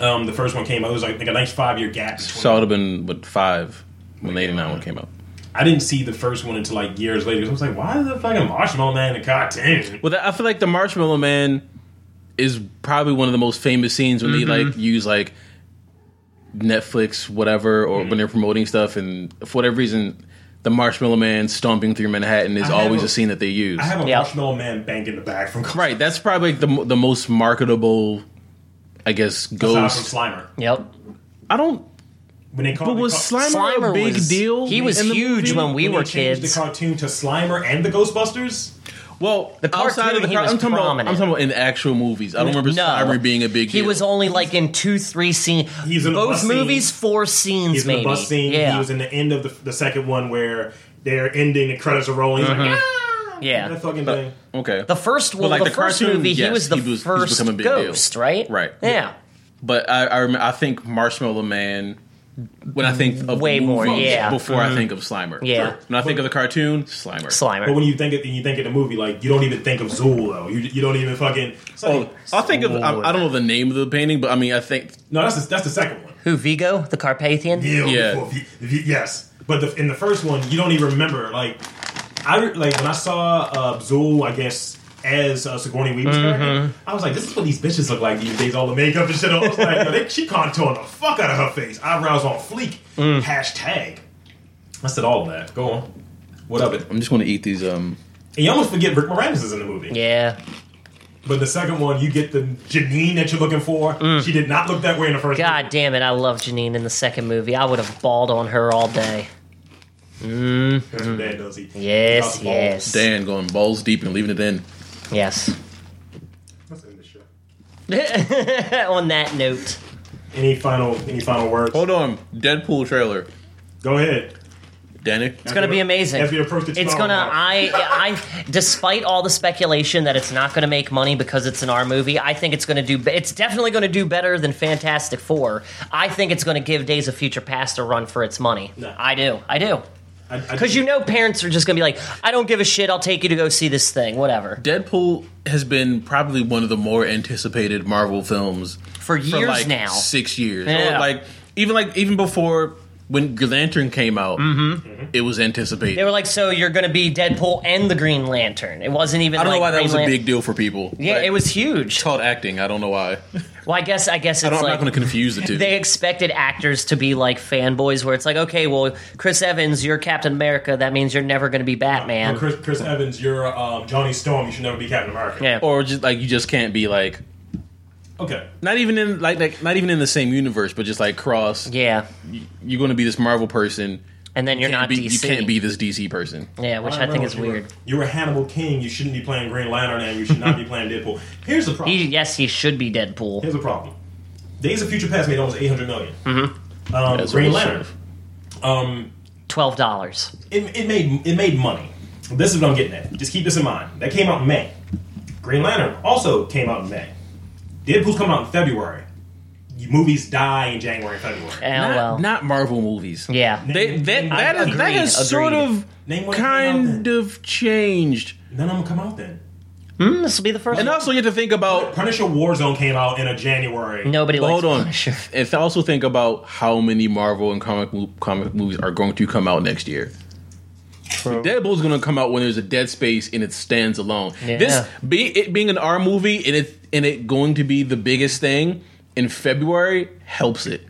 S1: Um, the first one came out. It was like, like a nice five year gap. between-
S2: So I would have been what five when the eighty nine one came out.
S1: I didn't see the first one until like years later. 'Cause I was like, why is the fucking marshmallow man in the cartoon?
S2: Well, that, I feel like the Marshmallow Man is probably one of the most famous scenes when they
S1: Mm-hmm.
S2: like use like Netflix, whatever, or when they're promoting stuff, and for whatever reason, the Marshmallow Man stomping through Manhattan is
S1: I have
S2: always
S1: a-
S2: a scene that they use.
S1: I have a
S3: Yeah.
S1: marshmallow man bank in the back from
S2: right, that's probably the mo- the most marketable I guess
S1: Aside from
S2: goes.
S1: Slimer.
S3: Yep.
S2: I don't.
S1: When they call,
S2: But
S1: they
S2: was
S1: call-
S2: Slimer, a big
S3: was,
S2: deal?
S3: He was
S2: in the
S3: huge
S2: movie?
S3: when we
S1: when they
S3: were
S1: changed
S3: kids.
S1: The cartoon to Slimer and the Ghostbusters.
S2: Well, the
S3: cartoon,
S2: outside of the
S3: he
S2: car-
S3: was
S2: I'm talking
S3: prominent.
S2: about. I'm talking about in actual movies. I don't remember Slimer being a big.
S3: He
S2: deal.
S3: was only like in two, three scenes.
S1: He's in the
S3: both
S1: bus
S3: movies, four scenes
S1: He's in
S3: maybe.
S1: the bus scene.
S3: Yeah.
S1: He was in the end of the, the second one where they're ending, the credits are rolling. He's like, ah!
S3: Mm-hmm. Yeah.
S1: That fucking thing.
S2: okay.
S3: the first one,
S2: like,
S3: the,
S2: the
S3: first
S2: cartoon,
S3: movie,
S2: yes,
S3: he was the
S2: he was- he's
S3: first
S2: become a big deal.
S3: ghost, right?
S2: Right.
S3: Yeah.
S2: But I, I, rem- I think Marshmallow Man. When I think of
S3: Way
S2: the
S3: more,
S2: movies
S3: yeah.
S2: Before I think of Slimer,
S3: Yeah.
S2: When I think of the cartoon, Slimer,
S3: Slimer.
S1: But when you think it, you think of the movie, like you don't even think of Zool though. You, you don't even fucking. it's
S2: Oh,
S1: like-
S2: I think of. I, I don't know the name of the painting, but I mean, I think
S1: no, that's the, that's the second one.
S3: Who Vigo, the Carpathian?
S1: Ew,
S2: Yeah.
S1: before V- V- yes, but the, in the first one, you don't even remember. Like I re- like when I saw uh, Zool, I guess. As uh, Sigourney Weaver's
S3: Mm-hmm.
S1: character, I was like, "This is what these bitches look like these days. All the makeup and shit on. I was like, yo, they, she contoured the fuck out of her face. Eyebrows on fleek.
S3: Mm.
S1: Hashtag. I said all of that. Go on. What of it?
S2: I'm just going to eat these. Um,
S1: And you almost forget Rick Moranis is in the movie.
S3: Yeah.
S1: But the second one, you get the Janine that you're looking for. She did not look that way in the first.
S3: Mm. God damn it, I love Janine in the second movie. I would have bawled on her all day.
S1: That's what Dan does. He-
S3: Yes,
S1: he does
S3: yes.
S2: Dan going balls deep and leaving it in.
S3: Yes.
S1: balls. That's in the show.
S3: on that note.
S1: Any final, any final words?
S2: Hold on, Deadpool trailer.
S1: Go ahead.
S2: Danny,
S3: It's gonna be amazing.
S1: As we approach the
S3: it's
S1: 12
S3: gonna.
S1: mark.
S3: I. I. Despite all the speculation that it's not gonna make money because it's an R movie, I think it's gonna do. be- It's definitely gonna do better than Fantastic Four. I think it's gonna give Days of Future Past a run for its money.
S1: No.
S3: I do. I do.
S1: I- I-
S3: Because you know, parents are just gonna be like, "I don't give a shit. I'll take you to go see this thing, whatever."
S2: Deadpool has been probably one of the more anticipated Marvel films
S3: For years
S2: like
S3: now.
S2: Six years,
S3: Yeah.
S2: Or like even like even before when Green Lantern came out,
S3: Mm-hmm.
S2: it was anticipated.
S3: They were like, "So you're gonna be Deadpool and the Green Lantern?" It wasn't even.
S2: I don't
S3: like
S2: know why that
S3: Green
S2: was a
S3: Lan-
S2: big deal for people.
S3: Yeah,
S2: Like,
S3: it was huge.
S2: called acting. I don't know why.
S3: Well, I guess. I guess it's
S2: I don't, I'm
S3: like
S2: not going to confuse the two.
S3: they expected actors to be like fanboys where it's like okay well chris evans you're captain america that means you're never going to be
S1: Well,
S3: batman
S1: Chris, Chris Evans, you're um, Johnny Storm. You should never be Captain America.
S3: yeah
S2: or just like you just can't be like
S1: Okay.
S2: not even in like, like not even in the same universe, but just like cross.
S3: yeah
S2: You're going to be this Marvel person.
S3: and then you're
S2: can't
S3: not
S2: be,
S3: dc
S2: You can't be this DC person.
S3: yeah which i,
S1: don't
S3: think
S1: know,
S3: is
S1: you were-
S3: weird
S1: You were Hannibal King. You shouldn't be playing Green Lantern, and you should not be playing Deadpool. Here's the problem.
S3: he, yes he should be deadpool
S1: Here's the problem. Days of Future Past made almost 800 Mm-hmm. Um,
S2: That's
S1: Green
S2: what it
S1: Lantern.
S2: should
S1: Um,
S3: $12
S1: it, it made it made money. This is what I'm getting at. Just keep this in mind. That came out in May. Green Lantern also came out in May. Deadpool's coming out in February. You- Movies die in January and February.
S3: Eh,
S2: Not,
S3: well
S2: not Marvel movies.
S3: yeah
S2: They, that,
S1: I
S2: that, is, that
S3: agree,
S2: has sort
S3: agreed.
S2: of
S1: Name one that came out
S2: kind
S1: then.
S2: of changed.
S1: None of them come out then.
S3: Hmm, this will be the first
S2: And
S3: one.
S2: also, you have to think about.
S1: Punisher Warzone came out in a January.
S3: nobody likes
S2: Hold on.
S3: Punisher.
S2: If also think about how many Marvel and comic mo- comic movies are going to come out next year. Deadpool's going to come out when there's a dead space and it stands alone.
S3: Yeah.
S2: This be it being an R movie and it and it going to be the biggest thing in February helps it.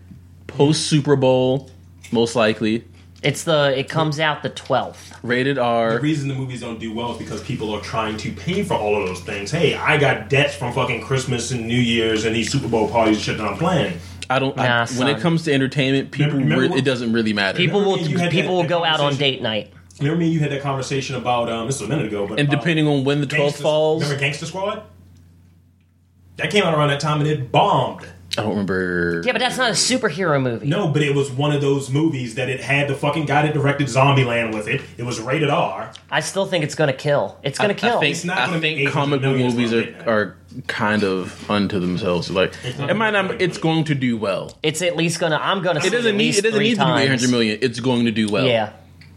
S2: Post Super Bowl, most likely
S3: it's the it comes out the 12th
S2: rated
S1: The
S2: R.
S1: reason the movies don't do well is because people are trying to pay for all of those things. Hey, I got debts from fucking Christmas and New Year's and these Super Bowl parties and shit that I'm planning.
S2: I don't.
S3: Nah,
S2: I, when
S3: son.
S2: it comes to entertainment, people
S1: Remember- remember
S2: re- it
S1: what-
S2: doesn't really matter.
S3: people will
S1: You had
S3: people
S1: that-
S3: will go
S1: that
S3: out on
S1: conversation.
S3: date night
S1: Remember me? and You had that conversation about um, this was a minute ago, but
S2: and
S1: about-
S2: depending on when the twelfth
S1: Gangsta-
S2: falls,
S1: Remember Gangster Squad? That came out around that time and it bombed.
S2: I don't remember.
S3: yeah but that's not a superhero movie
S1: No, but it was one of those movies that it had the fucking guy that directed Zombieland with it. It was rated R.
S3: i still think it's gonna kill it's gonna
S2: I
S3: kill
S2: think,
S1: It's not
S2: I
S1: gonna be
S2: think
S1: 800
S2: comic book
S1: million
S2: movies
S1: dollars.
S2: are, are kind of unto themselves. Like
S1: not
S2: it might not. It's going to do well.
S3: it's at least gonna i'm gonna
S2: It doesn't need. It doesn't need to do eight hundred million. It's going to do well.
S3: yeah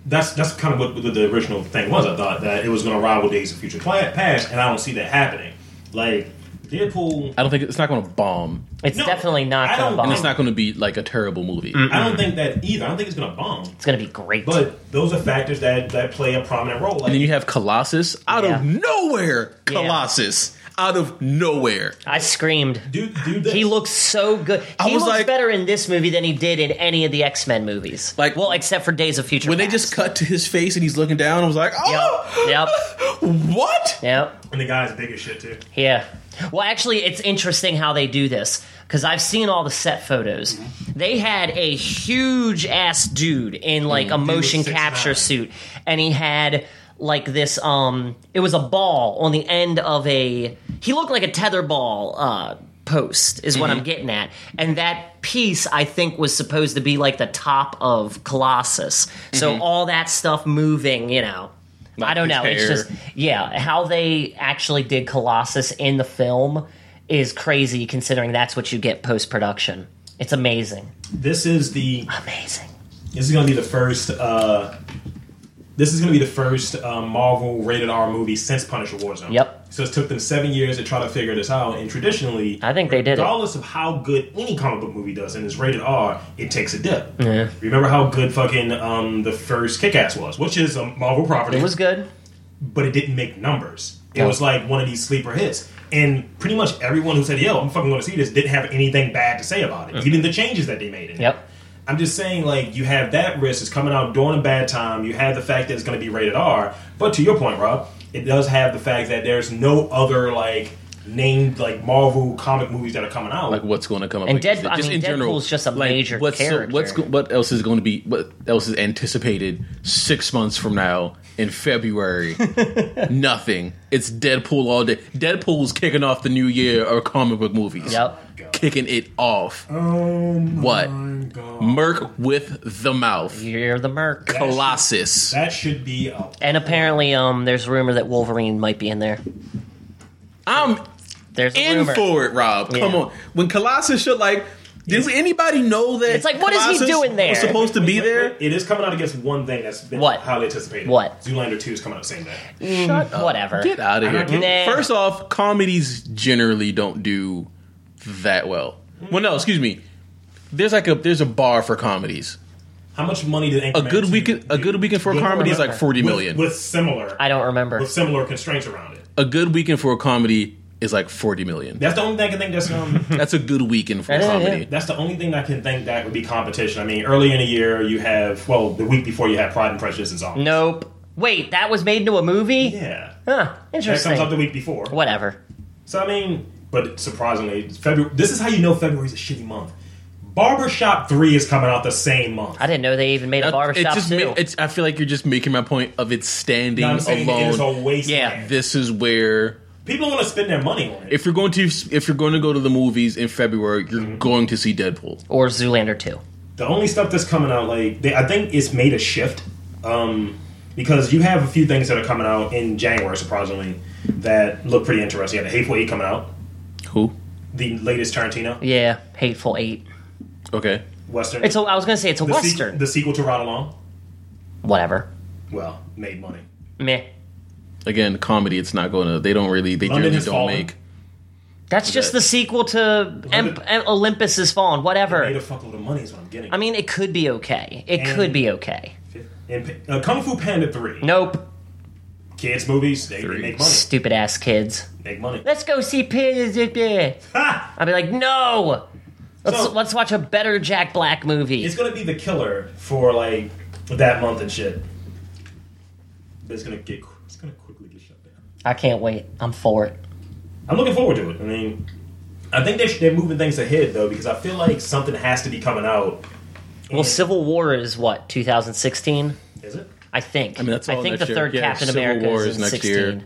S1: That's that's kind of what the, the original thing was. I thought that it was going to rival Days of Future Pla- Past, and I don't see that happening. Like Deadpool,
S2: I don't think it's not going to bomb,
S3: It's
S1: No,
S3: definitely not
S1: I
S3: going to
S1: don't-
S3: bomb.
S2: and
S3: It's,
S2: it's not going to be like a terrible movie.
S1: I don't think that either. I don't think it's going to bomb.
S3: going to be great.
S1: But those are factors that that play a prominent role. Like,
S2: And then you have Colossus out
S3: Yeah.
S2: of nowhere.
S3: Yeah.
S2: Colossus out of nowhere.
S3: I screamed.
S1: do do this.
S3: He looks so good. He
S2: was
S3: looks
S2: like-
S3: better in this movie than he did in any of the X Men movies.
S2: Like-
S3: well, except for Days of Future.
S2: When they
S3: Past.
S2: just cut to his face and he's looking down, I was like, oh,
S3: Yep.
S2: what?
S3: Yep.
S1: and the guy's big as shit too.
S3: Yeah. Well, actually, it's interesting how they do this because I've seen all the set photos. They had a huge ass dude in like a motion
S5: six
S3: capture
S5: nine.
S3: suit, and he had like this. Um, it was a ball on the end of a. He looked like a tether ball. Uh, post is what i'm getting at and that piece i think was supposed to be like the top of colossus so all that stuff moving you know i don't
S2: his
S3: know it's
S2: hair.
S3: just yeah, how they actually did Colossus in the film is crazy considering that's what you get post production. It's amazing.
S1: This is the
S3: Amazing.
S1: This is going to be the first. Uh, this is going to be the first uh, Marvel rated R movie since Punisher Warzone.
S3: Yep.
S1: So it took them seven years to try to figure this out, and traditionally,
S3: I think they did it.
S1: Regardless of how good any comic book movie does, and it's rated R, it takes a dip. Remember how good fucking um, the first Kick Ass was, which is a Marvel property
S3: It was good.
S1: but it didn't make numbers. It
S3: No.
S1: was like one of these sleeper hits. And pretty much everyone who said, yo, I'm fucking going to see this, didn't have anything bad to say about it. Even the changes that they made in it.
S3: Mm. Yep.
S1: I'm just saying, like, you have that risk. It's coming out during a bad time. You have the fact that it's going to be rated R. But to your point, Rob, it does have the fact that there's no other, like, named, like, Marvel comic movies that are coming out.
S2: like what's going to come up
S3: And
S2: against
S3: Deadpool-
S2: it.
S3: I
S2: Just
S3: mean,
S2: in general,
S3: Deadpool's just a
S2: like,
S3: major
S2: what's
S3: character.
S2: what's go- what else is going to be what else is anticipated six months from now in February? Nothing. It's Deadpool all day. Deadpool's kicking off the new year of comic book movies.
S3: Yep.
S2: kicking it off.
S1: oh, my
S2: what?
S1: God.
S2: Merc with the mouth.
S3: You're the Merc.
S2: Colossus.
S1: That should be a
S3: And apparently, um, there's rumor that Wolverine might be in there.
S2: I'm
S3: There's a
S2: in
S3: rumor.
S2: for it, Rob. Come
S3: Yeah.
S2: on. When Colossus should like. Does anybody know that?
S3: It's like, what is he
S2: Colossus
S3: doing there?
S2: Was supposed to be there.
S1: It is coming out against one thing that's been
S3: What?
S1: highly anticipated.
S3: What?
S1: Zoolander 2 is coming out the same day.
S2: Shut up.
S3: whatever.
S2: Get out of here.
S3: Nah.
S2: First off, comedies generally don't do that well. Well, no, excuse me. There's like a there's a bar for comedies.
S1: How much money did
S2: A
S1: Anchorman
S2: good
S1: 2
S2: weekend a
S1: do
S2: good weekend for a
S1: with-
S2: comedy is like
S3: remember.
S2: forty
S1: with-
S2: million.
S1: with similar
S3: I don't remember.
S1: with similar constraints around it.
S2: A good weekend for a comedy is like forty million.
S1: That's the only thing I can think that's um,
S2: That's a good weekend for a
S3: Yeah, yeah, yeah.
S2: comedy.
S1: that's the only thing I can think that would be competition. I mean, early in the year you have well, the week before you have Pride and Prejudice and Zombies.
S3: Nope. Wait, that was made into a movie?
S1: Yeah.
S3: Huh.
S1: That comes up the
S3: Interesting.
S1: week before.
S3: Whatever.
S1: So I mean, but surprisingly, February this is how you know February's a shitty month. Barbershop 3 is coming out the same month.
S3: I didn't know they even made a
S2: It
S3: barbershop
S2: just
S3: too.
S2: ma- it's, I feel like you're just making my point of it's standing
S1: You know what I'm saying it is a
S2: alone.
S1: wasteland.
S3: Yeah,
S2: This is where
S1: People want to spend their money on it.
S2: if you're going to if you're going to go to the movies in February, you're
S1: Mm-hmm.
S2: going to see Deadpool.
S3: or Zoolander 2.
S1: the only stuff that's coming out like they, i think it's made a shift um, because you have a few things that are coming out in january surprisingly that look pretty interesting you have the hateful eight coming out
S2: Who?
S1: the latest tarantino
S3: Yeah, Hateful Eight.
S2: Okay.
S1: western
S3: It's a, I was going to say it's a
S1: the, se-
S3: Western.
S1: the sequel to ride along
S3: whatever.
S1: well made money
S3: Meh.
S2: again, comedy. It's not going to. They don't really. They
S1: London
S2: generally
S1: has
S2: don't
S1: fallen.
S2: make.
S3: That's just the sequel to Em-
S1: Olympi-
S3: Em- Olympus Has Fallen,
S1: made a
S3: whatever.
S1: fuckload of money is what i'm getting
S3: I mean, it could be okay. It
S1: And-
S3: could be okay.
S1: and, uh, kung fu panda 3
S3: Nope.
S1: kids movies they, they
S2: Three.
S1: make money
S3: Stupid ass kids.
S1: make money
S3: Let's go see Piz. I'd
S1: ha!
S3: be like, no. Let's
S1: So-
S3: let's watch a better Jack Black movie.
S1: it's gonna be the killer for like that month and shit but it's gonna get it's gonna quickly get shut down
S3: I can't wait. I'm for it.
S1: I'm looking forward to it. I mean, I think they they're moving things ahead though because I feel like something has to be coming out.
S3: Well, Civil War is what 2016,
S1: Is it?
S3: I think. I
S2: mean, that's all
S3: think
S2: next
S3: the
S2: year.
S3: third
S2: Yeah,
S3: Captain
S2: Civil
S3: America
S2: War
S3: is,
S2: is
S3: in
S2: next
S3: 16,
S2: year.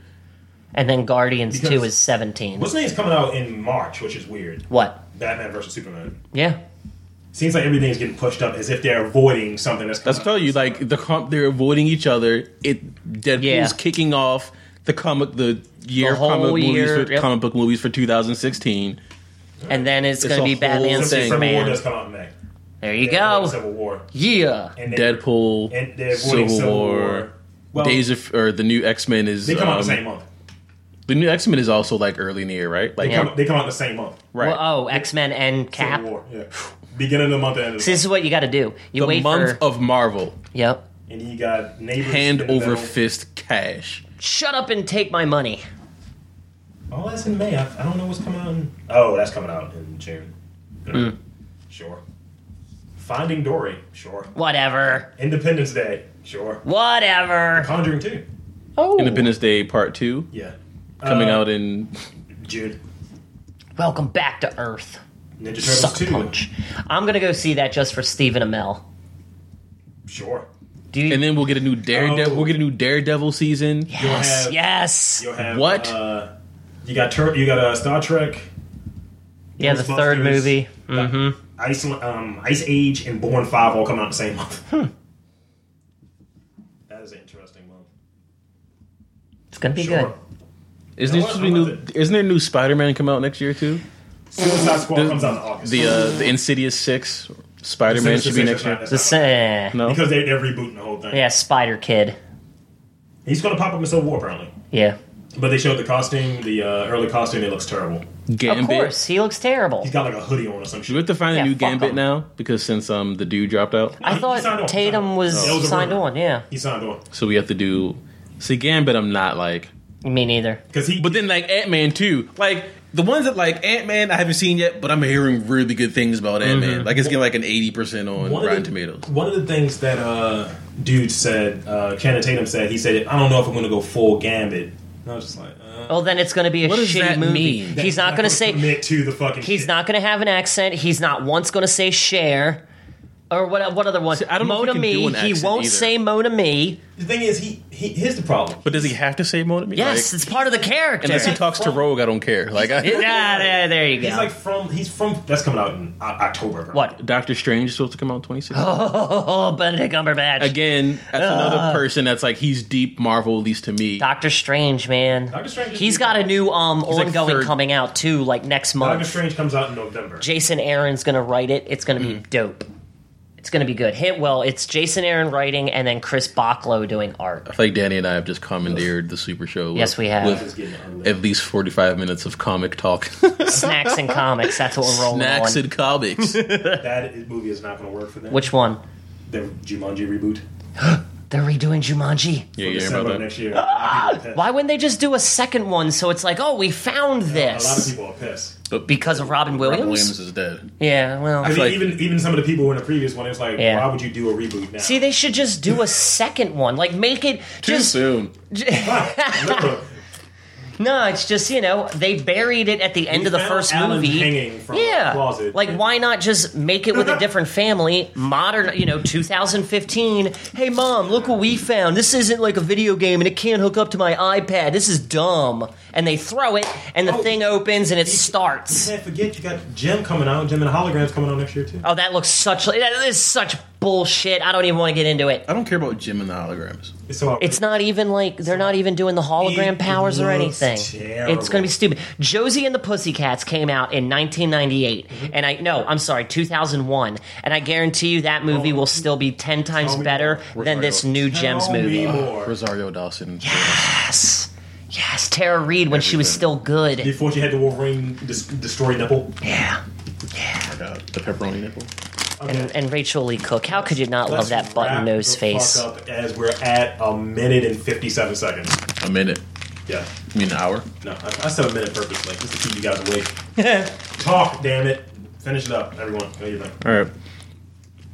S3: and then Guardians
S1: Because-
S3: 2 is 17.
S1: What's name's coming out in March, which is weird.
S3: What?
S1: Batman versus Superman.
S3: Yeah.
S1: Seems like everything's getting pushed up as if they're avoiding something that's. Coming
S2: That's tell you like the comp. They're avoiding each other. It Deadpool's
S3: Yeah.
S2: kicking off the comic the year
S3: The
S2: of comic
S3: whole year,
S2: movies for,
S3: yep.
S2: comic book movies for 2016.
S3: And then it's,
S2: It's
S3: going to
S2: a
S3: be
S2: whole
S3: Batman
S2: thing.
S1: Civil War
S3: Superman.
S1: does come out in May.
S3: There you
S1: They're avoiding
S3: go.
S1: Civil War.
S3: Yeah.
S1: And they're-
S2: Deadpool,
S1: And they're avoiding
S2: Civil,
S1: Civil,
S2: War,
S1: War. Well,
S2: Days of or the new X Men is
S1: they come out the
S2: um,
S1: same month.
S2: the new X Men is also like early in the year, right? Like
S1: They come, they come out the same month.
S2: right.
S3: Well, oh, X Men and Cap.
S1: Civil War. Yeah. Beginning of the month, end of the
S3: This
S1: month.
S3: is what you got to do. You
S2: the
S3: wait
S2: month
S3: for.
S2: of Marvel,
S3: yep.
S1: And you got neighbors.
S2: hand
S1: Spinning
S2: over
S1: Metal.
S2: fist cash.
S3: Shut up and take my money.
S1: Oh, that's in May. I, I don't know what's coming out. In, oh, that's coming out in June.
S2: Hmm.
S1: Sure. Finding Dory. Sure.
S3: Whatever.
S1: Independence Day. Sure.
S3: Whatever.
S1: Conjuring 2.
S3: Oh.
S2: Independence Day Part Two
S1: Yeah.
S2: coming
S1: Uh,
S2: out in
S1: June.
S3: Welcome back to Earth.
S1: Ninja Turtles
S3: Sucker
S1: 2.
S3: punch. I'm gonna go see that just for Stephen Amell.
S1: Sure.
S3: Do you?
S2: And then we'll get a new Daredevil.
S1: Oh.
S2: We'll get a new Daredevil season.
S3: yes,
S1: have-
S3: yes.
S1: You'll have
S2: What?
S1: Uh, you got tur- you got uh, Star Trek,
S3: Yeah, the third
S1: Ghostbusters.
S3: movie.
S1: Ice um, Ice Age, and Born Five all coming out the same month.
S2: Hmm.
S1: That is an interesting month.
S3: It's gonna be
S1: Sure.
S3: good.
S2: Isn't there
S1: what?
S2: supposed to be
S1: I'm
S2: new?
S1: with
S2: Isn't there a new Spider-Man come out next year too?
S1: Suicide Squad comes out in August.
S2: The uh, the Insidious Six Spider-Man should be next year.
S3: The sa-
S2: No,
S1: Because they, they're rebooting the whole thing.
S3: Yeah, Spider Kid.
S1: He's going to pop up in Civil War, apparently.
S3: Yeah.
S1: But they showed the costume, the uh, early costume, it looks terrible.
S3: Of
S2: Gambit.
S3: course, he looks terrible.
S1: He's got like a hoodie on or some
S2: Do we
S1: shit.
S2: have to find
S3: Yeah,
S2: a new
S3: fuck
S2: Gambit
S3: 'em.
S2: now? Because since um the dude dropped out,
S3: I
S1: He signed on, he
S3: thought
S1: signed
S3: Tatum
S1: on.
S3: was
S1: That was a
S3: signed
S1: rumor.
S3: on. Yeah,
S1: He signed on.
S2: so we have to do. See Gambit, I'm not like.
S3: me neither.
S1: Because he.
S2: But then like Ant Man too, like the ones that like Ant Man I haven't seen yet, but I'm hearing really good things about Ant Man. Like it's getting like an eighty percent on
S1: Mm-hmm. One of,
S2: Rotten
S1: the,
S2: Tomatoes.
S1: one of the things that uh, dude said, uh, Channing Tatum said, he said, I don't know if I'm going to go full Gambit. And I was just like, uh,
S3: Well, then it's gonna be a
S2: What does
S3: shitty
S2: that
S3: movie.
S2: mean?
S3: He's not gonna say.
S1: commit to the fucking.
S3: He's
S1: shit.
S3: not gonna have an accent. He's not once gonna say share. Or what? What other one?
S2: I don't know if
S3: Mona
S2: he can do
S3: me.
S2: an
S3: He
S2: accent
S3: won't
S2: either.
S3: say Mona me.
S1: The thing is, he, he here's the problem.
S2: But does he have to say more to me?
S3: Yes,
S2: Like,
S3: it's part of the character.
S2: unless he talks to Rogue, I don't care. Like I,
S3: Yeah, there, there you go.
S1: He's like from. He's from. That's coming out in O- October. Bro.
S3: what?
S2: Doctor Strange is supposed to come out twenty six.
S3: Oh, Benedict Cumberbatch.
S2: Again, that's
S3: Ah.
S2: another person that's like he's deep Marvel, at least to me.
S3: Doctor Strange, man.
S1: Doctor Strange is-
S3: He's got a new um
S2: like
S3: ongoing
S2: third-
S3: coming out too, like next month.
S1: Doctor Strange comes out in November.
S3: Jason Aaron's gonna write it. It's gonna
S2: Mm.
S3: be dope. It's gonna be good. Hit well. It's Jason Aaron writing and then Chris Bachlow doing art.
S2: I feel like Danny and I have just commandeered the Super Show.
S3: Yes,
S2: with-
S3: we have.
S1: It's
S2: With
S1: getting ugly.
S2: at least forty five minutes of comic talk,
S3: Snacks and comics. That's what we're rolling
S2: snacks
S3: on.
S2: and comics.
S1: that is- movie is not going to work for them.
S3: Which one?
S1: the Jumanji reboot
S3: They're redoing Jumanji.
S2: yeah,
S1: for
S2: you hear about
S1: December of
S2: that?
S1: next year. A lot of people are pissed.
S3: Why wouldn't they just do a second one? So it's like, oh, we found
S1: A lot of
S3: this
S1: people are pissed.
S3: because of Robin Williams.
S2: Robin Williams is dead.
S3: Yeah. Well,
S1: I mean,
S2: like-
S1: even even some of the people who were in the previous one, it was like,
S3: Yeah.
S1: why would you do a reboot now?
S3: see, they should just do a second one. Like, make it
S2: Too
S3: just
S2: soon.
S1: Remember,
S3: No, it's just you know they buried it at the end
S1: we
S3: of the
S1: found
S3: first
S1: Alan
S3: movie.
S1: hanging from
S3: yeah,
S1: a closet.
S3: like why not just make it with a different family, modern? You know, 2015. Hey, mom, look what we found. This isn't like a video game, and it can't hook up to my iPad. This is dumb. And they throw it, and the
S1: Oh.
S3: thing opens, and it starts.
S1: can't forget you got Jim coming out. Jim and the Holograms coming out next year too.
S3: Oh, that looks such. That is such bullshit. I don't even want to get into it.
S2: I don't care about Jim and the holograms.
S1: So
S3: It's not even like they're not even doing the hologram
S1: It
S3: powers or
S1: looks
S3: anything.
S1: terrible.
S3: It's going to be stupid. Josie and the Pussycats came out in 1998,
S1: Mm-hmm.
S3: and I no, I'm sorry, 2001, and I guarantee you that movie will still be ten times
S1: Oh. me
S3: better
S2: more.
S3: than this new Gems
S1: Tell me
S3: movie.
S1: more.
S2: Uh, Rosario Dawson.
S3: Yes, yes, Tara Reid when she was still good.
S1: Before she had the Wolverine dis- destroy nipple.
S3: Yeah,
S2: Uh, the pepperoni nipple.
S3: and, and Rachel Lee Cook. How could you not
S1: Let's
S3: love that button
S1: wrap
S3: nose
S1: the
S3: face?
S1: Fuck up as we're at a minute and fifty-seven seconds.
S2: A minute.
S1: Yeah.
S2: You mean an hour?
S1: No, I, I said a minute purposely just to keep you guys awake. Talk, damn it. Finish it up, everyone. Go your thing.
S2: All right.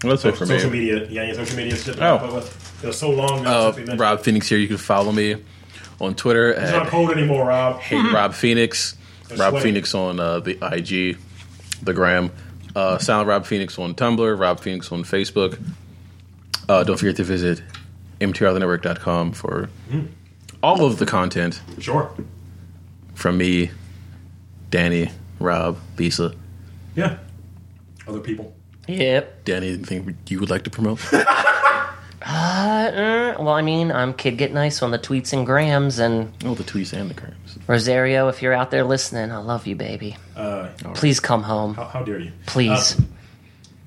S2: Well, that's it for
S1: social
S2: me.
S1: media. Yeah, yeah, social media shit. that
S2: Oh.
S1: I put with. It was so long ago
S2: Uh,
S1: since we mentioned.
S2: Rob Phoenix here. You can follow me on Twitter
S1: It's not
S2: at
S1: cold anymore, Rob.
S2: Hey Rob Phoenix. Rob
S1: sweating.
S2: Phoenix on uh, the IG, the gram. Uh, Silent Rob Phoenix on Tumblr. Rob Phoenix on Facebook. Uh, don't forget to visit mtrthenetwork.com for
S1: Mm.
S2: all of the content
S1: Sure.
S2: from me, Danny, Rob, Lisa.
S1: Yeah. Other people.
S3: Yep.
S2: Danny, anything you would like to promote?
S3: Uh, well, I mean, I'm Kid Get Nice on the tweets and grams, and
S2: oh, the tweets and the crimes.
S3: Rosario, if you're out there listening, I love you, baby.
S1: Uh,
S3: Please come home.
S1: how, how dare you?
S3: Please.
S1: Uh,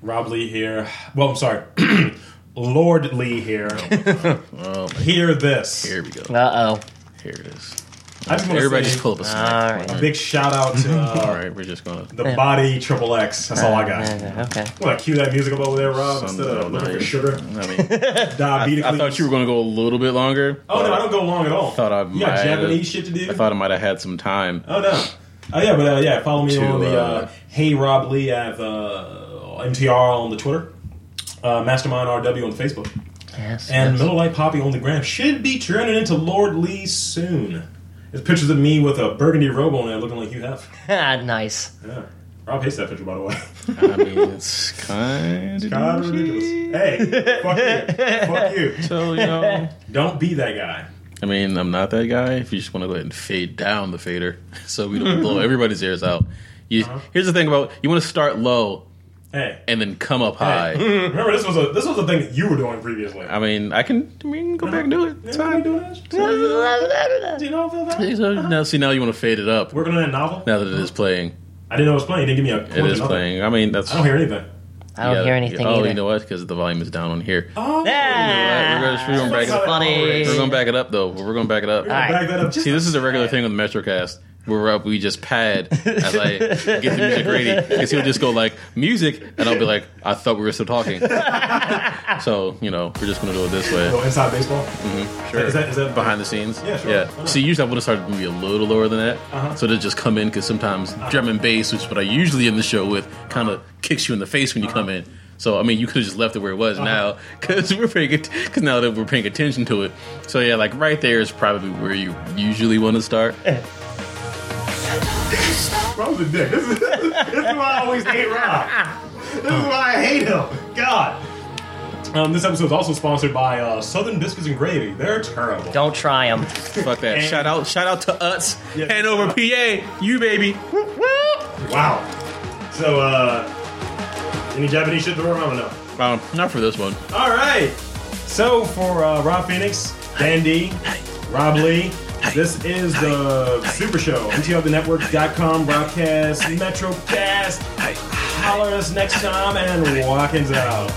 S1: Rob Lee here. Well, I'm sorry. Lord Lee here. Hear this.
S2: Oh, Here we go.
S3: Uh oh.
S2: Here it is.
S1: I just want to
S2: Everybody
S1: say
S2: just pull up a snack.
S3: All right.
S1: a big shout out to
S2: All
S1: uh,
S2: right, we're just gonna.
S1: the Body Triple X. That's all I got.
S3: Okay.
S1: Want to cue that music up over there, Rob,
S2: Sunday
S1: instead of looking for
S2: night.
S1: sugar?
S2: I mean,
S1: Diabetically.
S2: I thought you were gonna go a little bit longer.
S1: Oh no, I don't go long at all.
S2: thought I
S1: you
S2: might
S1: got
S2: have-
S1: Japanese shit to do.
S2: I thought I might have had some time.
S1: oh no. Oh yeah, but uh, yeah, follow me
S2: To,
S1: on the uh,
S2: uh,
S1: Hey Rob Lee. I have uh, MTR on the Twitter, uh, Mastermind RW on the Facebook,
S3: Yes.
S1: and
S3: yes.
S1: Miller Lite Poppy on the gram. Should be turning into Lord Lee soon. There's pictures of me with a burgundy robe on it looking like you have.
S3: Ah, nice.
S1: Yeah. Rob hates that picture, by the way.
S2: I mean, it's kind of
S1: God, ridiculous. Hey, fuck you. Fuck you.
S2: So, you know.
S1: Don't be that guy.
S2: I mean, I'm not that guy. If you just want to go ahead and fade down the fader so we don't blow everybody's ears out. You,
S1: Uh-huh.
S2: Here's the thing about you want to start low
S1: Hey.
S2: and then come up high.
S1: Remember, this was a this was a thing that you were doing previously.
S2: I mean, I can I mean, go back and do it. It's
S1: Yeah, we
S2: fine.
S1: doing this? Do you know how I feel about it?
S2: So, now, see, now you want to fade it up
S1: Working on that novel?
S2: now that it is playing.
S1: I didn't know it was playing. You didn't give me a
S2: It
S1: clue.
S2: is
S1: Nothing.
S2: playing. I mean, that's.
S1: Oh. I don't hear anything.
S3: I don't
S2: yeah,
S3: hear anything
S2: Oh,
S3: either.
S2: you know what? Because the volume is down on here.
S1: Oh, Ah.
S3: Ah,
S2: We're gonna- we're gonna back it up.
S3: funny.
S2: We're going to back it up, though. We're going to back it up.
S3: right.
S1: Back that up.
S2: See, this is a regular thing with Metrocast. We're up, we just pad as I get the music ready. Because he'll just go like, music, and I'll be like, I thought we were still talking. so, you know, we're just going to do it this way.
S1: Oh, inside baseball.
S2: Mm-hmm. Sure.
S1: Is that- is that-
S2: behind the scenes?
S1: Yeah, sure. Uh-huh. Why
S2: Yeah.
S1: not?
S2: See, usually I would have started maybe a little lower than that. So to just come in, because sometimes drum and bass, which is what I usually end the show with, kind of kicks you in the face when you
S1: Uh-huh.
S2: come in. So I mean, you could have just left it where it was now, because we're paying because now that we're paying attention to it. So yeah, like right there is probably where you usually want to start.
S1: Rob's a dick. This is, this is why I always hate Rob. This is why I hate him. God. Um, this episode is also sponsored by uh, Southern Biscuits and Gravy. They're terrible.
S3: Don't try them.
S2: Fuck that.
S1: And-
S2: shout out, shout out to Utz,
S1: Yeah.
S2: Hanover, PA, you baby.
S1: Wow. So, uh, any Japanese shit to work on or no?
S2: Um, not for this one.
S1: All right. So for uh, Rob Phoenix, Dan D, Rob Lee, this is the Super Show, mtlthenetwork.com broadcast, Metrocast. Holler at us next time and Watkins out.